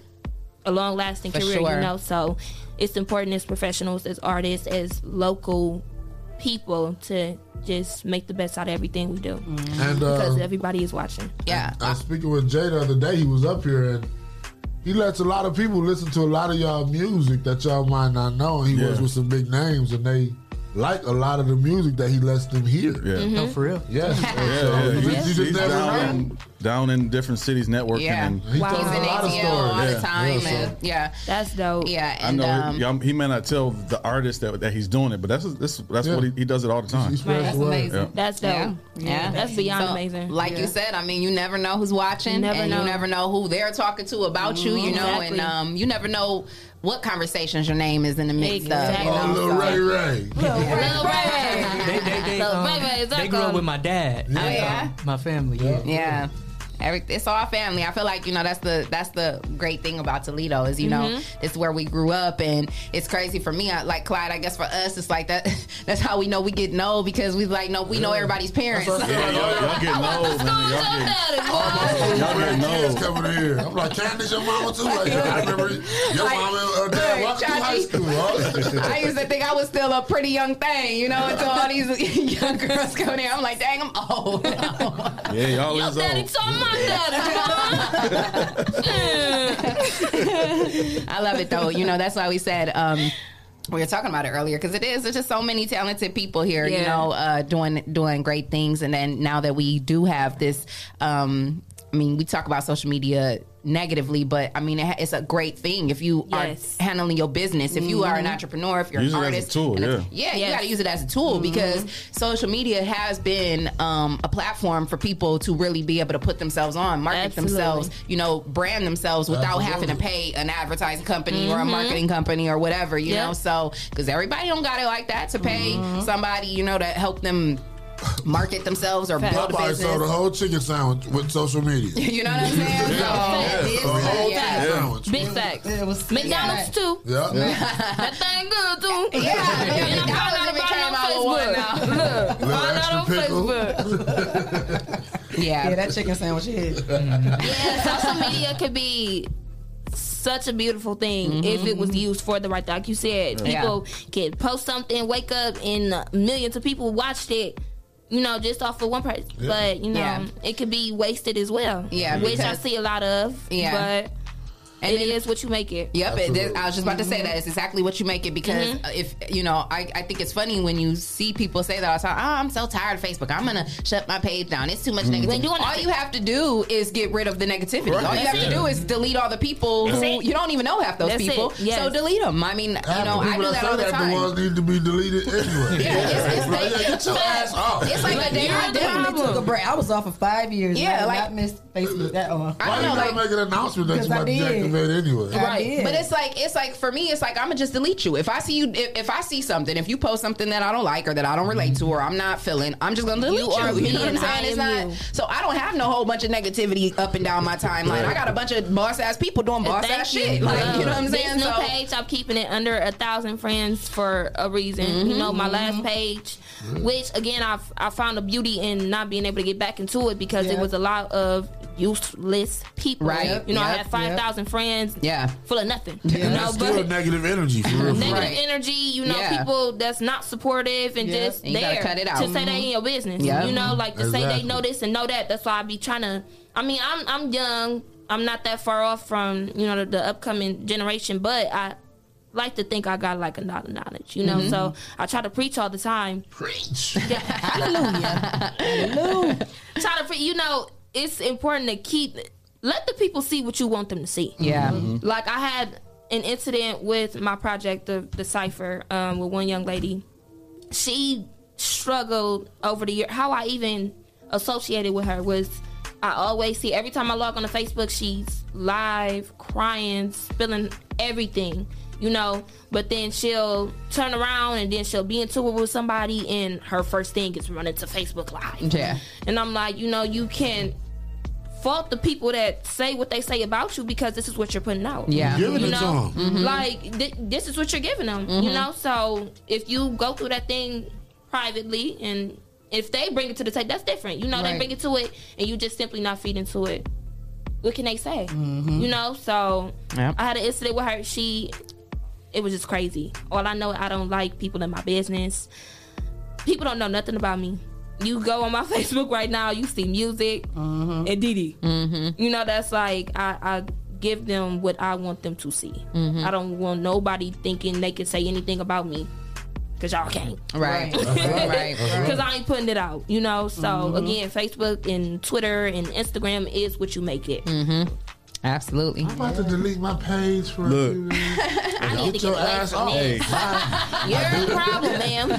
a long lasting
For
career,
sure.
you know. So it's important as professionals, as artists, as local people to just make the best out of everything we do.
And, uh,
because everybody is watching.
Yeah.
I was speaking with Jay the other day. He was up here and he lets a lot of people listen to a lot of y'all music that y'all might not know. And he works with some big names and they like a lot of the music that he lets them hear. Yeah.
Mhm. Oh, for real?
Yes.
Yeah,
And so
yeah,
you-
he's-
you just
he's
never
down,
know.
in, down in different cities networking.
Yeah.
And
He's in ATL all the time.
Yeah,
and- yeah.
That's dope.
Yeah.
I
And
know
um,
he, y'all- he may not tell the artist that, that he's doing it, but that's that's, that's what he, he does it all the time.
Right. That's amazing.
Yeah.
That's dope.
Yeah.
Yeah, that's beyond
So,
amazing.
Like
Yeah.
you said, I mean, you never know who's watching,
You never
and
know.
you never know who they're talking to about you. You
Mhm.
know,
Exactly.
and um, you never know what conversations your name is in the midst
Exactly.
of.
Oh,
You know,
Lil
so-
Ray
Ray.
they, they, they,
So,
um,
right, right,
they grew up
exactly.
with my dad.
Oh,
Um,
yeah?
my family. Yeah.
Yeah. Every, it's all family. I feel like you know that's the that's the great thing about Toledo is you know
Mhm.
it's where we grew up and it's crazy for me. I, like Clyde, I guess for us it's like that. That's how we know we get no because we like no we know everybody's parents.
Yeah, y'all, y'all getting old, man. Y'all getting,
Oh, Y'all
getting old.
coming here. I'm like, Candace, your mama too. Like, I remember your
Like,
mama uh, dad
right,
walked through high
Chucky.
school. huh?
I used to think I was still a pretty young thing, you know, until all these young girls go there. I'm like, dang, I'm old.
Yeah, y'all is old.
I love it though. You know, that's why we said um, we were talking about it earlier because it is. There's just so many talented people here. You
Yeah.
know, uh, doing doing great things, and then now that we do have this, um, I mean, we talk about social media negatively, but I mean, it, ha- it's a great thing if you
Yes.
are handling your business. If you are an
Mhm.
entrepreneur, if you're
Use it
an
as a
artist,
tool,
and
yeah.
yeah, you
Yes. Mm-hmm.
got to use it as a tool because social media has been um, a platform for people to really be able to put themselves on, market themselves, you know, brand themselves without having to pay an advertising company or a
Mhm.
marketing company or whatever, you
Yep. Mm-hmm.
know. So, because everybody don't got it like that to pay somebody, you know, to help them market themselves or build a
Popeye
business.
sold a whole chicken sandwich with social media.
You know what I'm saying? So,
Yeah.
it's-
Yeah.
yeah.
Yeah.
Big facts. McDonald's too.
Yeah.
that thing good too.
Yeah,
and I found out about it on Facebook. Look, found out on Facebook.
Yeah.
Yeah, that chicken sandwich hit.
Yeah, social media could be such a beautiful thing if it
Mm-hmm.
was used for the right thing. Like you said,
Yeah.
people can post something, wake up, and uh, millions of people watched it. You know, just off of one person,
Yeah.
but you know,
Yeah.
it could be wasted as well.
Yeah,
which I
because-
see a lot of.
Yeah.
but it is what you make it.
Yep, it, I was just about to say that. It's exactly what you make it because
Mm-hmm.
uh, if you know, I, I think it's funny when you see people say that all the time. Oh, I'm so tired of Facebook. I'm gonna shut my page down. It's too much
Mhm.
negativity.
They doing
All
it.
you have to do is get rid of the negativity.
Right.
All you
That's
have to
it.
do is delete all the people
That's
who
it.
you don't even know half those
That's it.
people.
Yes.
So delete them. I mean, you know, I do that all the time.
The ones need to be deleted anyway.
Yeah, it's- it's-
Right, yeah, get your ass off.
It's like a day
I
I
definitely took a break. I was off for five years.
Yeah,
Yeah, I did
like-
not miss Facebook that long.
Why you gotta make an announcement that
Because
you
I
might be
did.
active activate anyway.
Right. But it's like it's like for me, it's like I'ma just delete you. If I see you if, if I see something, if you post something that I don't like or that I don't relate to or I'm not feeling, I'm just gonna delete you.
You are
you
me
know what I'm
and
saying?
I
It's
am
not so I don't have no whole bunch of negativity up and down my timeline. I got a bunch of boss ass people doing boss
Thank
ass
you.
shit. Like you know what I'm
This
saying?
new
So-
page, I'm keeping it under a thousand friends for a reason. You know, my
Mm-hmm.
last page,
Yeah.
which again, I I found a beauty in not being able to get back into it because it
Yeah.
was a lot of useless people.
Right.
You know, I
Yep,
had five thousand friends.
Yeah.
Full of nothing.
Yeah,
You know,
that's still
but.
negative energy for real. for real.
Negative energy, you know,
Yeah.
people that's not supportive and
Yeah.
just
And you gotta
there
cut it out.
to say they
Mhm.
in your business.
Yeah.
You know, like to say they
Exactly.
know this and know that. That's why I be trying to. I mean, I'm I'm young. I'm not that far off from you know the, the upcoming generation, but I like to think I got like a lot of knowledge. You know,
Mhm.
so I try to preach all the time. Preach. try to pre- you know it's important to keep let the people see what you want them to see Mm-hmm.
Yeah. Mhm.
like i had an incident with my project the, the cipher um, with one young lady she struggled over the year how i even associated with her was i always see every time i log on to facebook she's live crying spilling everything you know but then she'll turn around and then she'll be into it with somebody and her first thing is running to facebook live
Yeah.
and I'm like, you know, you can fault the people that say what they say about you because this is what you're putting out.
Yeah. You're giving
you
it
know,
to 'em. Mhm.
like th- this is what you're giving them. You
Mhm.
know, so if you go through that thing privately and if they bring it to the table, that's different. You know, they
Right.
bring it to it, and you just simply not feed into it. What can they say?
Mhm.
You know, so
Yep.
I had an incident with her. She, it was just crazy. All I know, I don't like people in my business people don't know nothing about me. You go on my Facebook right now, you see music and Didi. Mm-hmm. You know, that's like I, I give them what I want them to see.
Mhm.
I don't want nobody thinking they can say anything about me because y'all can't.
Right. Right. Right.
Because I ain't putting it out, you know. So
Mhm.
again, Facebook and Twitter and Instagram is what you make it.
Mm-hmm. Absolutely.
I'm about to delete my page for a few
I
Get
need to get
your
away
ass
from
off.
this. You're a problem, ma'am.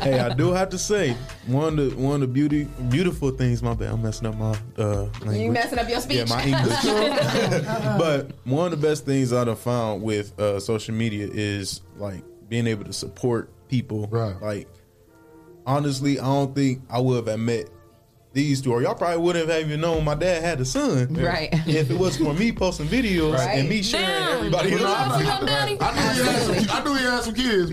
hey, I do have to say one of the one of the beauty beautiful things. My bad, I'm messing up my uh, language.
messing up your
Yeah,
speech.
my English. but one of the best things I've found with uh, social media is like being able to support people. Right. Like honestly, I don't think I would have met these two, or y'all probably wouldn't have even known my dad had a son.
Right.
If it was for me posting videos
Right.
and me sharing
Damn.
everybody.
You know, I know-
else's-
I knew he had some- I knew he had some kids,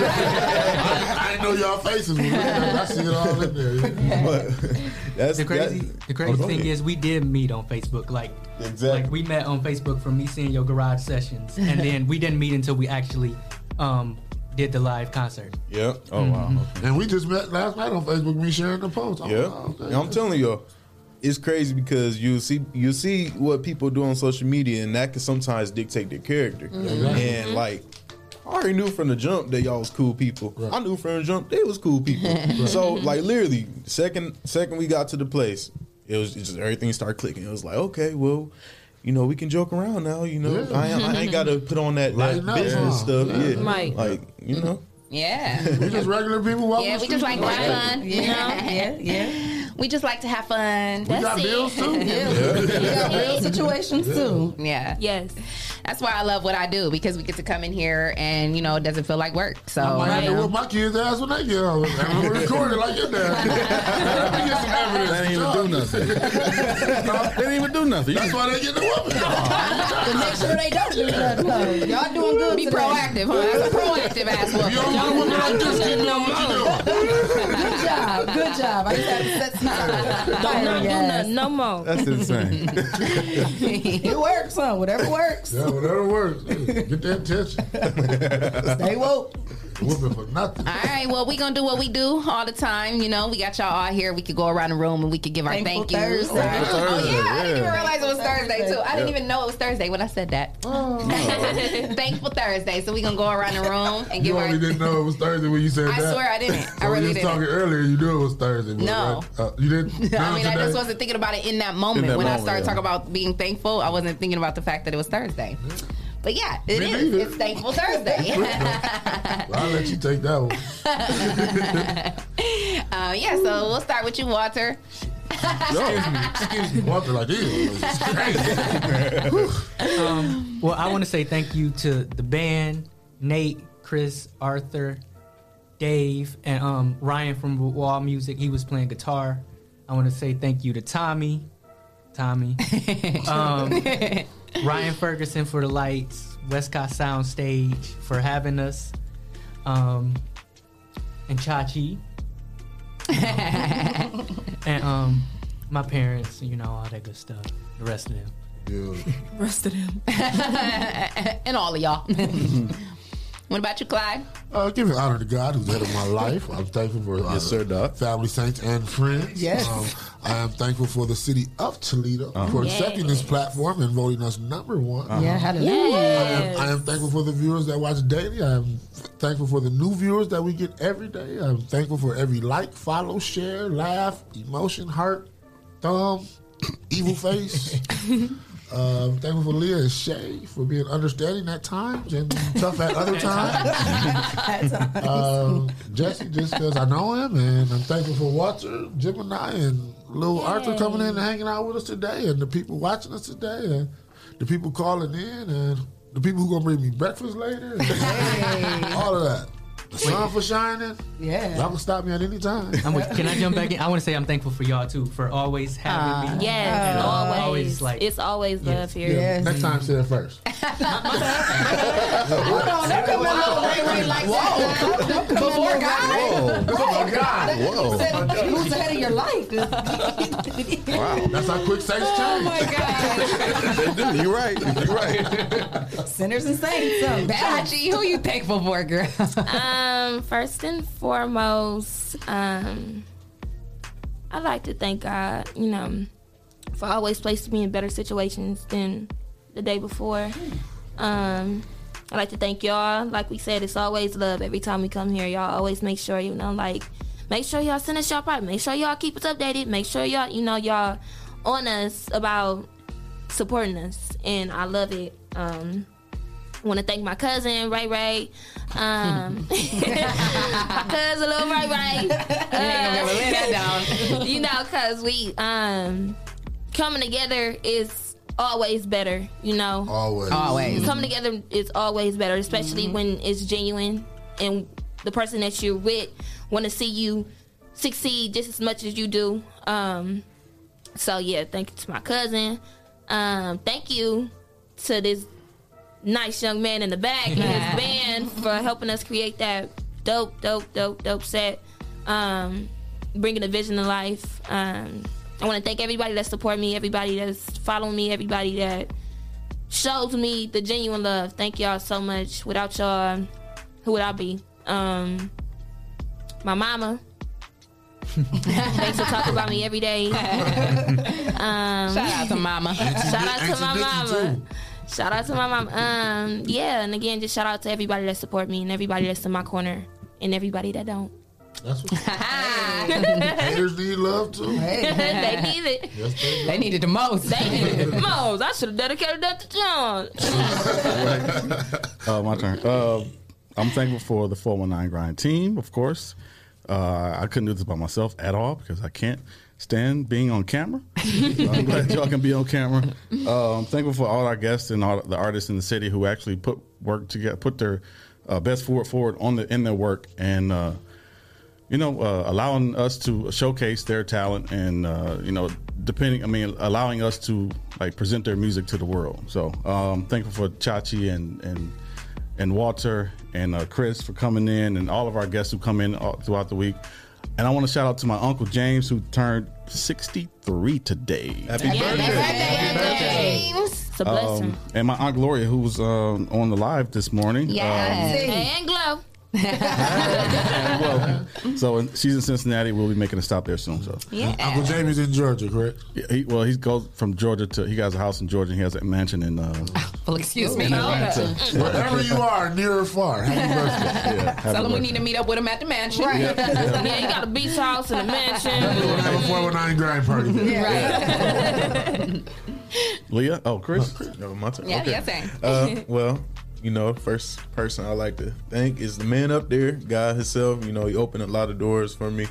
but I, I didn't know y'all faces. But I see it all in there.
That's
the crazy. the
Oh,
crazy
go
thing
ahead.
is, we did meet on Facebook. Like,
exactly.
Like we met on Facebook from me seeing your garage sessions, and then we didn't meet until we actually um, did the live concert.
Yeah. Oh wow.
Mm-hmm. And we just met last night on Facebook. We sharing the post. I'm
Yeah,
like, oh, okay.
I'm telling you, it's crazy because you see you see what people do on social media, and that can sometimes dictate their character.
Mhm.
And like, I
Mm-hmm.
already knew from the jump that y'all was cool people. I knew from the jump they was cool people.
Right.
So like, literally, second second we got to the place, it was it's just everything started clicking. It was like, okay, well. You know, we can joke around now. You know,
Yeah.
I, ain't- I ain't got to put on that, that
Lighten up,
business
huh?
stuff.
Yeah.
Yeah,
Right.
like you know,
Yeah.
We just regular people walking.
Yeah,
the
we just like
streets
to
like that.
have fun. You know? Yeah, yeah. We just like to have fun.
We got bills too.
Yeah. We got real situations
Yeah.
too. Yeah.
Yes.
That's why I love what I do because we get to come in here and you know it doesn't feel like work. So
I might have
you
to
know.
whoop my kids' ass when they get home. I'm gonna record it like your dad. Let me get some evidence. That ain't even do nothing.
They didn't even do nothing.
That's why they get the whooping.
to make sure they don't do nothing. though. Y'all doing good. Be proactive, huh? That's a proactive ass woman.
You don't want a woman like this getting on what you doing.
Good job. Good job. I just had to set
Don't not do nothing no more.
That's insane.
it works, huh? Whatever works.
Yeah, whatever works. Get that attention.
Stay woke.
Whooping for nothing.
All right, well, we gonna do what we do all the time. You know, we got y'all all here. We could go around the room and we could give our
Thankful
thank yous.
Thursday. Thankful
Oh yeah, I didn't
Thursday,
even
yeah.
realize it was Thursday, too. I didn't
Yeah.
even know it was Thursday when I said that.
Oh.
Thankful Thursday. So we gonna go around the room and give
You
our.
only didn't know it was Thursday when you said
I
that.
swear I didn't. I
So
really
we was
didn't.
talking earlier. You knew it was Thursday. but
No.
right- uh, you didn't.
I mean, I just wasn't thinking about it in that moment.
that
when I
moment,
started
yeah.
talking about being thankful, I wasn't thinking about the fact that it was Thursday. But yeah, it
Me
is.
neither.
It's Thankful Thursday.
Well, I'll let you take that one.
uh, yeah, so we'll start with you, Walter.
Excuse me. Excuse me.
Walking like this.
um, well, I want to say thank you to the band, Nate, Chris, Arthur, Dave, and um, Ryan from Wall Music. He was playing guitar. I want to say thank you to Tommy, Tommy, um, Ryan Ferguson for the lights, Westcott Soundstage for having us, um, and Chachi, and um, my parents. You know all that good stuff. The rest of them.
Rest of them. and all of y'all. what about you, Clyde?
Uh, give it honor to God who's head of my life. I'm thankful for uh,
Yes, sir,
family, saints, and friends. Um,
Yes.
I am thankful for the city of Toledo
Uh-huh.
for accepting this platform and voting us number one.
Uh-huh. Yeah, hallelujah.
I, am, I am thankful for the viewers that watch daily. I am thankful for the new viewers that we get every day. I'm thankful for every like, follow, share, laugh, emotion, heart, thumb, evil face. Um, thankful for Leah and Shay for being understanding at times and tough at other times. um, Jesse just because I know him, and I'm thankful for Walter, Gemini, and Lil Arthur coming in and hanging out with us today, and the people watching us today, and the people calling in, and the people who gonna bring me breakfast later, all of that. The sun for shining.
Yeah.
Y'all can stop me at any time.
I'm with, can I jump back in? I want to say I'm thankful for y'all too for always having
Uh,
me.
yes,
And
always.
like Mm-hmm.
it's always love here.
Yeah, Next time, say it first. Hold
on, don't come in little ring ring like that. Don't- don't come in
Before
little
God?
ring.
Before
Right.
Oh, God?
That-
Whoa.
you said Who's ahead of your life?
Wow, that's how quick sex change. Oh my
god, you're right. You're right.
Sinners and saints. So bad.
Chachi, who you thankful for, girl?
um, first and foremost, um, I like to thank God, you know, for always placing me in better situations than the day before. Um, I like to thank y'all. Like we said, it's always love every time we come here. Y'all always make sure, you know, like, make sure y'all send us y'all product. Make sure y'all keep us updated. Make sure y'all, you know, y'all on us about supporting us. And I love it. Um, I want to thank my cousin Ray Ray, um, my cousin Lil Ray Ray. Uh,
gonna be able to lay that down.
you know, cause we um coming together is always better. You know,
Always. Always.
coming together is always better, especially when it's genuine and the person that you're with want to see you succeed just as much as you do. Um, so yeah, thank you to my cousin. Um, thank you to this nice young man in the back and his band for helping us create that dope, dope, dope, dope set. Um, bringing a vision to life. Um, I want to thank everybody that support me, everybody that's following me, everybody that shows me the genuine love. Thank y'all so much. Without y'all, who would I be? Um, my mama. Thanks for talking about me every day. Um,
Shout out to mama.
Shout out to
And to
my
Nikki,
mama. Shout out to my mom. Um, yeah, and again, just shout out to everybody that support me and everybody that's in my corner and everybody that don't.
That's what haters need love too.
they need it.
Yes, they do.
They needed the most.
They needed the most. I should have dedicated that to John.
Uh, my turn. Uh, I'm thankful for the 419 Grind team, of course. Uh, I couldn't do this by myself at all because I can't stand being on camera. So I'm glad y'all can be on camera. Uh, I'm thankful for all our guests and all the artists in the city who actually put work together, put their uh, best forward forward on the in their work, and uh, you know, uh, allowing us to showcase their talent, and uh, you know, depending, I mean, allowing us to like present their music to the world. So um, thankful for Chachi and and and Walter and uh, Chris for coming in, and all of our guests who come in all, throughout the week. And I want to shout out to my uncle James who turned 63 today. Happy
It's a blessing.
Um, and my aunt Gloria, who was um, on the live this morning.
yeah. and glow.
Um, so and she's in Cincinnati. We'll be making a stop there soon. So
Yeah.
Uncle Jamie's in Georgia, correct?
Yeah, he, well, he goes from Georgia to he has a house in Georgia. and He has a mansion in. Uh,
Well, excuse me.
in Atlanta. So-
Wherever you are, near or far, happy birthday.
yeah, happy
Tell him we
birthday.
need to meet up with him at the mansion.
Right. Yeah, yeah.
Yeah, you got a beach house and a
We're
mansion.
gonna have a 419 grind party.
Leah, oh Chris,
no, my turn.
Yeah,
okay.
your turn.
Uh, well, you know, first person I like to thank is the man up there, God himself. You know, he opened a lot of doors for me,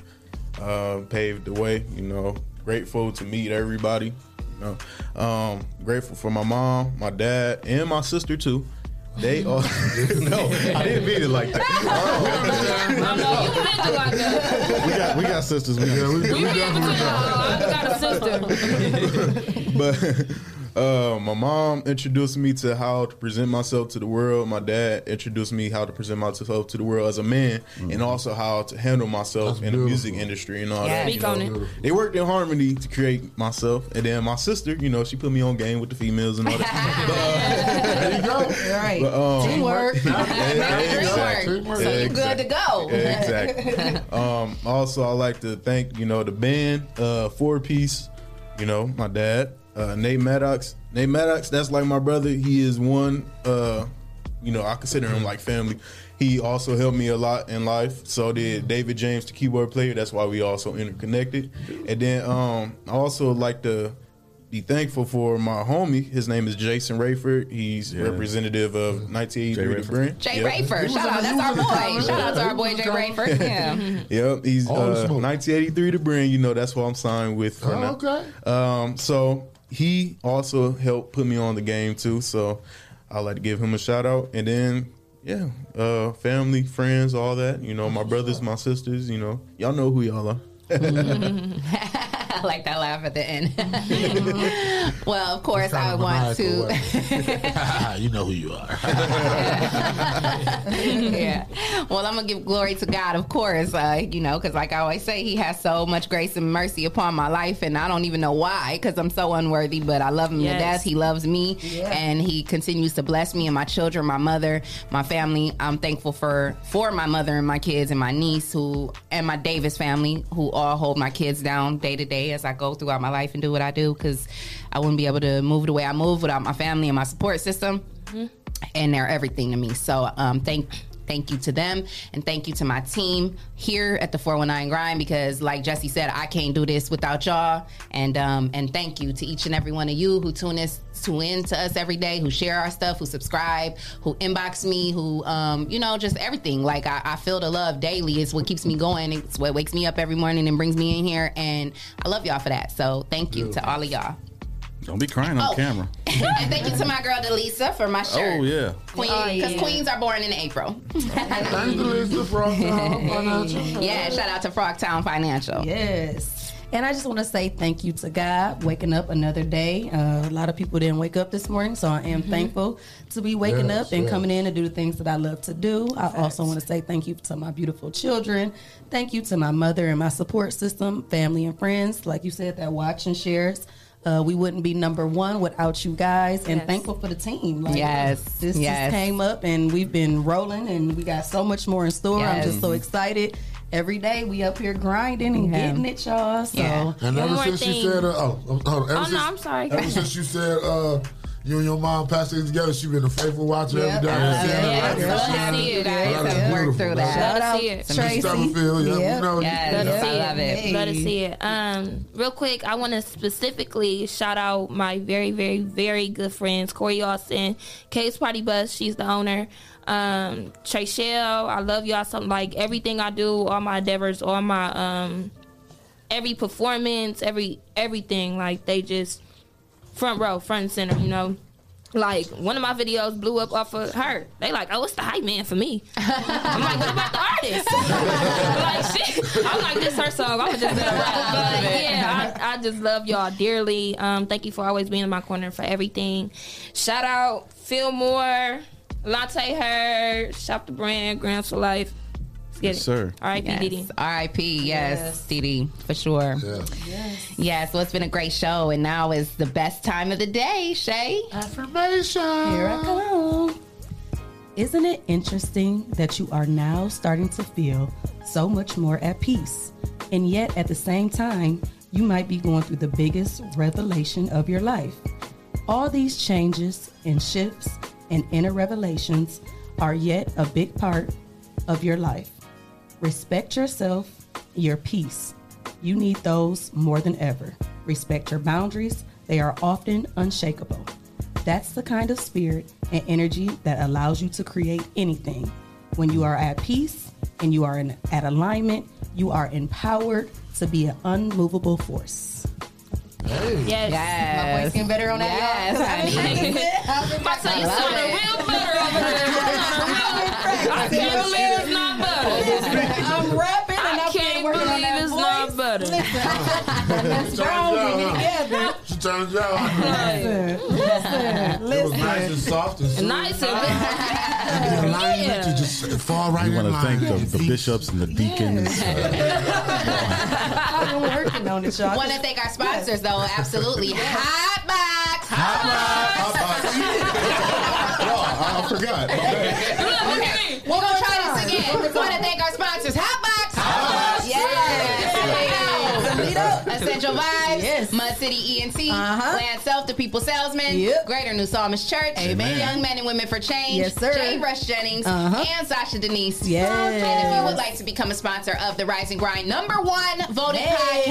uh, paved the way. You know, Grateful to meet everybody. You know, um, grateful for my mom, my dad, and my sister too. They are no, I didn't mean it like that.
No, no, you meant it like that.
we got we got sisters. We, yeah, we,
You meant it. Oh, I got a sister.
but uh, my mom introduced me to how to present myself to the world. My dad introduced me how to present myself to the world as a man, and also how to handle myself in the music industry and all
Yeah.
that. you
Speak
know.
on it.
They worked in harmony to create myself, and then my sister, you know, she put me on game with the females and all that.
there you go. All Oh, right.
But, um,
Teamwork.
Exactly.
Teamwork. So you good to go.
Yeah, exactly. um, also, I like to thank you know the band uh, Four Piece. You know my dad, uh, Nate Maddox. Nate Maddox, that's like my brother. He is one. Uh, you know I consider him like family. He also helped me a lot in life. So did David James, the keyboard player. That's why we also interconnected. And then um, I also like to be thankful for my homie. His name is Jason Rayford. He's representative of 1983 The Brand.
Mm-hmm. Jay
Yep.
Rayford. Shout out. That's our boy. Shout out to our boy Jay Rayford. Yeah.
Yep, he's
All the
uh,
smoke.
1983 to bring. You know, that's what I'm signed with for
Oh,
now.
okay.
Um, so he also helped put me on the game too. So I like to give him a shout out, and then yeah, uh, family, friends, all that. You know, my brothers, my sisters. You know, y'all know who y'all are.
I like that laugh at the end. well, of course, I want to.
you know who you are.
yeah. Well, I'm gonna give glory to God, of course. Uh, you know, because like I always say, He has so much grace and mercy upon my life, and I don't even know why, because I'm so unworthy. But I love Him
Yes.
to death. He loves me,
Yeah.
and He continues to bless me and my children, my mother, my family. I'm thankful for for my mother and my kids and my niece who and my Davis family who all hold my kids down day to day as I go throughout my life and do what I do, because I wouldn't be able to move the way I move without my family and my support system
Mm-hmm.
and they're everything to me. So um, thank thank you to them and thank you to my team here at the 419 grind because like jesse said i can't do this without y'all and um, and thank you to each and every one of you who tune us tune in to us every day who share our stuff who subscribe who inbox me who um, you know just everything like I, I feel the love daily it's what keeps me going it's what wakes me up every morning and brings me in here and i love y'all for that so thank you to all of y'all
Don't be crying on
Oh.
camera.
and thank you to my girl delisa for my shirt
Oh yeah.
Queen,
Oh, yeah.
because queens are born in April.
Oh,
yeah, shout out to Frogtown Financial.
Yes. And I just want to say thank you to God waking up another day. Uh, a lot of people didn't wake up this morning, so I am
Mhm.
thankful to be waking
Yes,
up and
yes.
coming in and do the things that I love to do. I also want to say thank you to my beautiful children. Thank you to my mother and my support system, family and friends. Like you said, that watch and shares. Uh, we wouldn't be number one without you guys, and
Yes.
thankful for the team.
Yes,
this
yes.
just came up, and we've been rolling, and we got so much more in store. I'm
Yes.
just so excited. Every day we up here grinding and
Yeah.
getting it, y'all. So
Yeah.
And ever since you said, uh, oh, oh, hold on. Ever
Oh, no,
since,
I'm sorry.
Ever since you said, uh, you and your mom passed it together, she been a faithful watcher
Yep.
every day.
I love
Seeing
it.
her life
Yeah,
and
love
shining.
to see you guys.
That is
Yeah. Work
beautiful.
through
That's
that.
awesome.
Shout
see it.
Mr. Stubblefield, yeah, we know you.
Yes,
Yes,
let us
I
see
love
it.
it.
Let us see it. Um, real quick, I want to specifically shout out my very, very, very good friends, Corey Austin, Case Party Bus. She's the owner. Um, Trey Shell, I love y'all. Something like everything I do, all my endeavors, all my um, every performance, every everything. Like they just front row, front and center. You know. Like one of my videos blew up off of her. They like, oh, it's the hype man for me. I'm like, what about the artist? like shit. I'm like, this her song. I'm just let her rock. But yeah, I, I just love y'all dearly. Um, thank you for always being in my corner for everything. Shout out Fillmore, Latte Her, Shop the Brand, Grams for Life. Let's get
Yes,
it.
sir.
R.I.P.
Yes.
Diddy.
R.I.P. Yes,
Yes.
CD for sure.
Yeah.
Yes. well, it's been a great show, and now is the best time of the day, Shay.
Affirmation. Here
I come. Isn't it interesting that you are now starting to feel so much more at peace? And yet, at the same time, you might be going through the biggest revelation of your life. All these changes and shifts and inner revelations are yet a big part of your life. Respect yourself, your peace. You need those more than ever. Respect your boundaries, they are often unshakable. That's the kind of spirit and energy that allows you to create anything. When you are at peace and you are in, at alignment, you are empowered to be an unmovable force.
Yes.
My voice getting better on that.
Yes, honey.
I
tell you something
real better over there.
I can't believe it's not butter.
I'm rapping and
I
I'm
can't
working on
believe
that
it's not
voice.
butter.
It's strong and together.
She turns out.
Listen, listen,
It was nice and soft and sweet.
Nice and
The line let you just fall right
we
in
want to
line.
thank the, the bishops and the deacons. uh,
I've been working on it, y'all.
Want to thank our sponsors though? Absolutely. Hot box.
I forgot.
We're gonna try this again. We want to thank our sponsors. Hotbox. Hotbox. Yes. Toledo. Essential Vibes. Yes. Mud City ENT.
Uh-huh.
Land Self, the People Salesman.
Yep.
Greater New Psalmist Church.
Amen.
Young Men and Women for Change.
Yes, sir.
J. Rush Jennings.
Uh-huh.
And Sasha Denise.
Yes.
And if you would like to become a sponsor of the Rise and Grind number one voted
Hey.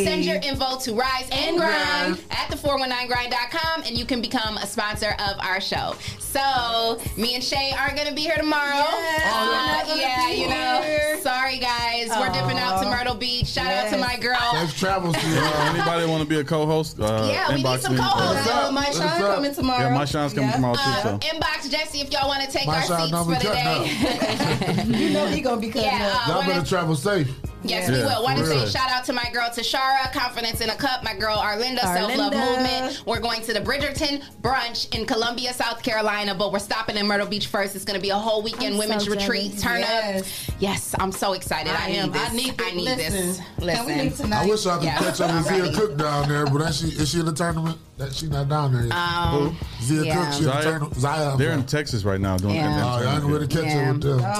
podcast, send your info to Rise and
And
Grind
Grind.
at the419grind.com and you can become a sponsor of our show. So, me and Shay aren't going to be here tomorrow.
Yes,
Uh,
we're not gonna
yeah,
be
you know. Sorry, guys. We're dipping out to
Aw.
Myrtle Beach. Shout out to
Yes.
my girl.
travels.
Uh, Anybody want to be a co-host? Uh,
Yeah, we need
inbox
some
me.
co-hosts. Uh, my What's Sean up? coming tomorrow.
Yeah, my Sean's coming
Yeah.
tomorrow too.
Uh,
So.
inbox Jesse if y'all want to take
My
our
shout
seats
number
for the
cut
day.
you know he gonna be cutting
Yeah,
up.
uh,
Y'all
wanna-
better travel safe.
Yes, we will. Want to say shout out to my girl Tashara, Confidence in a Cup, my girl Arlinda, Self Love
Arlinda.
Movement. We're going to the Bridgerton brunch in Columbia, South Carolina, but we're stopping in Myrtle Beach first. It's going to be a whole weekend
I'm
women's
so
retreat.
jealous.
Turn
Yes.
up. Yes, I'm so excited. I,
I am.
need this.
I need
I
this.
need this.
Listen.
Listen.
Can we leave tonight?
I wish I could
Yeah.
catch up
I'm
with Zia
ready.
Cook down there, but that she is she in the tournament? That she not down there. Yet.
Um,
Who? Zia
yeah.
Cook, she in the tournament. Zia,
They're in Texas right now doing.
Yeah.
Oh, yeah, I ain't really catch up with them.
Um,
Oh, That
next,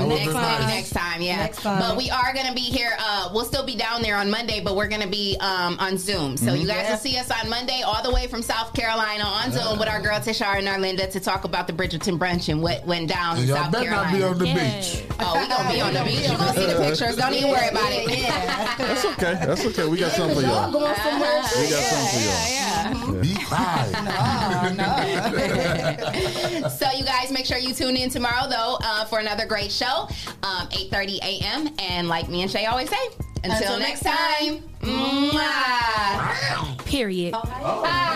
would've been
maybe
nice.
next time, yeah. But we are going to be here. Uh, we'll still be down there on Monday, but we're going to be um, on Zoom. So
Mm-hmm.
Mhm.
you guys
Yeah.
will see us on Monday, all the way from South Carolina, on Zoom with our girl Tishara and Arlinda to talk about the Bridgerton brunch and what went down in
And y'all
South
better not be
Carolina.
on the Yeah. beach.
Oh, we gonna be on the beach. You gonna see the pictures? Don't even worry about it.
That's okay. That's okay. We got something for y'all.
going somewhere.
We got something for y'all.
so you guys make sure you tune in tomorrow though uh, for another great show, um, eight thirty a.m. And like me and Shay always say, until,
Until
next
next
time. Mwah. Period.
Bye.